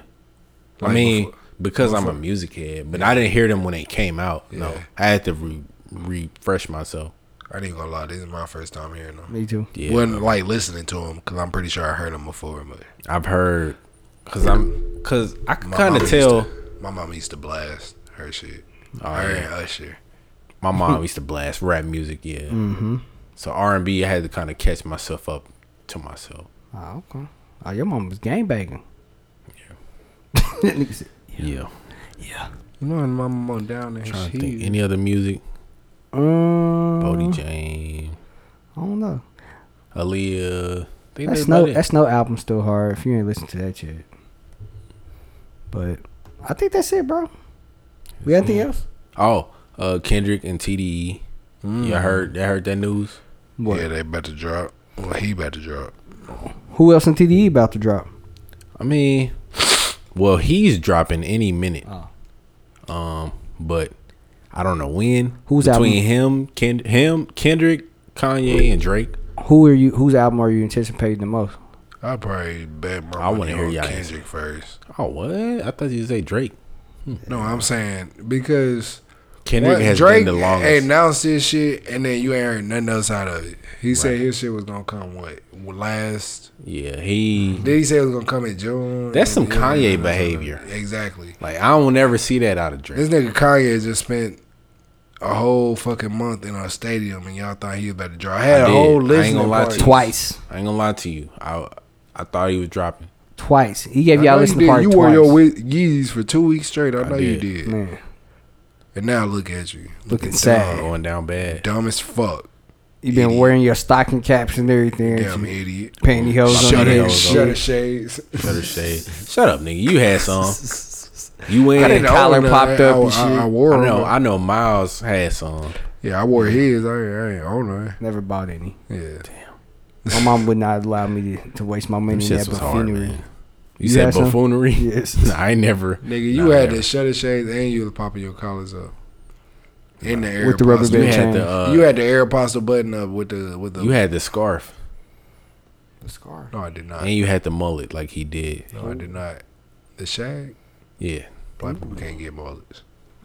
S3: I
S1: Like
S3: mean
S1: before-
S3: because I'm a music head, but I didn't hear them when they came out. No, I had to re- refresh myself.
S1: I ain't gonna lie, this is my first time hearing them.
S2: Me too.
S3: Yeah,
S1: Wasn't like listening to them because I'm pretty sure I heard them before. But
S3: I've heard because I'm because I can
S1: my
S3: kind
S1: mama used
S3: of tell
S1: to- my mom used to blast her shit.
S3: Oh,
S1: her
S3: yeah.
S1: and Usher. <laughs>
S3: my mom used to blast rap music. Yeah,
S1: Mm-hmm.
S3: so R and B I had to kind of catch myself up to myself.
S2: Oh, okay. Oh, your mom was game banging. <laughs>
S3: Yeah,
S1: You know, and my mom down there.
S3: trying to think any other music.
S2: Um,
S3: Bodie
S1: Uh-huh.
S3: Jane,
S2: I don't know.
S3: Aaliyah. They
S2: That's
S3: did
S2: no
S3: about it.
S2: that's no album still hard if you ain't listened to that yet. But I think that's it, bro. We got anything else?
S3: oh, uh, Kendrick and TDE. You heard? That heard that news?
S2: What?
S1: Yeah, they about to drop. Well, he about to drop.
S2: Who else in TDE about to drop?
S3: I mean, well, he's dropping any minute.
S2: Oh.
S3: Um, but I don't know when.
S2: Who's
S3: between him, Ken, him, Kendrick, Kanye, and Drake?
S2: Who are you? Whose album are you anticipating the most?
S1: I probably bet my
S3: I
S1: money
S3: wanna hear
S1: on
S3: y'all
S1: Kendrick
S3: answer.
S1: first.
S3: Oh, what? I thought you say Drake.
S1: No, I'm saying because
S3: Kendrick
S1: what,
S3: has
S1: Drake
S3: been the longest.
S1: announced this shit and then you ain't heard nothing else out of it. He said his shit was gonna come what last
S3: yeah, he.
S1: Did he say it was gonna come in June?
S3: That's some
S1: Yeah,
S3: Kanye
S1: yeah,
S3: behavior.
S1: Exactly.
S3: Like I don't ever see that out of Drake.
S1: This nigga Kanye just spent a whole fucking month in our stadium, and y'all thought he was about to draw. I had
S3: I
S1: a
S3: did. I
S1: whole
S3: ain't
S1: listening
S3: gonna lie
S1: party.
S3: to
S2: Twice,
S3: I ain't gonna lie to you. I I thought he was dropping.
S2: twice. He
S1: I
S2: gave
S1: know
S2: y'all
S1: you
S2: listen
S1: did.
S2: to part
S1: You
S2: twice.
S1: wore your Wee- Yeezys for two weeks straight. I know you
S3: did.
S1: did.
S2: Man,
S1: And now look at you,
S2: looking sad.
S3: Going down bad.
S1: dumb as fuck.
S2: You been wearing your stocking caps and everything.
S1: Damn
S2: Damn,
S1: idiot.
S2: pantyhose on
S1: Shut
S2: your
S1: it,
S2: head.
S3: Pantyhose.
S1: shut it, shades.
S3: Better say, shut up, nigga. You had some.
S2: <laughs>
S3: You
S1: I
S3: went.
S1: didn't
S3: I,
S2: collar
S1: own none.
S2: popped up
S1: I,
S2: and
S1: I-
S2: shit.
S1: I wore them.
S3: know. I know. Miles had some.
S1: yeah, I wore his. I, ain't- I ain't own none.
S2: Never bought any.
S1: Yeah.
S2: My mom would not allow me to, to waste my money in
S3: Shit
S2: that
S3: was hard,
S2: buffoonery.
S3: man. You,
S2: You had
S3: said
S2: some? <laughs>
S3: buffoonery?
S2: Yes.
S3: <laughs> Nah, I ain't never.
S1: Nigga, you
S3: nah, I
S1: had
S3: never.
S1: the shutter shades and you was popping your collars up. In the air
S2: With the rubber
S1: possible.
S3: You
S2: band
S3: had
S2: chain.
S3: the. Uh,
S1: you had the air apostle button up with the with the.
S3: You had the scarf,
S2: The scar.
S1: no, I did not.
S3: and you had the mullet like he did.
S1: No, I did not. The shag.
S3: Yeah,
S1: Black people can't get mullets.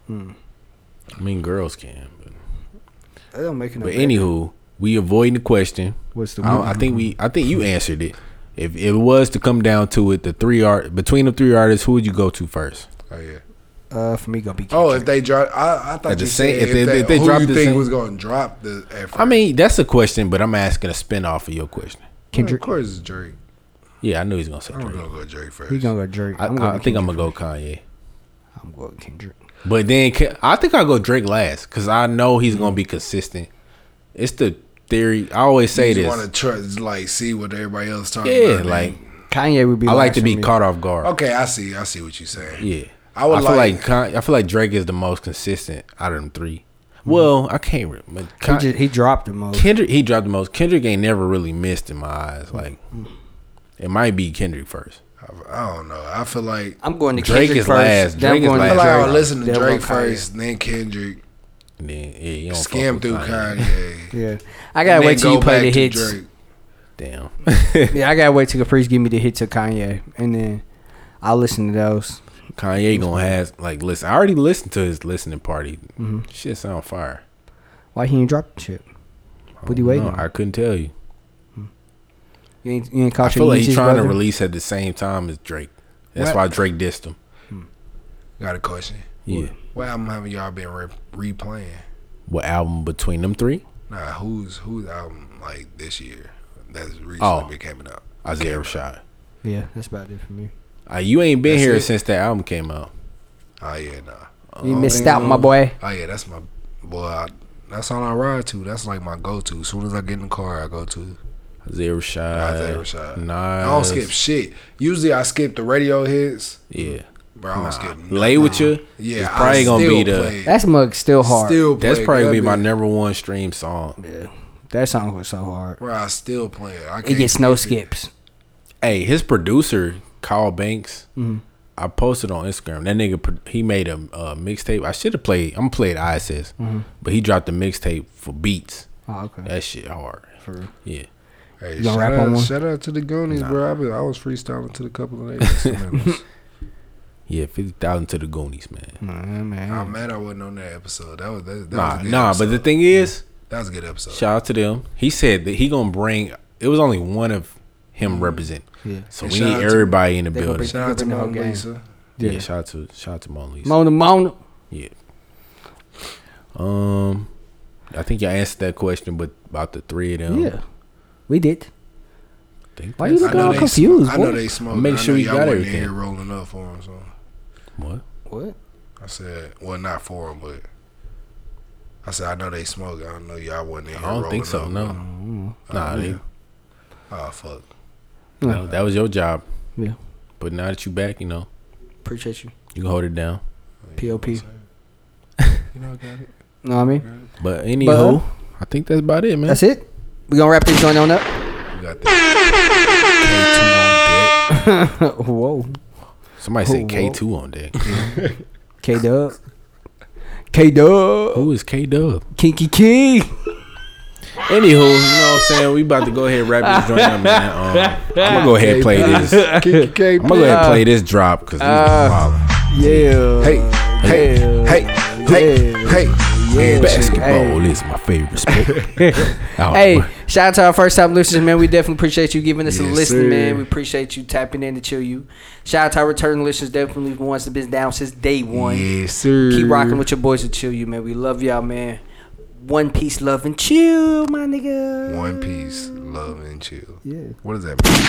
S3: I mean girls can, but,
S2: That don't make no.
S3: but
S2: sense.
S3: anywho, we avoiding the question.
S2: What's the
S3: I, don't- I think we. I think you answered it. If it was to come down to it, the three art between the three artists, who would you go to first?
S1: Oh yeah.
S2: Uh, for me, gonna be.
S1: Oh, if they drop, I, I thought
S3: At the
S1: you
S3: same-
S1: said
S3: if they- if they
S1: who
S3: drop
S1: you
S3: the
S1: think
S3: same-
S1: was going to drop the effort.
S3: I mean, that's a question, but I'm asking a spinoff of your question.
S1: Of course, it's Drake.
S3: Yeah, I knew he was gonna say Drake.
S1: I'm gonna go Drake first.
S2: He gonna go Drake.
S3: I,
S2: I'm
S3: I
S2: going
S3: think I'm gonna go Kanye.
S2: I'm going Kendrick.
S3: But then Ke- I think I'll go Drake last because I know he's gonna be consistent. It's the theory. I always say
S1: you
S3: this.
S1: want to trust, like, see what everybody else talking
S3: yeah,
S1: about.
S3: like
S2: Kanye would be.
S3: I like
S2: last
S3: to
S2: for
S3: be
S2: me.
S3: caught off guard.
S1: okay, I see, I see what you're saying.
S3: Yeah,
S1: I would
S3: feel
S1: like-
S3: like Con- I feel like Drake is the most consistent out of them 3 Well, I can't remember.
S2: He, just, he dropped the most.
S3: Kendrick, he dropped the most. Kendrick ain't never really missed in my eyes. Like, it might be Kendrick first.
S1: I don't know. I feel like
S2: I'm going to
S3: Drake
S2: Kendrick
S3: is
S2: first.
S3: last.
S2: then I'm
S3: Drake is
S2: going
S1: I
S3: last.
S1: feel like I
S3: Drake.
S1: would listen to
S2: Then
S1: Drake
S2: Kanye.
S1: first, then Kendrick,
S3: And then, yeah, you don't fuck
S1: skim
S3: with
S1: through Kanye.
S3: <laughs>
S2: Yeah, I gotta wait till you play the hits.
S3: Damn. <laughs>
S2: Yeah, I gotta wait till Caprice give me the hits of Kanye, and then I'll listen to those.
S3: Kanye gonna have like listen. I already listened to his listening party.
S1: Mm-hmm.
S3: Shit sound fire.
S2: Why he ain't dropping shit? What you
S3: No,
S2: waiting? on?
S3: I couldn't tell you.
S2: You ain't, you ain't
S3: I
S2: caught
S3: feel
S2: your
S3: like he's
S2: Yeezy's,
S3: trying to
S2: brother?
S3: release at the same time as Drake. That's
S1: What?
S3: why Drake dissed him.
S1: Got a question.
S3: Yeah.
S1: What album have y'all been re- replaying?
S3: What album between them three?
S1: Nah, who's who's album like this year that's recently
S3: Oh.
S1: been coming out?
S3: Isaiah Rashad.
S2: Yeah, that's about it for me.
S3: Uh, you ain't been
S1: That's
S3: here
S1: it?
S3: since that album came out.
S1: Oh yeah, nah.
S2: You missed out, my boy.
S1: Oh yeah, that's my boy. I, that's all I ride to. That's like my go-to. As soon as I get in the car, I go to.
S3: Isaiah Rashad.
S1: Isaiah Rashad.
S3: Nas.
S1: I don't skip shit. Usually I skip the radio hits,
S3: Yeah.
S1: but I don't skip. nothing.
S3: Lay with you.
S1: Yeah,
S3: It's probably
S1: I
S3: gonna be
S1: still
S3: the.
S1: play it.
S2: That's mug still hard.
S1: Still play
S3: That's
S1: it.
S3: probably gonna be
S1: That
S3: my
S1: bitch-
S3: number one stream song.
S2: That song was so hard.
S1: Bro, I still play it. I
S2: It
S1: can't
S2: gets no
S1: skip it.
S2: skips.
S3: Hey, his producer Kyle Banks. I posted on Instagram. That nigga, pro- he made a, uh mixtape. I should have played. I'm gonna play it. ISIS, but he dropped a mixtape for beats.
S2: Oh, okay.
S3: That shit hard. For real. Yeah.
S1: Hey,
S2: You gonna
S1: shout,
S2: rap
S1: out,
S2: on one?
S1: shout out to the Goonies, bro. I, be, I was freestyling to the couple of
S3: <laughs>
S1: days.
S3: Yeah, fifty thousand to the Goonies, man.
S2: Man, man.
S1: I'm mad I wasn't on that episode. That was that, that was
S3: Nah,
S1: a good
S3: nah.
S1: episode.
S3: But the thing is,
S1: that was a good episode.
S3: shout out to them. He said that he gonna bring. It was only one of him represent.
S2: Yeah.
S3: So
S1: And
S3: we
S1: shout
S3: need
S1: out to-
S3: everybody in the
S2: They gonna
S3: building.
S2: bring-
S1: shout out to
S2: Good
S1: Mona
S2: game.
S1: Lisa.
S3: Yeah.
S2: Yeah.
S3: Shout out to shout out to Mona Lisa.
S2: Mona, Mona.
S3: yeah. Um, I think you answered that question, but about the three of them.
S2: Yeah, we did.
S3: I think
S2: Why you
S3: that's-
S1: I know
S2: all
S1: they
S2: confused,
S1: smoke- I know
S2: boy.
S1: they smoke.
S3: Make
S1: I
S3: sure
S1: know
S3: we
S1: y'all
S3: got
S1: wasn't in
S3: everything.
S1: Here rolling up for him, so
S3: What?
S2: What?
S1: I said, well, not for him, but I said I know they smoke. I don't know y'all wasn't in here.
S3: I don't think so.
S1: rolling
S3: No.
S1: up. yeah.
S3: Nah, they-
S1: Oh fuck.
S3: no, that was your job.
S2: Yeah.
S3: But now that you back, you know
S2: Appreciate you.
S3: you can hold it down.
S2: Pop. <laughs>
S1: You know I got it.
S2: Know what I mean?
S3: But anywho,
S2: But-
S3: I think that's about it, man.
S2: That's it. We gonna wrap this joint on up.
S1: You got that. K2 on deck.
S2: Oh, Whoa.
S3: Somebody
S2: Oh,
S3: said K two on deck.
S2: K Dub. K Dub.
S3: Who is K Dub?
S2: Kinky Key.
S3: Anywho, you know what I'm saying? We about to go ahead and wrap this joint up,
S2: <laughs>
S3: man. Um, I'm gonna go ahead and play this. I'm
S1: Kick your
S3: gonna go
S1: KP.
S3: ahead and play this drop because this
S2: Uh,
S3: is wild.
S2: Yeah.
S1: Hey, hey, hey, hey, hey, hey.
S3: Basketball is my favorite sport.
S2: <laughs>
S3: Oh,
S2: Hey, shout out to our first time listeners, man. We definitely appreciate you giving us a
S1: Yes,
S2: listen,
S1: sir.
S2: man. We appreciate you tapping in to chill you. Shout out to our returning listeners, definitely the ones that been down since day one.
S1: Yes, sir.
S3: Mm-hmm.
S2: Keep rocking with your boys to chill you, man. We love y'all, man. One piece, love and chill, my nigga.
S1: One Piece, love and chill.
S2: Yeah.
S1: What does that mean?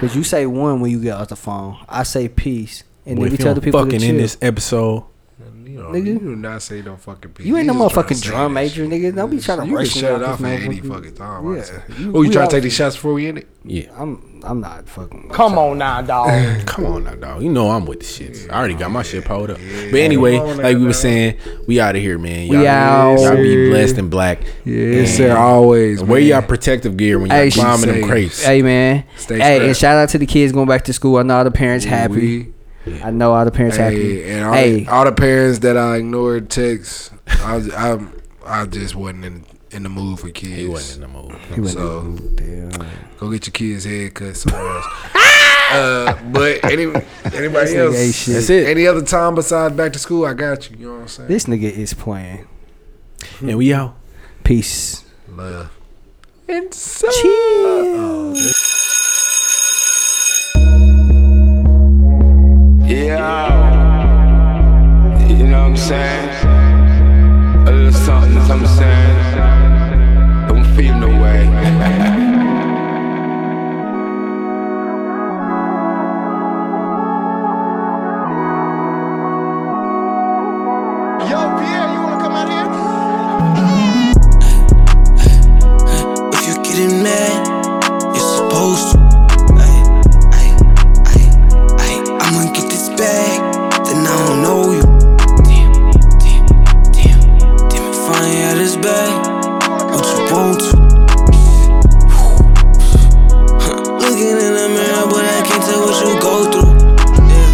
S2: Cause you say one when you get off the phone. I say peace, and
S3: Boy,
S2: then we
S3: if you
S2: tell the
S3: don't
S2: people to
S3: fucking
S2: chill.
S3: in this episode,
S1: You, know,
S2: Nigga.
S1: you do not say no fucking piece.
S2: you ain't no
S1: just tryna
S2: motherfucking
S1: say
S2: drum
S1: that
S2: major,
S1: shit.
S2: nigga. Don't be
S1: Just-
S2: trying to
S1: You can
S2: rush me
S1: shut it
S2: off
S1: off
S2: this
S1: at any
S2: motherfucker.
S1: fucking time. I'd
S2: Yeah.
S1: say.
S2: You-
S1: Oh, you
S2: we
S1: trying to
S2: out
S1: take
S2: here.
S1: these shots before we in it?
S3: yeah.
S2: I'm I'm not fucking.
S12: Come on now, dog.
S3: Come on now, dog. You know I'm with the shits. I already got my shit pulled up. But anyway,
S1: Come on
S3: like
S1: now,
S3: we were
S1: dog.
S3: saying, we out of here, man. Y'all,
S2: We out.
S3: Y'all be blessed and black.
S1: Yes, sir. Always.
S3: Wear y'all protective gear when y'all
S2: Hey,
S3: climbing
S1: she
S3: them
S1: say-
S3: crates.
S2: <laughs> Hey man.
S1: Stay
S2: hey, and
S1: strapped.
S2: shout out to the kids going back to school. I know all the parents happy. I know all the parents happy.
S1: Hey, and all,
S2: hey,
S1: all the parents that I ignored texts, I was, I, I just wasn't in, in the mood for kids.
S3: He wasn't in the
S1: <laughs>
S3: mood.
S1: So go get your kids' haircut somewhere
S3: <laughs>
S1: else. uh, but any, anybody
S2: nigga
S1: else,
S2: ain't shit.
S3: That's it.
S1: Any other time besides back to school, I got you. You know what I'm saying?
S2: this nigga is playing.
S3: And we out.
S2: Peace.
S1: Love.
S12: Yeah. want to. Looking in the mirror, but I can't tell what you go through. Damn,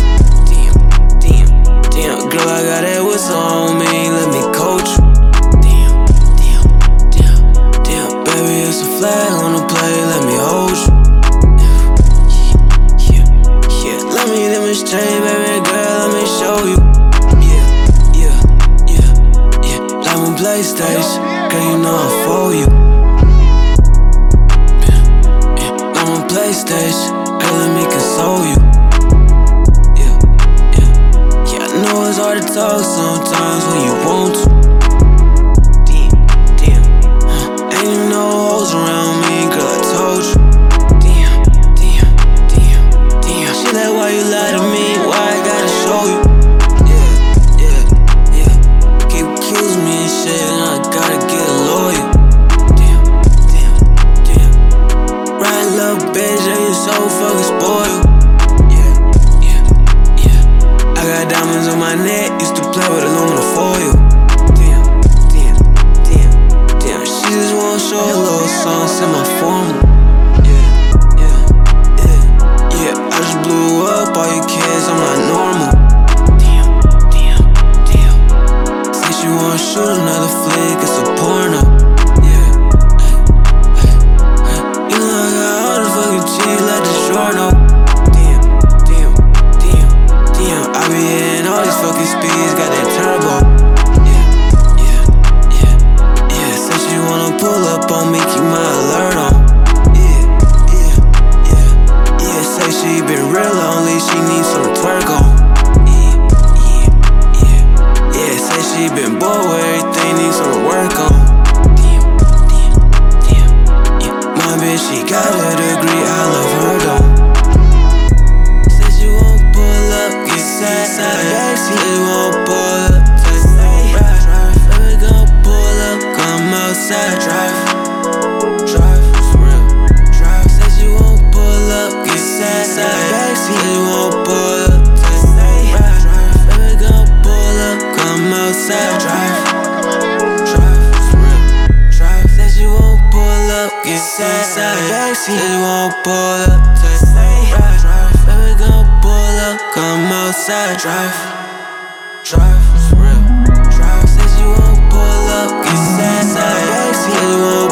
S12: damn, damn, damn. Girl, I got that whistle on me, let me coach you. Damn, damn, damn, damn. Baby, it's a flag on the play, let me hold you. Yeah, yeah, yeah. Let me, let me change, baby girl, let me show you. Like my PlayStation, girl, you know I'm for you. Like my PlayStation, girl, let me console you. Yeah, yeah, yeah. I know it's hard to talk sometimes when you want to. Damn, damn. Ain't even no hoes around me, girl, I told you. Damn, damn, damn, damn. She like, why you lie to me? Why I gotta show you? Keep accusing me and shit, and I gotta get a lawyer. Damn, damn, damn. Right, little bitch, and you so fucking spoiled. Yeah, yeah, yeah. I got diamonds on my neck, used to play with aluminum foil. Damn, damn, damn, damn. She just wanna show her little songs in my phone. Yeah, yeah, yeah. Yeah, I just blew up all your kids, I'm not normal. Say she wanna shoot another flick, it's a porno. Yeah. You know I got all the fucking cheese like the Shorno. Damn, damn, damn, damn. I be in all these fucking speeds, got that turbo. Yeah, yeah, yeah, yeah. Say she wanna pull up on me, keep my alert on. Yeah, yeah, yeah. Yeah, say she been real lonely, she needs some twerk on. Yeah, say she been bored with everything, needs some work on. Damn, damn, damn. Yeah, my bitch, she got a degree, I love her though. Says you won't pull up, get sad, sad. Says you won't pull up, just say drive, drive. Baby, gon' pull up, come outside, drive. Drive, for real, drive. Says you won't pull up, get sad, sad. Says you won't pull up, just say drive, drive. Baby, gon' pull up, come outside, drive. Drive, for real, drive. Says you won't pull up, get sad, sad. Says you won't pull up, just say drive, drive. Baby, gon' pull up, come outside, drive. Drive, for real, drive. Says you won't pull up, get sad, sad. Says you won't